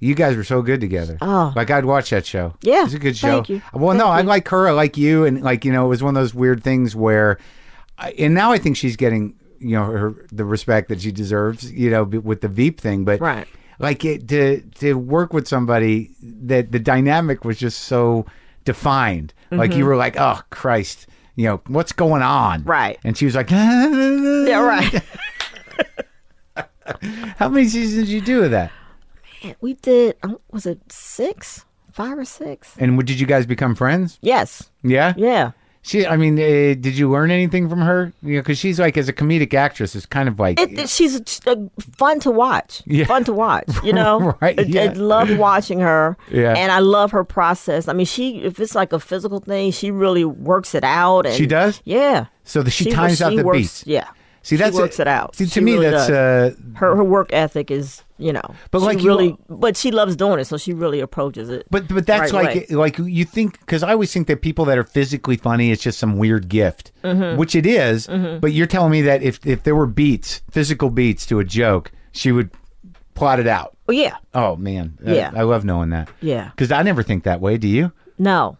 [SPEAKER 1] You guys were so good together.
[SPEAKER 3] Oh.
[SPEAKER 1] Like, I'd watch that show.
[SPEAKER 3] Yeah.
[SPEAKER 1] It's a good show. Uh,
[SPEAKER 3] Thank you.
[SPEAKER 1] Well, no, I like her. I like you. And, like, you know, it was one of those weird things where, I, and now I think she's getting, you know, her the respect that she deserves, you know, b- with the Veep thing. But,
[SPEAKER 3] Right.
[SPEAKER 1] like, it, to, to work with somebody that the dynamic was just so defined. Like,
[SPEAKER 3] Mm-hmm.
[SPEAKER 1] you were like, oh, Christ, you know, what's going on?
[SPEAKER 3] Right.
[SPEAKER 1] And she was like, yeah,
[SPEAKER 3] Yeah, right.
[SPEAKER 1] How many seasons did you do of that?
[SPEAKER 3] We did. um, Was it six, five or six?
[SPEAKER 1] And w- did you guys become friends?
[SPEAKER 3] Yes.
[SPEAKER 1] Yeah.
[SPEAKER 3] Yeah.
[SPEAKER 1] She, I mean, uh, did you learn anything from her? You know, because she's like, as a comedic actress, it's kind of like,
[SPEAKER 3] It, it- she's uh, fun to watch.
[SPEAKER 1] Yeah.
[SPEAKER 3] Fun to watch. You know.
[SPEAKER 1] Right,
[SPEAKER 3] I,
[SPEAKER 1] yeah.
[SPEAKER 3] I love watching her.
[SPEAKER 1] Yeah.
[SPEAKER 3] And I love her process. I mean, she if it's like a physical thing, she really works it out. And
[SPEAKER 1] She does?
[SPEAKER 3] Yeah.
[SPEAKER 1] so that she,
[SPEAKER 3] She-
[SPEAKER 1] times out
[SPEAKER 3] she
[SPEAKER 1] the
[SPEAKER 3] works,
[SPEAKER 1] beats.
[SPEAKER 3] Yeah.
[SPEAKER 1] See,
[SPEAKER 3] she
[SPEAKER 1] that's
[SPEAKER 3] works it out.
[SPEAKER 1] See, to
[SPEAKER 3] She
[SPEAKER 1] me,
[SPEAKER 3] really
[SPEAKER 1] that's uh,
[SPEAKER 3] Her her work ethic is you know.
[SPEAKER 1] But
[SPEAKER 3] she
[SPEAKER 1] like you-
[SPEAKER 3] really, but she loves doing it, so she really approaches it.
[SPEAKER 1] But but that's
[SPEAKER 3] Right
[SPEAKER 1] like eh, like you think because I always think that people that are physically funny it's just some weird gift,
[SPEAKER 3] Mm-hmm.
[SPEAKER 1] which it is, But you're telling me that if if there were beats, physical beats to a joke, she would plot it out.
[SPEAKER 3] oh yeah,
[SPEAKER 1] Oh man, I-
[SPEAKER 3] Yeah.
[SPEAKER 1] I, love knowing that.
[SPEAKER 3] Yeah.
[SPEAKER 1] because I never think that way. Do you?
[SPEAKER 3] no.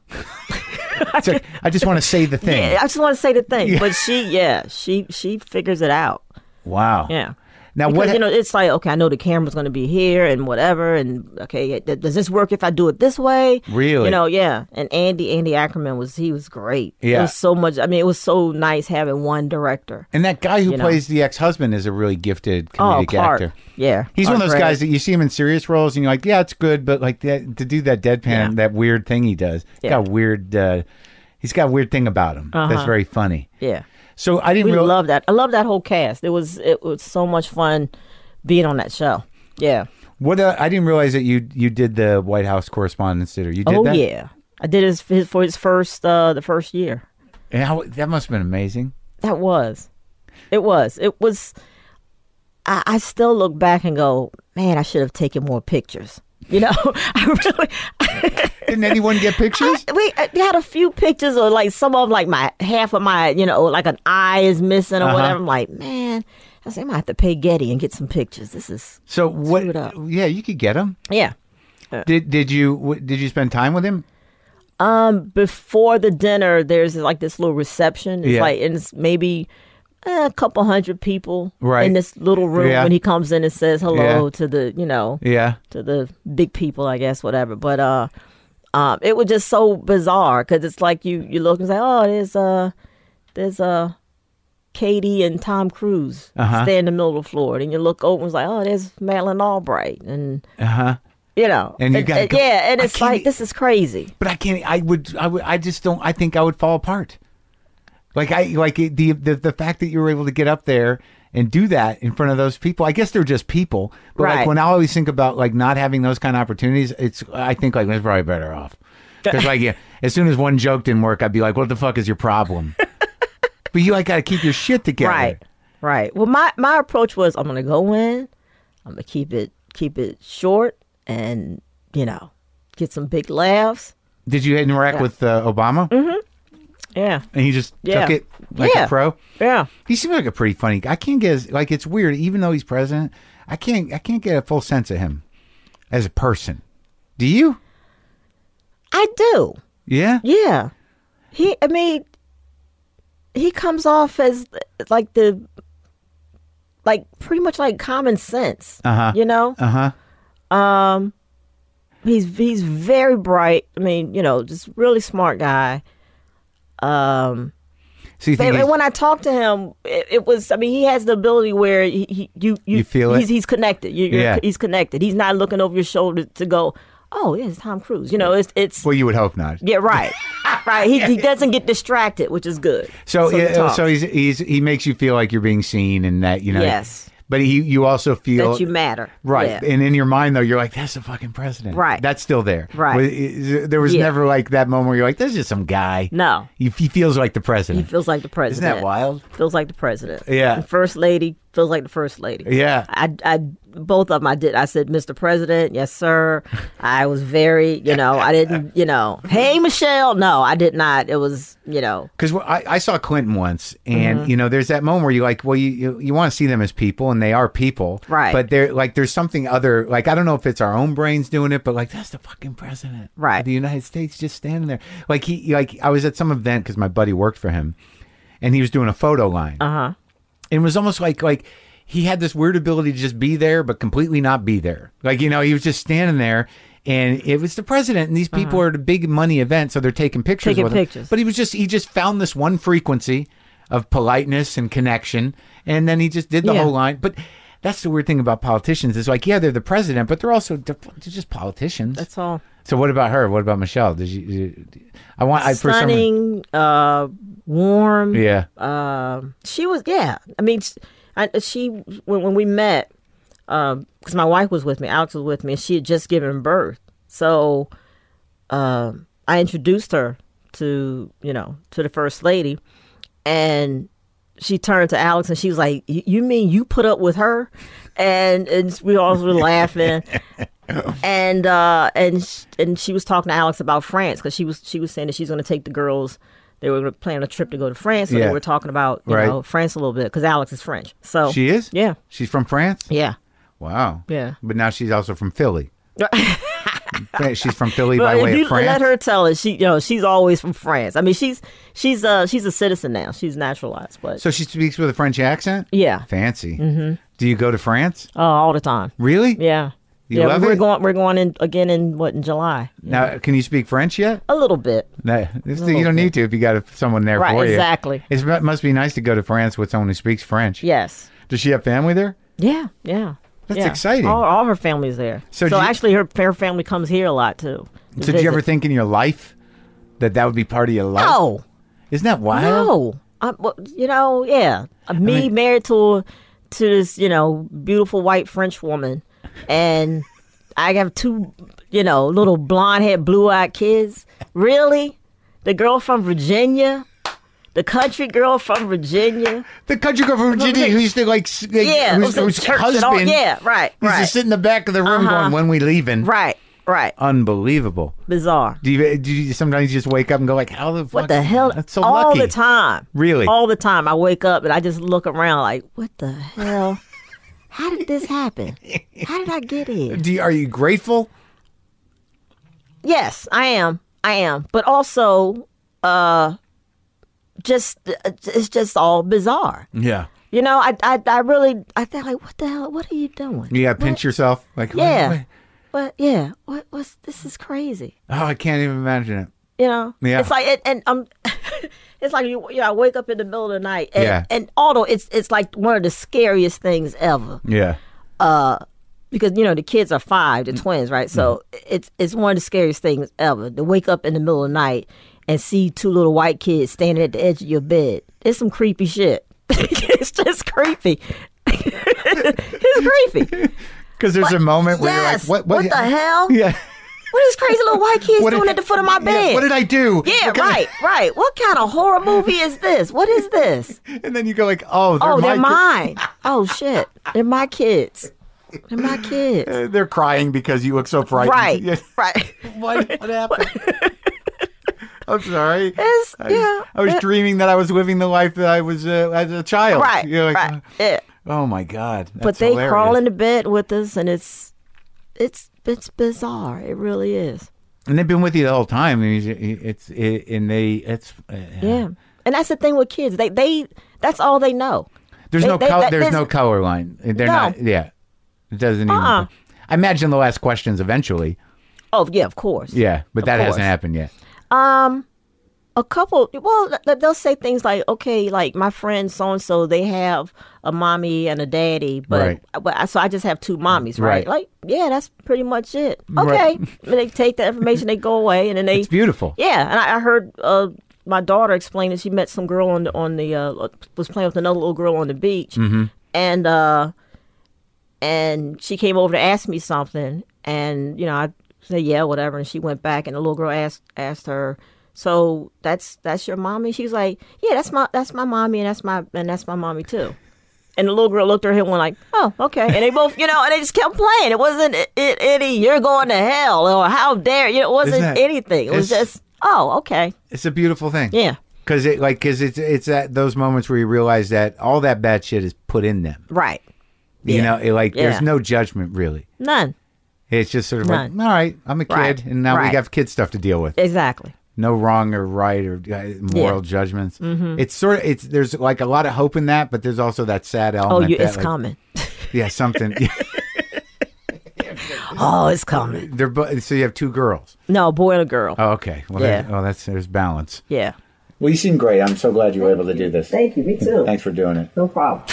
[SPEAKER 1] It's like, I just want to say the thing.
[SPEAKER 3] Yeah, I just want to say the thing, but she, yeah, she she figures it out.
[SPEAKER 1] Wow.
[SPEAKER 3] Yeah.
[SPEAKER 1] Now
[SPEAKER 3] Because,
[SPEAKER 1] what?
[SPEAKER 3] you know, it's like okay, I know the camera's going to be here and whatever, and okay, th- does this work if I do it this way?
[SPEAKER 1] Really?
[SPEAKER 3] You know, yeah. And Andy, Andy Ackerman was he was great.
[SPEAKER 1] Yeah.
[SPEAKER 3] It was so much. I mean, it was so nice having one director.
[SPEAKER 1] and that guy who
[SPEAKER 3] you know.
[SPEAKER 1] plays the ex-husband is a really gifted comedic
[SPEAKER 3] oh, Clark. Oh,
[SPEAKER 1] actor.
[SPEAKER 3] Yeah.
[SPEAKER 1] He's
[SPEAKER 3] Clark
[SPEAKER 1] one of those
[SPEAKER 3] Gregg.
[SPEAKER 1] guys that you see him in serious roles, and you're like, yeah, it's good, but like that, to do that deadpan,
[SPEAKER 3] Yeah.
[SPEAKER 1] that weird thing he does, he's
[SPEAKER 3] Yeah.
[SPEAKER 1] got a weird. Uh, he's got a weird thing about him that's very funny.
[SPEAKER 3] Yeah.
[SPEAKER 1] So I didn't
[SPEAKER 3] We
[SPEAKER 1] real-
[SPEAKER 3] love that. I love that whole cast. It was it was so much fun being on that show. Yeah.
[SPEAKER 1] what uh, I didn't realize that you you did the White House Correspondents' Dinner. You did
[SPEAKER 3] oh
[SPEAKER 1] that,
[SPEAKER 3] yeah. I did his, his for his first uh the first year.
[SPEAKER 1] And how, that must have been amazing.
[SPEAKER 3] That was. It was. It was. I, I still look back and go, man, I should have taken more pictures. You know, I really.
[SPEAKER 1] Didn't anyone get pictures?
[SPEAKER 3] we I had a few pictures or like some of like my half of my, you know, like an eye is missing
[SPEAKER 1] Uh-huh.
[SPEAKER 3] or whatever. I'm like, man, I said, I might have to pay Getty and get some pictures. This is,
[SPEAKER 1] So what?
[SPEAKER 3] it up.
[SPEAKER 1] Yeah, you could get him.
[SPEAKER 3] yeah.
[SPEAKER 1] Did did you w- did you spend time with him?
[SPEAKER 3] Um, Before the dinner, there's like this little reception. It's
[SPEAKER 1] Yeah.
[SPEAKER 3] like, and it's maybe eh, a couple hundred people
[SPEAKER 1] Right.
[SPEAKER 3] in this little room
[SPEAKER 1] Yeah.
[SPEAKER 3] when he comes in and says hello
[SPEAKER 1] Yeah.
[SPEAKER 3] to the, you know,
[SPEAKER 1] Yeah.
[SPEAKER 3] to the big people, I guess, whatever. But uh, um, it was just so bizarre because it's like you you look and say, oh, there's uh, there's uh, Katie and Tom Cruise
[SPEAKER 1] Uh-huh.
[SPEAKER 3] standing in the middle of the floor, and you look over and it's like, oh, there's Madeline Albright, and
[SPEAKER 1] Uh huh.
[SPEAKER 3] you know,
[SPEAKER 1] And you gotta go-
[SPEAKER 3] yeah, and
[SPEAKER 1] I
[SPEAKER 3] it's
[SPEAKER 1] can't
[SPEAKER 3] like
[SPEAKER 1] e-
[SPEAKER 3] this is crazy.
[SPEAKER 1] But I can't. I would. I would. I just don't. I think I would fall apart. Like I like it- the the the fact that you were able to get up there and do that in front of those people. I guess they're just people. But like
[SPEAKER 3] Right.
[SPEAKER 1] when I always think about like not having those kind of opportunities, it's I think like it's probably better off. Because like yeah, as soon as one joke didn't work, I'd be like, "What the fuck is your problem?" but you like got to keep your shit together.
[SPEAKER 3] Right. Right. Well, my my approach was I'm gonna go in, I'm gonna keep it keep it short, and you know, get some big laughs.
[SPEAKER 1] Did you interact with uh, Obama?
[SPEAKER 3] Yeah.
[SPEAKER 1] And he just
[SPEAKER 3] Mm-hmm. Yeah.
[SPEAKER 1] took it like
[SPEAKER 3] Yeah.
[SPEAKER 1] a pro.
[SPEAKER 3] Yeah.
[SPEAKER 1] He seems like a pretty funny. guy. I can't get his, like it's weird. Even though he's president, I can't I can't get a full sense of him as a person. Do you?
[SPEAKER 3] I do.
[SPEAKER 1] Yeah.
[SPEAKER 3] Yeah. He, I mean, he comes off as like the, like pretty much like common sense.
[SPEAKER 1] Uh-huh.
[SPEAKER 3] You know, Um,
[SPEAKER 1] Uh huh.
[SPEAKER 3] he's he's very bright. I mean, you know, just really smart guy. Um,
[SPEAKER 1] So you think
[SPEAKER 3] and,
[SPEAKER 1] he's-
[SPEAKER 3] and when I talked to him, it, it was. I mean, he has the ability where he, he you, you
[SPEAKER 1] You feel it?
[SPEAKER 3] he's, He's connected. You, you're,
[SPEAKER 1] Yeah.
[SPEAKER 3] he's connected. He's not looking over your shoulder to go. Oh, yeah, it's Tom Cruise. You know, it's it's
[SPEAKER 1] well, you would hope not.
[SPEAKER 3] yeah, right, right. He, he doesn't get distracted, which is good.
[SPEAKER 1] So
[SPEAKER 3] he
[SPEAKER 1] yeah,
[SPEAKER 3] talks.
[SPEAKER 1] so he's he's he makes you feel like you're being seen and that you know.
[SPEAKER 3] Yes.
[SPEAKER 1] But he you also feel
[SPEAKER 3] that you matter,
[SPEAKER 1] Right.
[SPEAKER 3] Yeah.
[SPEAKER 1] And in your mind, though, you're like, that's the fucking president.
[SPEAKER 3] Right.
[SPEAKER 1] That's still there.
[SPEAKER 3] Right.
[SPEAKER 1] Well, is- There was
[SPEAKER 3] Yeah.
[SPEAKER 1] never like that moment where you're like, there's just some guy.
[SPEAKER 3] No.
[SPEAKER 1] He, he feels like the
[SPEAKER 3] He
[SPEAKER 1] president.
[SPEAKER 3] feels like the
[SPEAKER 1] Isn't
[SPEAKER 3] president.
[SPEAKER 1] that wild?
[SPEAKER 3] Feels like the president.
[SPEAKER 1] Yeah.
[SPEAKER 3] The first lady feels like the first lady.
[SPEAKER 1] Yeah.
[SPEAKER 3] I, I, both of them, I did. I said, Mr. President, yes, sir. I was very, you know, I didn't, you know, hey, Michelle. No, I did not. It was, you know,
[SPEAKER 1] Because I, I saw Clinton once, and
[SPEAKER 3] Mm-hmm.
[SPEAKER 1] you know, there's that moment where you're like, well, you you, you want to see them as people, and they are people,
[SPEAKER 3] Right.
[SPEAKER 1] But they're like, there's something other. Like, I don't know if it's our own brains doing it, but like, that's the fucking president,
[SPEAKER 3] Right.
[SPEAKER 1] of the United States just standing there, like he, like I was at some event because my buddy worked for him, and he was doing a photo line, uh
[SPEAKER 3] Uh-huh.
[SPEAKER 1] huh, and it was almost like like. He had this weird ability to just be there, but completely not be there. Like you know, he was just standing there, and it was the president, and these people are at a big money event, so they're taking pictures.
[SPEAKER 3] Uh-huh. Taking
[SPEAKER 1] with him.
[SPEAKER 3] pictures.
[SPEAKER 1] But he was just he just found this one frequency of politeness and connection, and then he just did the
[SPEAKER 3] Yeah.
[SPEAKER 1] whole line. But that's the weird thing about politicians is like, yeah, they're the president, but they're also de- they're just politicians.
[SPEAKER 3] that's all.
[SPEAKER 1] so what about her? What about Michelle? Did you? did you- I want. I, for some reason-
[SPEAKER 3] Stunning, uh, warm.
[SPEAKER 1] yeah.
[SPEAKER 3] um, she was yeah i mean sh- I, she when, when we met because um, my wife was with me alex was with me and she had just given birth so um, i introduced her to you know to the first lady and she turned to alex and she was like "You- you mean you put up with her and, and we all were laughing and uh, and sh- and she was talking to Alex about France because she was she was saying that she's going to take the girls. They were planning a trip to go to France, so
[SPEAKER 1] Yeah.
[SPEAKER 3] they were talking about you
[SPEAKER 1] Right.
[SPEAKER 3] know France a little bit because Alex is French. So
[SPEAKER 1] she is.
[SPEAKER 3] Oh. Yeah.
[SPEAKER 1] She's from France.
[SPEAKER 3] Yeah.
[SPEAKER 1] Wow.
[SPEAKER 3] Yeah.
[SPEAKER 1] But now she's also from Philly. she's from Philly by
[SPEAKER 3] But
[SPEAKER 1] way
[SPEAKER 3] if you
[SPEAKER 1] of France.
[SPEAKER 3] let her tell it, she you know she's always from France. I mean she's she's uh she's a citizen now. She's naturalized, but
[SPEAKER 1] so she speaks with a French accent.
[SPEAKER 3] yeah,
[SPEAKER 1] Fancy. Mm-hmm. Do you go to France?
[SPEAKER 3] uh, all the time.
[SPEAKER 1] Really?
[SPEAKER 3] Yeah.
[SPEAKER 1] You
[SPEAKER 3] yeah,
[SPEAKER 1] love
[SPEAKER 3] we're
[SPEAKER 1] it?
[SPEAKER 3] going. We're going in again in what in July?
[SPEAKER 1] Now, can you speak French yet?
[SPEAKER 3] A little bit.
[SPEAKER 1] No, this, you don't need to if you got a- someone there
[SPEAKER 3] Right,
[SPEAKER 1] for you.
[SPEAKER 3] exactly.
[SPEAKER 1] It's, it must be nice to go to France with someone who speaks French.
[SPEAKER 3] Yes.
[SPEAKER 1] Does she have family there?
[SPEAKER 3] Yeah, yeah.
[SPEAKER 1] That's
[SPEAKER 3] yeah.
[SPEAKER 1] exciting.
[SPEAKER 3] All, all her family's there.
[SPEAKER 1] So do
[SPEAKER 3] So,
[SPEAKER 1] you-
[SPEAKER 3] actually, her, her family comes here a lot too. to
[SPEAKER 1] So, did you
[SPEAKER 3] visit.
[SPEAKER 1] ever think in your life that that would be part of your life?
[SPEAKER 3] No,
[SPEAKER 1] Isn't that wild?
[SPEAKER 3] no. I, well, you know, yeah. Uh, Me
[SPEAKER 1] mean-
[SPEAKER 3] married to to this, you know, beautiful white French woman, and I have two, you know, little blonde haired, blue eyed kids. Really, the girl from Virginia. The country girl from Virginia,
[SPEAKER 1] The country girl from Virginia who used to like, s- like
[SPEAKER 3] yeah,
[SPEAKER 1] whose,
[SPEAKER 3] it was
[SPEAKER 1] whose
[SPEAKER 3] in church and all-
[SPEAKER 1] husband
[SPEAKER 3] yeah, right,
[SPEAKER 1] used to
[SPEAKER 3] right, Uh-huh.
[SPEAKER 1] sit in the back of the room going, "When we leaving?"
[SPEAKER 3] right, right,
[SPEAKER 1] Unbelievable.
[SPEAKER 3] bizarre.
[SPEAKER 1] Do you, do you sometimes just wake up and go like, "How the fuck?"
[SPEAKER 3] What the hell?
[SPEAKER 1] That's so
[SPEAKER 3] all
[SPEAKER 1] lucky.
[SPEAKER 3] the time.
[SPEAKER 1] Really?
[SPEAKER 3] All the time. I wake up and I just look around like, what the hell? How did this happen? How did I get here?
[SPEAKER 1] Do you, are you grateful?
[SPEAKER 3] Yes, I am. I am. But also, uh, just uh, it's just all bizarre.
[SPEAKER 1] Yeah.
[SPEAKER 3] You know, I I, I really I think like, what the hell? What are you doing?
[SPEAKER 1] You gotta pinch yourself. Like, "What-
[SPEAKER 3] Yeah.
[SPEAKER 1] what-
[SPEAKER 3] But yeah, what what's this is crazy.
[SPEAKER 1] Oh, I can't even imagine it.
[SPEAKER 3] You know,
[SPEAKER 1] Yeah.
[SPEAKER 3] it's like it, and um, it's like you you know, I wake up in the middle of the night, and,
[SPEAKER 1] Yeah.
[SPEAKER 3] and although it's it's like one of the scariest things ever,
[SPEAKER 1] Yeah.
[SPEAKER 3] because you know the kids are five, the twins, right? So
[SPEAKER 1] Mm-hmm.
[SPEAKER 3] it's it's one of the scariest things ever to wake up in the middle of the night and see two little white kids standing at the edge of your bed. It's some creepy shit. it's just creepy. it's creepy.
[SPEAKER 1] Because there's a moment where
[SPEAKER 3] yes.
[SPEAKER 1] you're like, what, what,
[SPEAKER 3] the hell?
[SPEAKER 1] Yeah.
[SPEAKER 3] What is crazy little white kids
[SPEAKER 1] What did-
[SPEAKER 3] doing at the foot of my
[SPEAKER 1] yeah,
[SPEAKER 3] bed?
[SPEAKER 1] what did I do?
[SPEAKER 3] Yeah,
[SPEAKER 1] What kind of-
[SPEAKER 3] right, right. What kind of horror movie is this? What is this?
[SPEAKER 1] and then you go like, oh, they're,
[SPEAKER 3] oh,
[SPEAKER 1] my
[SPEAKER 3] they're
[SPEAKER 1] ki-
[SPEAKER 3] mine. oh shit, they're my kids. They're my kids.
[SPEAKER 1] Uh, They're crying because you look so frightened.
[SPEAKER 3] Right,
[SPEAKER 1] Yeah.
[SPEAKER 3] right.
[SPEAKER 1] What, what happened? I'm sorry.
[SPEAKER 3] It's,
[SPEAKER 1] I was,
[SPEAKER 3] yeah,
[SPEAKER 1] I was dreaming that I was living the life that I was uh, as a child.
[SPEAKER 3] right,
[SPEAKER 1] You're like,
[SPEAKER 3] right. Yeah.
[SPEAKER 1] Oh my God.
[SPEAKER 3] But
[SPEAKER 1] that's
[SPEAKER 3] they
[SPEAKER 1] hilarious.
[SPEAKER 3] crawl into bed with us, and it's it's it's bizarre. It really is.
[SPEAKER 4] and they've been with you the whole time. I
[SPEAKER 1] uh,
[SPEAKER 4] mean, it's it, and they it's uh,
[SPEAKER 3] Yeah. And that's the thing with kids. They they that's all they know.
[SPEAKER 4] there's
[SPEAKER 3] They-
[SPEAKER 4] no
[SPEAKER 3] they-
[SPEAKER 4] col-
[SPEAKER 3] that-
[SPEAKER 4] there's
[SPEAKER 3] there's-
[SPEAKER 4] no color line. They're
[SPEAKER 3] No.
[SPEAKER 4] not. Yeah, it doesn't even.
[SPEAKER 3] Uh-uh.
[SPEAKER 4] I imagine they'll ask questions eventually.
[SPEAKER 3] Oh, yeah, of course.
[SPEAKER 4] Yeah, but
[SPEAKER 3] Of
[SPEAKER 4] that hasn't
[SPEAKER 3] course.
[SPEAKER 4] happened yet.
[SPEAKER 3] Um, a couple well th- th- they'll say things like okay like my friend so and so they have a mommy and a daddy but
[SPEAKER 4] Right.
[SPEAKER 3] but I, so i just have two mommies
[SPEAKER 4] Right.
[SPEAKER 3] right, like yeah that's pretty much it okay
[SPEAKER 4] Right.
[SPEAKER 3] And they take the information they go away and then they
[SPEAKER 4] It's beautiful.
[SPEAKER 3] yeah and i, I heard uh my daughter explained that she met some girl on the on the uh, was playing with another little girl on the beach
[SPEAKER 4] Mm-hmm.
[SPEAKER 3] and uh and she came over to ask me something and you know i said yeah whatever and she went back and the little girl asked asked her so that's that's your mommy she was like yeah that's my that's my mommy and that's my and that's my mommy too and the little girl looked at her and went like oh okay and they both you know and they just kept playing it wasn't it, it any you're going to hell or how dare you know, it wasn't
[SPEAKER 4] Isn't that-
[SPEAKER 3] anything it was
[SPEAKER 4] it's-
[SPEAKER 3] just oh okay
[SPEAKER 4] It's a beautiful thing.
[SPEAKER 3] yeah
[SPEAKER 4] Cause it like cause it's it's at those moments where you realize that all that bad shit is put in them.
[SPEAKER 3] right
[SPEAKER 4] You
[SPEAKER 3] Yeah.
[SPEAKER 4] know, it, like
[SPEAKER 3] Yeah.
[SPEAKER 4] there's no judgment really.
[SPEAKER 3] none
[SPEAKER 4] It's just sort of
[SPEAKER 3] None.
[SPEAKER 4] like, all right, I'm a kid,
[SPEAKER 3] Right.
[SPEAKER 4] and now we
[SPEAKER 3] Right.
[SPEAKER 4] have kid stuff to deal with.
[SPEAKER 3] exactly
[SPEAKER 4] no wrong or right or uh, moral
[SPEAKER 3] Yeah. Mm-hmm.
[SPEAKER 4] judgments. It's sort of it's there's like a lot of hope in that, but there's also that sad
[SPEAKER 3] oh
[SPEAKER 4] element.
[SPEAKER 3] you,
[SPEAKER 4] that,
[SPEAKER 3] it's
[SPEAKER 4] like,
[SPEAKER 3] coming
[SPEAKER 4] Yeah, something. Yeah,
[SPEAKER 3] oh it's coming
[SPEAKER 4] they're bo- so you have two girls.
[SPEAKER 3] no boy and a girl
[SPEAKER 4] Oh, okay. Well,
[SPEAKER 3] Yeah.
[SPEAKER 4] that- oh, that's there's balance.
[SPEAKER 3] yeah
[SPEAKER 4] Well, you seem great. I'm so glad you were able to do this.
[SPEAKER 3] thank you me too
[SPEAKER 4] Thanks for doing it.
[SPEAKER 3] no problem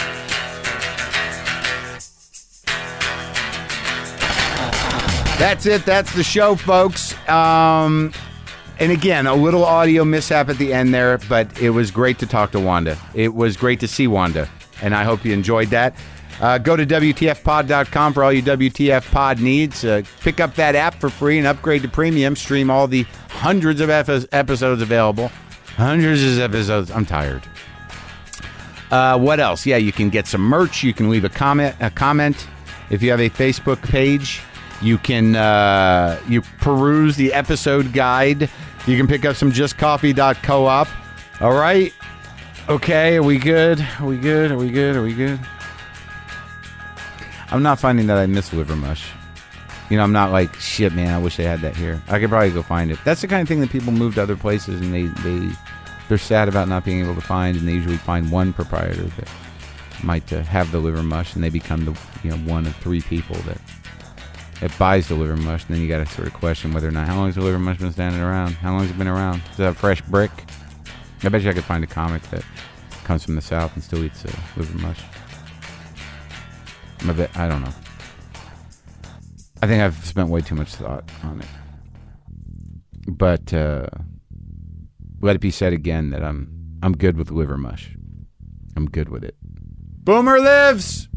[SPEAKER 1] That's it. That's the show, folks. Um, and again, a little audio mishap at the end there, but it was great to talk to Wanda. It was great to see Wanda, and I hope you enjoyed that. Uh, go to WTFpod.com for all your WTF pod needs. Uh, pick up that app for free and upgrade to premium. Stream all the hundreds of epi- episodes available. Hundreds of episodes. I'm tired. Uh, what else? Yeah, you can get some merch. You can leave a comment. A comment. If you have a Facebook page, you can uh, you peruse the episode guide. You can pick up some JustCoffee.coop. All right. Okay. Are we good? Are we good? Are we good? Are we good? I'm not finding that I miss liver mush. You know, I'm not like shit, man. I wish I had that here. I could probably go find it. That's the kind of thing that people move to other places and they they they're sad about not being able to find, and they usually find one proprietor that might uh, have the liver mush, and they become the you know one of three people that that buys the liver mush. And then you got to sort of question whether or not how long has the liver mush been standing around? How long has it been around? Is that a fresh brick? I bet you I could find a comic that comes from the south and still eats uh, liver mush. I bet I don't know. I think I've spent way too much thought on it. But uh, let it be said again that I'm I'm good with liver mush. I'm good with it. Boomer lives.